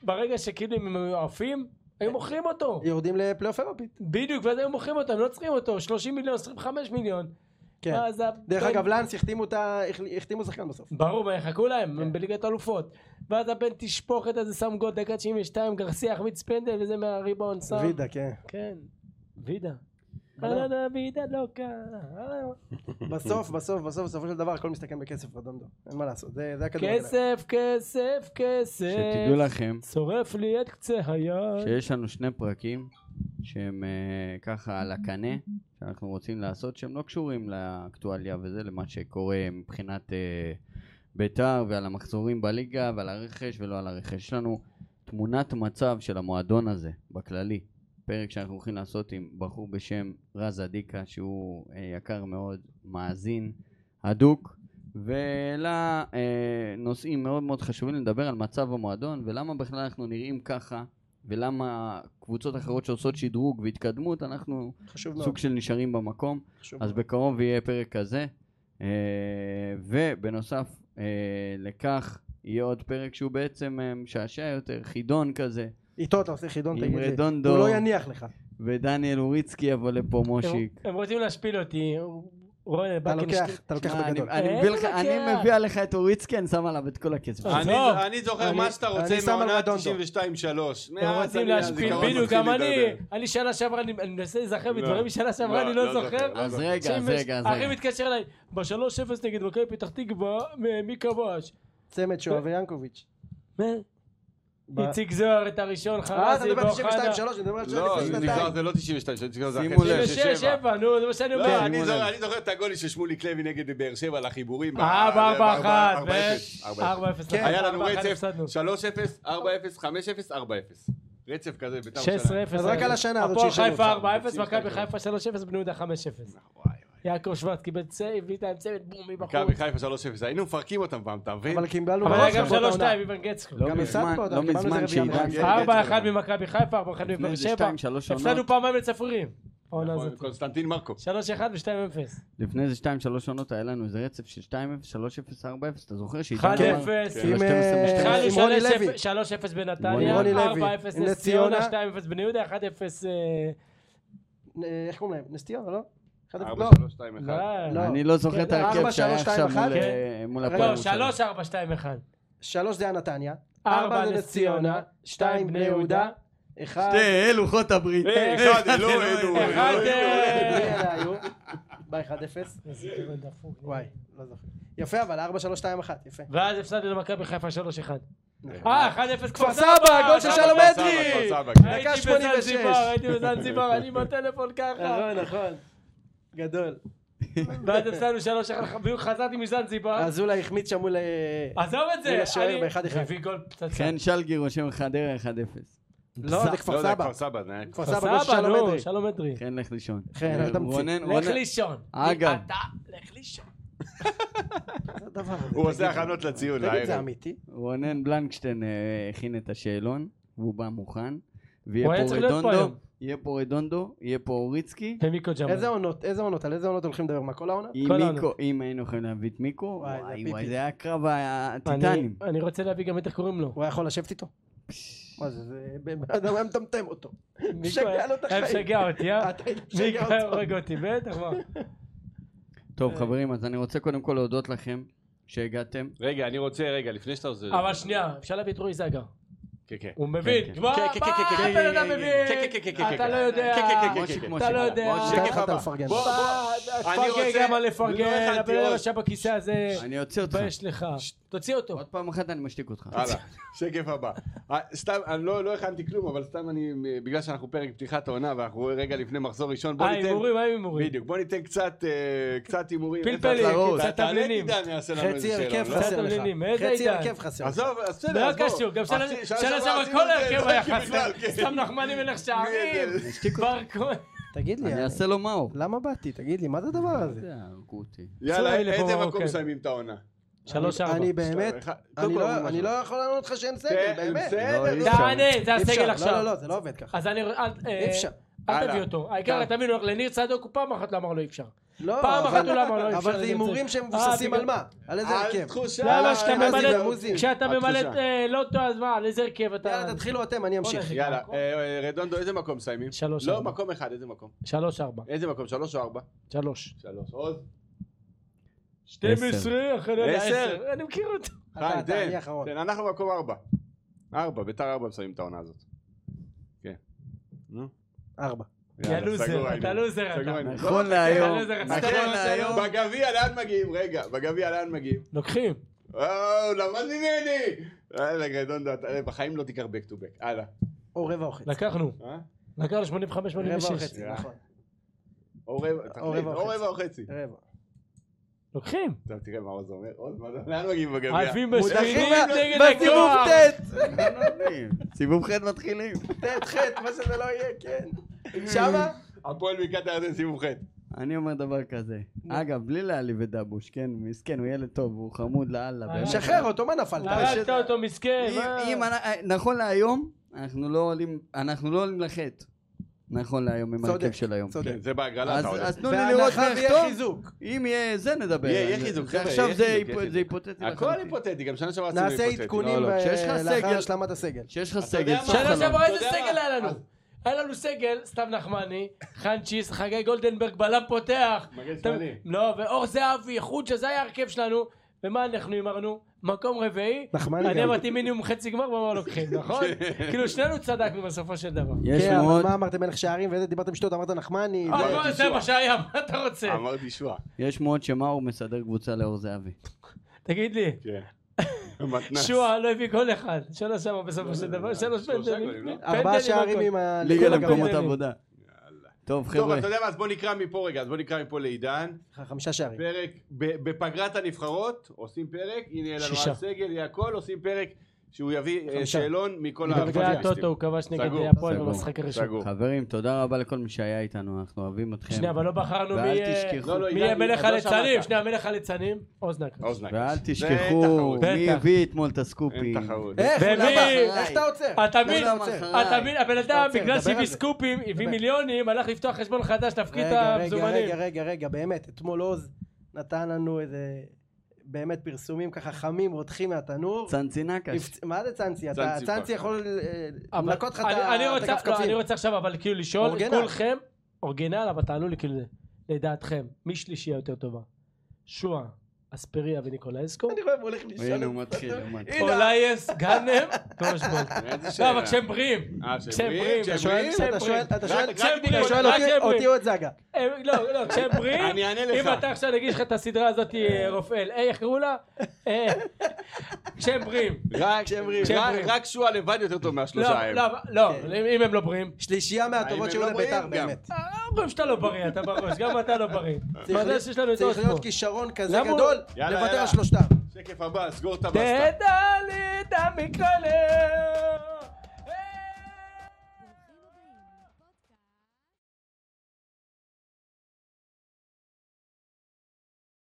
Speaker 4: ברגע שכאילו הם היו עפים, היו מוכרים אותו.
Speaker 2: יורדים לפלייאוף אירופית.
Speaker 4: בדיוק, ואז היו מוכרים אותו, הם לא צריכים אותו. 30 מיליון, 25 מיליון.
Speaker 2: כן.
Speaker 4: אז ה-
Speaker 2: דרך אגב, לאנס החתימו את ה... החתימו שחקן בסוף.
Speaker 4: ברור, מה יחכו להם, הם
Speaker 2: כן.
Speaker 4: בליגת אלופות. ואז הבן תשפוכת הזה שם גול, דקה 92, גרסיה החמיץ פנדל, וזה מהריבאונד שם.
Speaker 2: וידה, כן.
Speaker 4: כן, וידה.
Speaker 2: אהלן.
Speaker 4: אהלן, וידה לא קרה.
Speaker 2: בסוף, בסוף, בסוף, בסופו של דבר הכל מסתכם בכסף רדונדו. אין מה לעשות, זה זה הכדורגל.
Speaker 4: כסף, כסף, כסף.
Speaker 5: שתדעו לכם
Speaker 4: שורף לי את קצה היד.
Speaker 5: שיש לנו שני פרקים שהם אה, ככה על הקנה, שאנחנו רוצים לעשות, שהם לא קשורים לאקטואליה וזה, למה שקורה מבחינת אה, בית"ר ועל המחזורים בליגה ועל הרכש ולא על הרכש. יש לנו תמונת מצב של המועדון הזה, בכללי. פרק שאנחנו הולכים לעשות עם בחור בשם רז אדיקה, שהוא אה, יקר מאוד, מאזין, הדוק, והעלה אה, נושאים מאוד מאוד חשובים לדבר על מצב המועדון, ולמה בכלל אנחנו נראים ככה, ולמה קבוצות אחרות שעושות שדרוג והתקדמות, אנחנו
Speaker 2: חשוב מאוד.
Speaker 5: סוג של נשארים במקום.
Speaker 2: חשוב
Speaker 5: אז
Speaker 2: מאוד.
Speaker 5: בקרוב יהיה פרק כזה, אה, ובנוסף אה, לכך יהיה עוד פרק שהוא בעצם אה, משעשע יותר, חידון כזה,
Speaker 2: איתו אתה עושה חידון,
Speaker 5: עם
Speaker 2: תגיד לי.
Speaker 5: רדונדו.
Speaker 2: הוא לא יניח לך.
Speaker 5: ודניאל אוריצקי יבוא לפה מושיק.
Speaker 4: הם רוצים להשפיל אותי. רוני,
Speaker 2: אתה לא
Speaker 4: בא
Speaker 2: לוקח,
Speaker 4: כנשק-
Speaker 2: אתה לוקח
Speaker 5: מה, אני-
Speaker 2: בגדול.
Speaker 5: אני
Speaker 4: אין
Speaker 5: מביא לך-
Speaker 4: לך
Speaker 5: אני
Speaker 4: אוקיי. כיף.
Speaker 5: מביא עליך את אוריצקי, אני שם עליו את כל הכסף.
Speaker 4: אה, עזוב.
Speaker 3: אני, אני זוכר
Speaker 2: אני-
Speaker 3: מה שאתה רוצה
Speaker 2: אני שם על
Speaker 3: מעונה
Speaker 2: רדונדו.
Speaker 3: 92-3.
Speaker 4: הם רוצים להשפיל, בדיוק, גם אני, אני שנה שעברה, אני אני מנסה להיזכר
Speaker 3: לא.
Speaker 4: בדברים משנה שעברה,
Speaker 3: לא,
Speaker 4: אני
Speaker 3: לא
Speaker 4: לא
Speaker 3: זוכר.
Speaker 4: זוכר.
Speaker 5: אז רגע, אז
Speaker 4: שמש,
Speaker 5: רגע, אז
Speaker 4: אחי
Speaker 5: רגע.
Speaker 4: מתקשר אליי, בשלוש אפס נגד מכבי פתח תקווה, מ- מי כבש?
Speaker 2: צמד שואה ויאנקוביץ'.
Speaker 4: מה?
Speaker 2: ב-
Speaker 4: איציק זוהר את הראשון,
Speaker 2: אה, אתה
Speaker 4: חרזי,
Speaker 2: מדבר על 92-3,
Speaker 4: באוחנה.
Speaker 2: אני מדבר על
Speaker 3: לא,
Speaker 2: לפני
Speaker 3: נגזר
Speaker 2: שנתיים.
Speaker 3: זה לא 92, זה נגזר
Speaker 5: שימו
Speaker 3: אחרי
Speaker 5: לב.
Speaker 4: 96,
Speaker 3: 97.
Speaker 4: שבע, נו, זה מה שאני אומר.
Speaker 3: לא, אני
Speaker 5: שימו
Speaker 3: זוכר-
Speaker 5: לב.
Speaker 3: אני זוכר את הגולים של שמוליק לוי נגד באר שבע על החיבורים.
Speaker 4: אה, בארבע אחת, ו-
Speaker 3: 4-0.
Speaker 4: 4-0.
Speaker 2: כן,
Speaker 3: היה לנו
Speaker 4: ארבע, אחד,
Speaker 3: רצף
Speaker 4: הפסדנו.
Speaker 3: 3-0, 4-0, 5-0, 4-0. רצף כזה בית"ר
Speaker 4: 16
Speaker 3: ירושלים.
Speaker 4: 0
Speaker 2: אז רק על השנה הזאת
Speaker 4: הפועל
Speaker 2: שהשאירו
Speaker 4: חיפה
Speaker 2: אותך.
Speaker 4: 4 0 מכבי חיפה 3 0 בני יהודה 5 0
Speaker 3: וואי, וואי.
Speaker 4: יעקב שוורץ קיבל צייב הביא להם צוות בום מבחוץ
Speaker 3: מכבי חיפה 3-0, היינו מפרקים אותם פעם, אתה מבין?
Speaker 2: אבל כאילו, קיבלנו
Speaker 4: אבל
Speaker 2: בראש
Speaker 4: היה גם
Speaker 2: באותה
Speaker 4: 3
Speaker 2: עונה.
Speaker 4: 2 איוון גצקו
Speaker 5: לא
Speaker 2: גם
Speaker 5: מזמן,
Speaker 2: הפסדנו אותם,
Speaker 5: לא
Speaker 2: קיבלנו את
Speaker 5: מזמן
Speaker 2: הרביעייה
Speaker 5: שעידן...
Speaker 2: מהרביעייה.
Speaker 4: 4 1 ממכבי חיפה 4 1
Speaker 5: לפני
Speaker 4: מבאר
Speaker 5: איזה
Speaker 4: אה, אוקיי, שבע
Speaker 5: שתיים, שלוש
Speaker 4: הפסדנו
Speaker 5: עונות.
Speaker 4: פעמיים לצפורים העונה
Speaker 3: נכון,
Speaker 4: הזאת
Speaker 3: קונסטנטין מרקו.
Speaker 4: 3 1 ו-2 0
Speaker 5: לפני איזה שתיים, שלוש עונות היה לנו איזה רצף של 2-0, 3-0, 4-0, אתה זוזכר שעידן...
Speaker 4: 1
Speaker 5: אמר-
Speaker 4: 0
Speaker 5: כן.
Speaker 2: עם,
Speaker 5: ב- 12,
Speaker 2: אה,
Speaker 5: ב-
Speaker 4: התחלנו
Speaker 2: עם רוני לוי.
Speaker 4: 3 0
Speaker 5: עם
Speaker 4: בנתניה
Speaker 5: רוני
Speaker 4: 4
Speaker 2: לוי,
Speaker 4: 0
Speaker 2: עם
Speaker 4: נס
Speaker 2: נס
Speaker 4: ציונה
Speaker 2: ציונה.
Speaker 4: 2 0 בני יהודה 1 0
Speaker 2: אה, איך קוראים להם? נס ציונה, לא? אחד- לא.
Speaker 3: 4-3-2-1.
Speaker 2: לא.
Speaker 5: אני לא זוכר את
Speaker 2: כן,
Speaker 5: ההרכב
Speaker 2: ארבע,
Speaker 5: שהיה
Speaker 2: שלוש, שתיים,
Speaker 5: עכשיו מול,
Speaker 2: אחת.
Speaker 5: אה, מול הפועל
Speaker 4: לא
Speaker 5: ירושלים.
Speaker 4: 3 4 2 1
Speaker 2: לא, שלוש זה היה נתניה.
Speaker 4: 4
Speaker 2: ארבע זה נס ציונה. שתיים בני יהודה. אחד...
Speaker 5: לוחות הברית.
Speaker 3: אה, אחד, אלו, אלו, אלו.
Speaker 4: אחד, אה,
Speaker 2: בלי אלה [laughs] היו. ב-1-0.
Speaker 4: איזה כיוון דפוק.
Speaker 2: וואי, לא זוכר. יפה, אבל 4-3-2-1, יפה.
Speaker 4: ואז הפסדנו למכבי חיפה 3-1. אה, 1-0 כפר
Speaker 2: נכון. כפר
Speaker 4: סבא,
Speaker 2: סבא, גול של
Speaker 4: כפר
Speaker 2: שלום
Speaker 4: סבא.
Speaker 2: אדרי!
Speaker 3: לא, כפר סבא, כן.
Speaker 2: דקה
Speaker 4: הייתי
Speaker 2: 86.
Speaker 4: בזנזיבר, הייתי בזנזיבר, אני עם הטלפון ככה.
Speaker 2: נכון, נכון. גדול. נכון.
Speaker 4: ואז הפסדנו 3-1, בדיוק חזרתי מזנזיבר.
Speaker 2: אזולה החמיץ שם מול... אה,
Speaker 4: עזוב את זה,
Speaker 2: מול השוער
Speaker 4: אני-
Speaker 2: ב-1-1.
Speaker 4: הביא גול פצצה.
Speaker 5: חן כן, שלגי רושם חדרה 1-0.
Speaker 2: כן, לא, זה
Speaker 3: לא,
Speaker 2: כפר
Speaker 3: זה
Speaker 2: סבא.
Speaker 3: כפר סבא, זה היה-
Speaker 2: כפר סבא, גול של שלום
Speaker 4: נו,
Speaker 2: אדרי. כן,
Speaker 4: שלום אדרי.
Speaker 5: חן כן, לך לישון.
Speaker 2: חן, אל תמציא.
Speaker 5: רונן,
Speaker 4: לך
Speaker 5: רונן,
Speaker 4: לישון.
Speaker 5: אגב.
Speaker 4: אתה, לך לישון.
Speaker 2: זה הדבר הזה,
Speaker 3: הוא
Speaker 2: תגיד
Speaker 3: עושה
Speaker 2: לי.
Speaker 3: הכנות לציון.
Speaker 2: תגיד, זה
Speaker 3: הערב.
Speaker 2: אמיתי?
Speaker 5: רונן בלנקשטיין אה, הכין את השאלון, והוא בא מוכן. ויהיה
Speaker 4: הוא היה
Speaker 5: פה
Speaker 4: צריך להיות פה
Speaker 5: רדונדו,
Speaker 4: היום.
Speaker 5: יהיה פה רדונדו, יהיה פה אוריצקי.
Speaker 4: ומיקו ג'מאל.
Speaker 2: איזה עונות, איזה עונות, על איזה עונות הולכים לדבר? מה, כל העונה?
Speaker 5: עם
Speaker 4: כל
Speaker 5: מיקו, אם היינו יכולים להביא את מיקו,
Speaker 2: וואי, זה
Speaker 5: וואי
Speaker 2: הפיפי.
Speaker 5: וואי, זה היה קרב ה-
Speaker 4: אני-
Speaker 5: הטיטנים.
Speaker 4: אני רוצה להביא גם את איך קוראים לו.
Speaker 2: הוא היה יכול לשבת איתו? מה זה, זה... בן אדם היה מטמטם
Speaker 4: [laughs]
Speaker 2: אותו. משגע לו את
Speaker 4: היה
Speaker 2: החיים.
Speaker 4: משגע אותי, אה?
Speaker 2: אתה היית משגע
Speaker 4: מיקו
Speaker 2: אותו.
Speaker 4: היה הורג אותי, בטח, מה?
Speaker 3: אה.
Speaker 5: טוב חברים, אז אני רוצה קודם כל להודות לכם שהגעתם.
Speaker 3: רגע, אני רוצה, רגע, לפני שאתה עושה...
Speaker 4: אבל שנייה, אפשר להביא את רועי זגה.
Speaker 3: כן, כן.
Speaker 4: הוא מבין.
Speaker 5: כן.
Speaker 4: מה,
Speaker 3: כן, כן,
Speaker 4: מה,
Speaker 3: כן, כן, כן,
Speaker 4: הבן אדם
Speaker 3: כן, כן, כן,
Speaker 4: מבין?
Speaker 3: כן, כן,
Speaker 4: אתה
Speaker 3: כן,
Speaker 4: לא
Speaker 3: כן.
Speaker 4: יודע.
Speaker 3: כן, כן, כן,
Speaker 5: מושיק
Speaker 3: כן.
Speaker 5: מושיק.
Speaker 4: לא יודע.
Speaker 5: מושיק,
Speaker 2: נתן
Speaker 3: שקף
Speaker 2: לך
Speaker 3: הבא.
Speaker 2: אתה מפרגן.
Speaker 3: בוא,
Speaker 4: מה,
Speaker 3: אני
Speaker 4: תפרגן
Speaker 3: רוצה-
Speaker 4: גם על
Speaker 3: לא
Speaker 4: לפרגן,
Speaker 3: הכנתי
Speaker 4: הבן אדם
Speaker 3: עוד.
Speaker 4: ישב בכיסא הזה,
Speaker 5: אני אוציא אותך.
Speaker 4: תתבייש לך. תוציא אותו. אה,
Speaker 5: עוד פעם אחת אני משתיק אותך.
Speaker 3: הלאה, שקף הבא. אה, סתם, אני לא לא הכנתי כלום, אבל סתם אני, בגלל שאנחנו פרק פתיחת העונה ואנחנו רגע לפני מחזור ראשון, בוא
Speaker 4: אה,
Speaker 3: ניתן...
Speaker 4: הימורים, אה, הימורים.
Speaker 3: בדיוק, בוא ניתן קצת אה, קצת הימורים.
Speaker 4: פלפלים, קצת
Speaker 3: תעלה
Speaker 4: תבלינים.
Speaker 3: עידן, יעשה לנו איזה
Speaker 2: חצי
Speaker 3: שאלון.
Speaker 2: הרכב
Speaker 3: לא?
Speaker 2: חסר לך.
Speaker 4: תבלינים, איזה
Speaker 2: חצי
Speaker 4: עידן?
Speaker 2: הרכב חסר לך.
Speaker 3: עזוב, אז
Speaker 4: לא
Speaker 3: בסדר, אז בוא.
Speaker 4: קשור, גם שנה
Speaker 3: אז
Speaker 4: שנה
Speaker 3: שעברה
Speaker 4: שעברה
Speaker 3: עשינו
Speaker 4: כל
Speaker 3: את זה,
Speaker 4: ההרכב היה חסר.
Speaker 3: בכלל, כן.
Speaker 4: [laughs] סתם נחמני מלך שערים,
Speaker 3: מי
Speaker 4: בר כהן.
Speaker 2: תגיד לי, אה,
Speaker 5: אני אעשה לו מאור.
Speaker 3: לא.
Speaker 2: למה באתי? תגיד לי, מה זה הדבר
Speaker 5: אתה
Speaker 2: הזה?
Speaker 5: יודע, הרגו אותי.
Speaker 3: יאללה,
Speaker 4: צאו,
Speaker 3: איזה
Speaker 4: אוקיי.
Speaker 3: מקום מסיימים את העונה?
Speaker 4: שלוש ארבע.
Speaker 2: אני באמת,
Speaker 3: שתיים, אחד.
Speaker 2: אני
Speaker 3: קודם
Speaker 2: לא-
Speaker 3: כל,
Speaker 2: אני לא יכול לענות לך שאין סגל,
Speaker 3: כן,
Speaker 2: באמת.
Speaker 3: בסדר,
Speaker 5: לא,
Speaker 3: נו.
Speaker 5: אי אפשר.
Speaker 4: תענה, זה
Speaker 2: אי אפשר,
Speaker 4: הסגל עכשיו.
Speaker 2: לא, לא, לא, זה לא עובד ככה.
Speaker 4: אז אני... אל- אה,
Speaker 2: אי אפשר.
Speaker 4: אל
Speaker 3: הלאה.
Speaker 4: תביא אותו. העיקר,
Speaker 2: אתה-
Speaker 4: תבינו, לניר צדוק הוא פעם אחת לא אמר לו אי אפשר.
Speaker 2: לא,
Speaker 4: פעם
Speaker 2: אבל-
Speaker 4: אחת הוא לא אמר, לא
Speaker 2: אבל
Speaker 4: אפשר, אני
Speaker 2: זה
Speaker 4: רוצה.
Speaker 2: הימורים שהם
Speaker 4: אה,
Speaker 2: מבוססים
Speaker 4: בגלל-
Speaker 2: על מה? על איזה
Speaker 3: על
Speaker 2: הרכב?
Speaker 3: תחושה.
Speaker 4: למה
Speaker 2: שאתה
Speaker 4: כשאתה
Speaker 2: אשכנזי
Speaker 4: ממלא-
Speaker 2: ועמוזי.
Speaker 4: כשאתה ממלא את
Speaker 3: התחושה.
Speaker 4: אה, לוטו, אז מה, על איזה הרכב אתה...
Speaker 2: יאללה, תתחילו אתם, אני אמשיך.
Speaker 4: בוא
Speaker 3: יאללה, אה, אה, רדונדו, איזה מקום מסיימים?
Speaker 4: שלוש,
Speaker 3: לא,
Speaker 4: ארבע.
Speaker 3: מקום אחד, איזה מקום?
Speaker 4: שלוש ארבע.
Speaker 3: איזה מקום? שלוש או ארבע?
Speaker 4: שלוש.
Speaker 3: שלוש. עוד?
Speaker 4: 12, אחרי לא
Speaker 3: עשר.
Speaker 4: עשר. אני מכיר אותו.
Speaker 2: אתה,
Speaker 3: חיים,
Speaker 2: אתה,
Speaker 3: תן,
Speaker 2: אני האחרון.
Speaker 3: תן, אנחנו במקום ארבע. ארבע, ביתר ארבע מסיימים את העונה הזאת. כן. נו.
Speaker 2: ארבע.
Speaker 4: יא
Speaker 3: יאללה,
Speaker 4: לוזר,
Speaker 3: סגור
Speaker 4: אתה
Speaker 3: העניין.
Speaker 4: לוזר,
Speaker 3: סגור
Speaker 4: אתה.
Speaker 3: העניין.
Speaker 5: נכון
Speaker 3: לא,
Speaker 4: [laughs]
Speaker 5: להיום,
Speaker 4: זה רציתי
Speaker 3: נכון
Speaker 5: להגיד.
Speaker 3: להיום. בגביע לאן מגיעים? רגע, בגביע לאן מגיעים? אה,
Speaker 4: לוקחים.
Speaker 3: וואו, למד אה, ממני! יאללה, רדונדו, אתה- בחיים לא תיקח back to back. הלאה.
Speaker 2: או רבע או חצי.
Speaker 4: לקחנו.
Speaker 3: אה?
Speaker 4: לקח לו 85,
Speaker 2: רבע
Speaker 4: 86.
Speaker 2: וחצי, נכון.
Speaker 3: או רבע, תחליט,
Speaker 2: רבע
Speaker 3: או
Speaker 2: וחצי.
Speaker 3: רבע או חצי.
Speaker 2: רבע.
Speaker 4: לוקחים.
Speaker 3: טוב, תראה מה עוז אומר. עוז, מה זה- לאן מגיעים בגביע?
Speaker 4: עפים
Speaker 2: מודחים
Speaker 4: בשבילים
Speaker 2: מה-
Speaker 4: נגד
Speaker 2: בסיבוב
Speaker 4: הכוח.
Speaker 2: ט',
Speaker 5: סיבוב ח' מתחילים.
Speaker 2: ט', ח', מה שזה לא יהיה,
Speaker 3: [laughs]
Speaker 2: כן. שמה?
Speaker 3: הפועל בקעת הירדן סיבוב ח'.
Speaker 5: אני אומר דבר כזה. אגב, בלי להעליב את דבוש, כן? מסכן, הוא ילד טוב, הוא חמוד
Speaker 3: אה,
Speaker 5: לאללה. באמת.
Speaker 2: שחרר אותו, מה
Speaker 5: לא,
Speaker 2: נפלת?
Speaker 4: הרגת אותו מסכן.
Speaker 5: אם-
Speaker 4: מה?
Speaker 5: אם אנ- נכון להיום, אנחנו לא עולים אנחנו לא עולים לחטא. נכון להיום, עם ההרכב
Speaker 2: צודק,
Speaker 5: של היום.
Speaker 2: צודק.
Speaker 3: כן, זה בהגרלה
Speaker 5: אז
Speaker 3: אתה עולה.
Speaker 5: אז תנו לי לראות
Speaker 2: בהנחה
Speaker 5: איך
Speaker 2: ויהיה
Speaker 5: טוב.
Speaker 2: חיזוק.
Speaker 5: אם יהיה זה נדבר.
Speaker 3: יהיה, יהיה
Speaker 5: אני-
Speaker 3: חיזוק,
Speaker 5: זה
Speaker 3: חבר'ה,
Speaker 5: עכשיו
Speaker 3: יהיה
Speaker 5: זה
Speaker 3: חיזוק,
Speaker 5: היפ-
Speaker 3: יהיה
Speaker 5: זה
Speaker 3: חיזוק.
Speaker 5: היפותטי.
Speaker 3: הכל
Speaker 5: לחלוטין.
Speaker 3: היפותטי, גם שנה שעברה עשינו
Speaker 2: נעשה
Speaker 3: היפותטי.
Speaker 2: עדכונים
Speaker 5: לא, לא,
Speaker 2: ב-
Speaker 5: כשיש לך סגל-
Speaker 2: לאחר השלמת הסגל.
Speaker 5: כשיש לך
Speaker 3: אתה יודע
Speaker 5: סגל,
Speaker 3: מה?
Speaker 5: סוף
Speaker 4: שנה
Speaker 5: חלום.
Speaker 4: שעברה איזה
Speaker 3: אתה יודע
Speaker 4: סגל
Speaker 3: מה?
Speaker 4: היה לנו?
Speaker 3: אז-
Speaker 4: היה לנו סגל, סתיו נחמני, חנצ'יס, חגי גולדנברג, בלם פותח.
Speaker 3: מגן
Speaker 4: אתה-
Speaker 3: שמאלי.
Speaker 4: לא, ואור זהבי, חוצ'ה, זה היה ההרכב שלנו. ומה אנחנו הימרנו? מקום רביעי.
Speaker 2: נחמני
Speaker 4: אני
Speaker 2: גם.
Speaker 4: אמרתי מינימום חצי גמר, ומה לוקחים, נכון? כאילו שנינו צדקנו בסופו של דבר.
Speaker 5: יש
Speaker 2: כן, אבל
Speaker 5: מאוד-
Speaker 2: מה אמרתם מלך שערים ואיזה דיברתם שטות? אמרת נחמני?
Speaker 4: אה,
Speaker 2: זה-
Speaker 4: בוא, זה מה שהיה, מה אתה רוצה?
Speaker 3: אמרתי שועה.
Speaker 5: יש מאוד שמאור מסדר קבוצה לאור זהבי.
Speaker 4: תגיד לי,
Speaker 3: כן.
Speaker 4: [laughs]
Speaker 3: מתנ"ס.
Speaker 4: שועה לא הביא גול אחד. שלוש שמה בסופו של דבר, שלוש
Speaker 3: שלושה
Speaker 4: פנדלים.
Speaker 3: גולים, לא?
Speaker 5: כן,
Speaker 2: ארבעה
Speaker 4: פנדלים
Speaker 2: שערים
Speaker 4: הכל.
Speaker 2: עם ה...
Speaker 5: ליגה
Speaker 4: הגביע.
Speaker 5: למקומות עבודה. טוב,
Speaker 3: טוב,
Speaker 5: חבר'ה.
Speaker 3: אתה יודע מה? אז בוא נקרא מפה רגע, אז בוא נקרא מפה לעידן.
Speaker 2: אה, חמישה שערים.
Speaker 3: פרק, ב- בפגרת הנבחרות עושים פרק, הנה יהיה לנו
Speaker 4: שישה.
Speaker 3: הסגל, יהיה הכל, עושים פרק שהוא יביא אה,
Speaker 2: חמישה.
Speaker 3: שאלון מכל
Speaker 4: בגלל הטוטו
Speaker 3: הפודקאסטים.
Speaker 4: הוא כבש נגד
Speaker 3: סגור,
Speaker 4: הפועל
Speaker 5: סגור.
Speaker 4: במשחק הראשון.
Speaker 3: סגור.
Speaker 5: חברים, תודה רבה לכל מי שהיה איתנו, אנחנו אוהבים אתכם.
Speaker 4: שנייה, אבל לא בחרנו מי
Speaker 5: ואל
Speaker 4: יהיה-
Speaker 5: תשכחו.
Speaker 3: לא, לא,
Speaker 4: מי יהיה
Speaker 3: עידן,
Speaker 4: מלך
Speaker 3: עוד לא
Speaker 4: הליצנים,
Speaker 3: שמעת.
Speaker 4: שנייה, מלך הליצנים, אוזנק.
Speaker 3: אוזנק.
Speaker 5: ואל
Speaker 3: זה
Speaker 5: תשכחו,
Speaker 3: תחרות.
Speaker 5: מי
Speaker 4: בטח.
Speaker 5: הביא אתמול את הסקופים.
Speaker 3: אין תחרות.
Speaker 2: אה, איך?
Speaker 4: ומי-
Speaker 2: למה? איך אתה עוצר?
Speaker 4: אתה מבין?
Speaker 2: למה אתה עוצר?
Speaker 4: אה, אתה מבין, הבן אדם,
Speaker 2: עוצר,
Speaker 4: בגלל
Speaker 2: דבר על
Speaker 4: שהביא
Speaker 2: זה.
Speaker 4: סקופים, הביא
Speaker 2: דבר.
Speaker 4: מיליונים, הלך לפתוח חשבון חדש, תפקיד
Speaker 2: רגע, רגע,
Speaker 4: המזומנים.
Speaker 2: רגע, רגע, רגע, באמת, אתמול עוז נתן לנו איזה... באמת פרסומים ככה חמים, רותחים מהתנור.
Speaker 5: צנצינקש.
Speaker 2: הפצ- מה זה צאנצי? אתה-
Speaker 3: צאנצי
Speaker 2: צאנצי
Speaker 3: כבר.
Speaker 2: יכול אה,
Speaker 4: אבל-
Speaker 2: לנקות לך את
Speaker 4: אני-
Speaker 2: ה-
Speaker 4: אני
Speaker 2: את
Speaker 4: רוצה- לא,
Speaker 2: הכפכפים.
Speaker 4: אני רוצה עכשיו, אבל כאילו לשאול את
Speaker 2: אורגינל.
Speaker 4: כולכם, אורגינל, אבל תענו לי כאילו, זה, לדעתכם, מי שלישייה יותר טובה? שועה, אספריה וניקולאסקו?
Speaker 2: אני רואה, הוא הולך לשאול.
Speaker 5: הנה הוא מתחיל, הוא מתחיל.
Speaker 4: או
Speaker 2: הנה, [laughs]
Speaker 4: לייס, גאנם, גולשבולט.
Speaker 3: איזה
Speaker 4: לא,
Speaker 3: שאלה.
Speaker 4: אבל כשהם בריאים.
Speaker 3: אה,
Speaker 4: כשהם בריאים,
Speaker 3: כשהם
Speaker 4: כשהם
Speaker 3: בריאים?
Speaker 4: בריאים.
Speaker 2: אתה שואל- אתה שואל-
Speaker 3: רק-
Speaker 4: כשהם בריאים,
Speaker 2: אתה שואל
Speaker 4: רק
Speaker 2: אותי-
Speaker 4: כשהם בריאים.
Speaker 2: אותי או את זגה.
Speaker 4: הם- לא, לא,
Speaker 2: [laughs]
Speaker 4: כשהם בריאים,
Speaker 3: אני אענה לך.
Speaker 4: אם אתה עכשיו נגיד לך את הסדרה הזאת, אה, רופאל, אה, איך קראו לה? אה, כשהם בריאים.
Speaker 3: רק-
Speaker 2: כשהם בריאים.
Speaker 3: רק-
Speaker 4: כשהם בריאים.
Speaker 3: רק שועה לבד יותר טוב מהשלושה
Speaker 4: לא,
Speaker 3: האלה.
Speaker 4: לא, לא,
Speaker 2: כן.
Speaker 4: אם אם הם לא בריאים.
Speaker 2: שלישייה
Speaker 3: האם
Speaker 2: מהטובות
Speaker 3: הם
Speaker 2: שהיו
Speaker 3: לא
Speaker 2: לביתר,
Speaker 3: בריאים גם?
Speaker 2: באמת.
Speaker 4: אה, אומרים שאתה לא בריא, אתה בראש, גם אתה לא בריא.
Speaker 2: צריך
Speaker 4: מזל
Speaker 2: להיות-
Speaker 4: שיש לנו את
Speaker 2: צריך
Speaker 4: אוסמו.
Speaker 2: להיות כישרון כזה
Speaker 4: למה הוא-
Speaker 2: גדול,
Speaker 3: יאללה,
Speaker 2: לוותר
Speaker 3: יאללה.
Speaker 2: על שלושתם.
Speaker 3: שקף הבא, סגור את הבסטה.
Speaker 4: תדע לי את המקרלם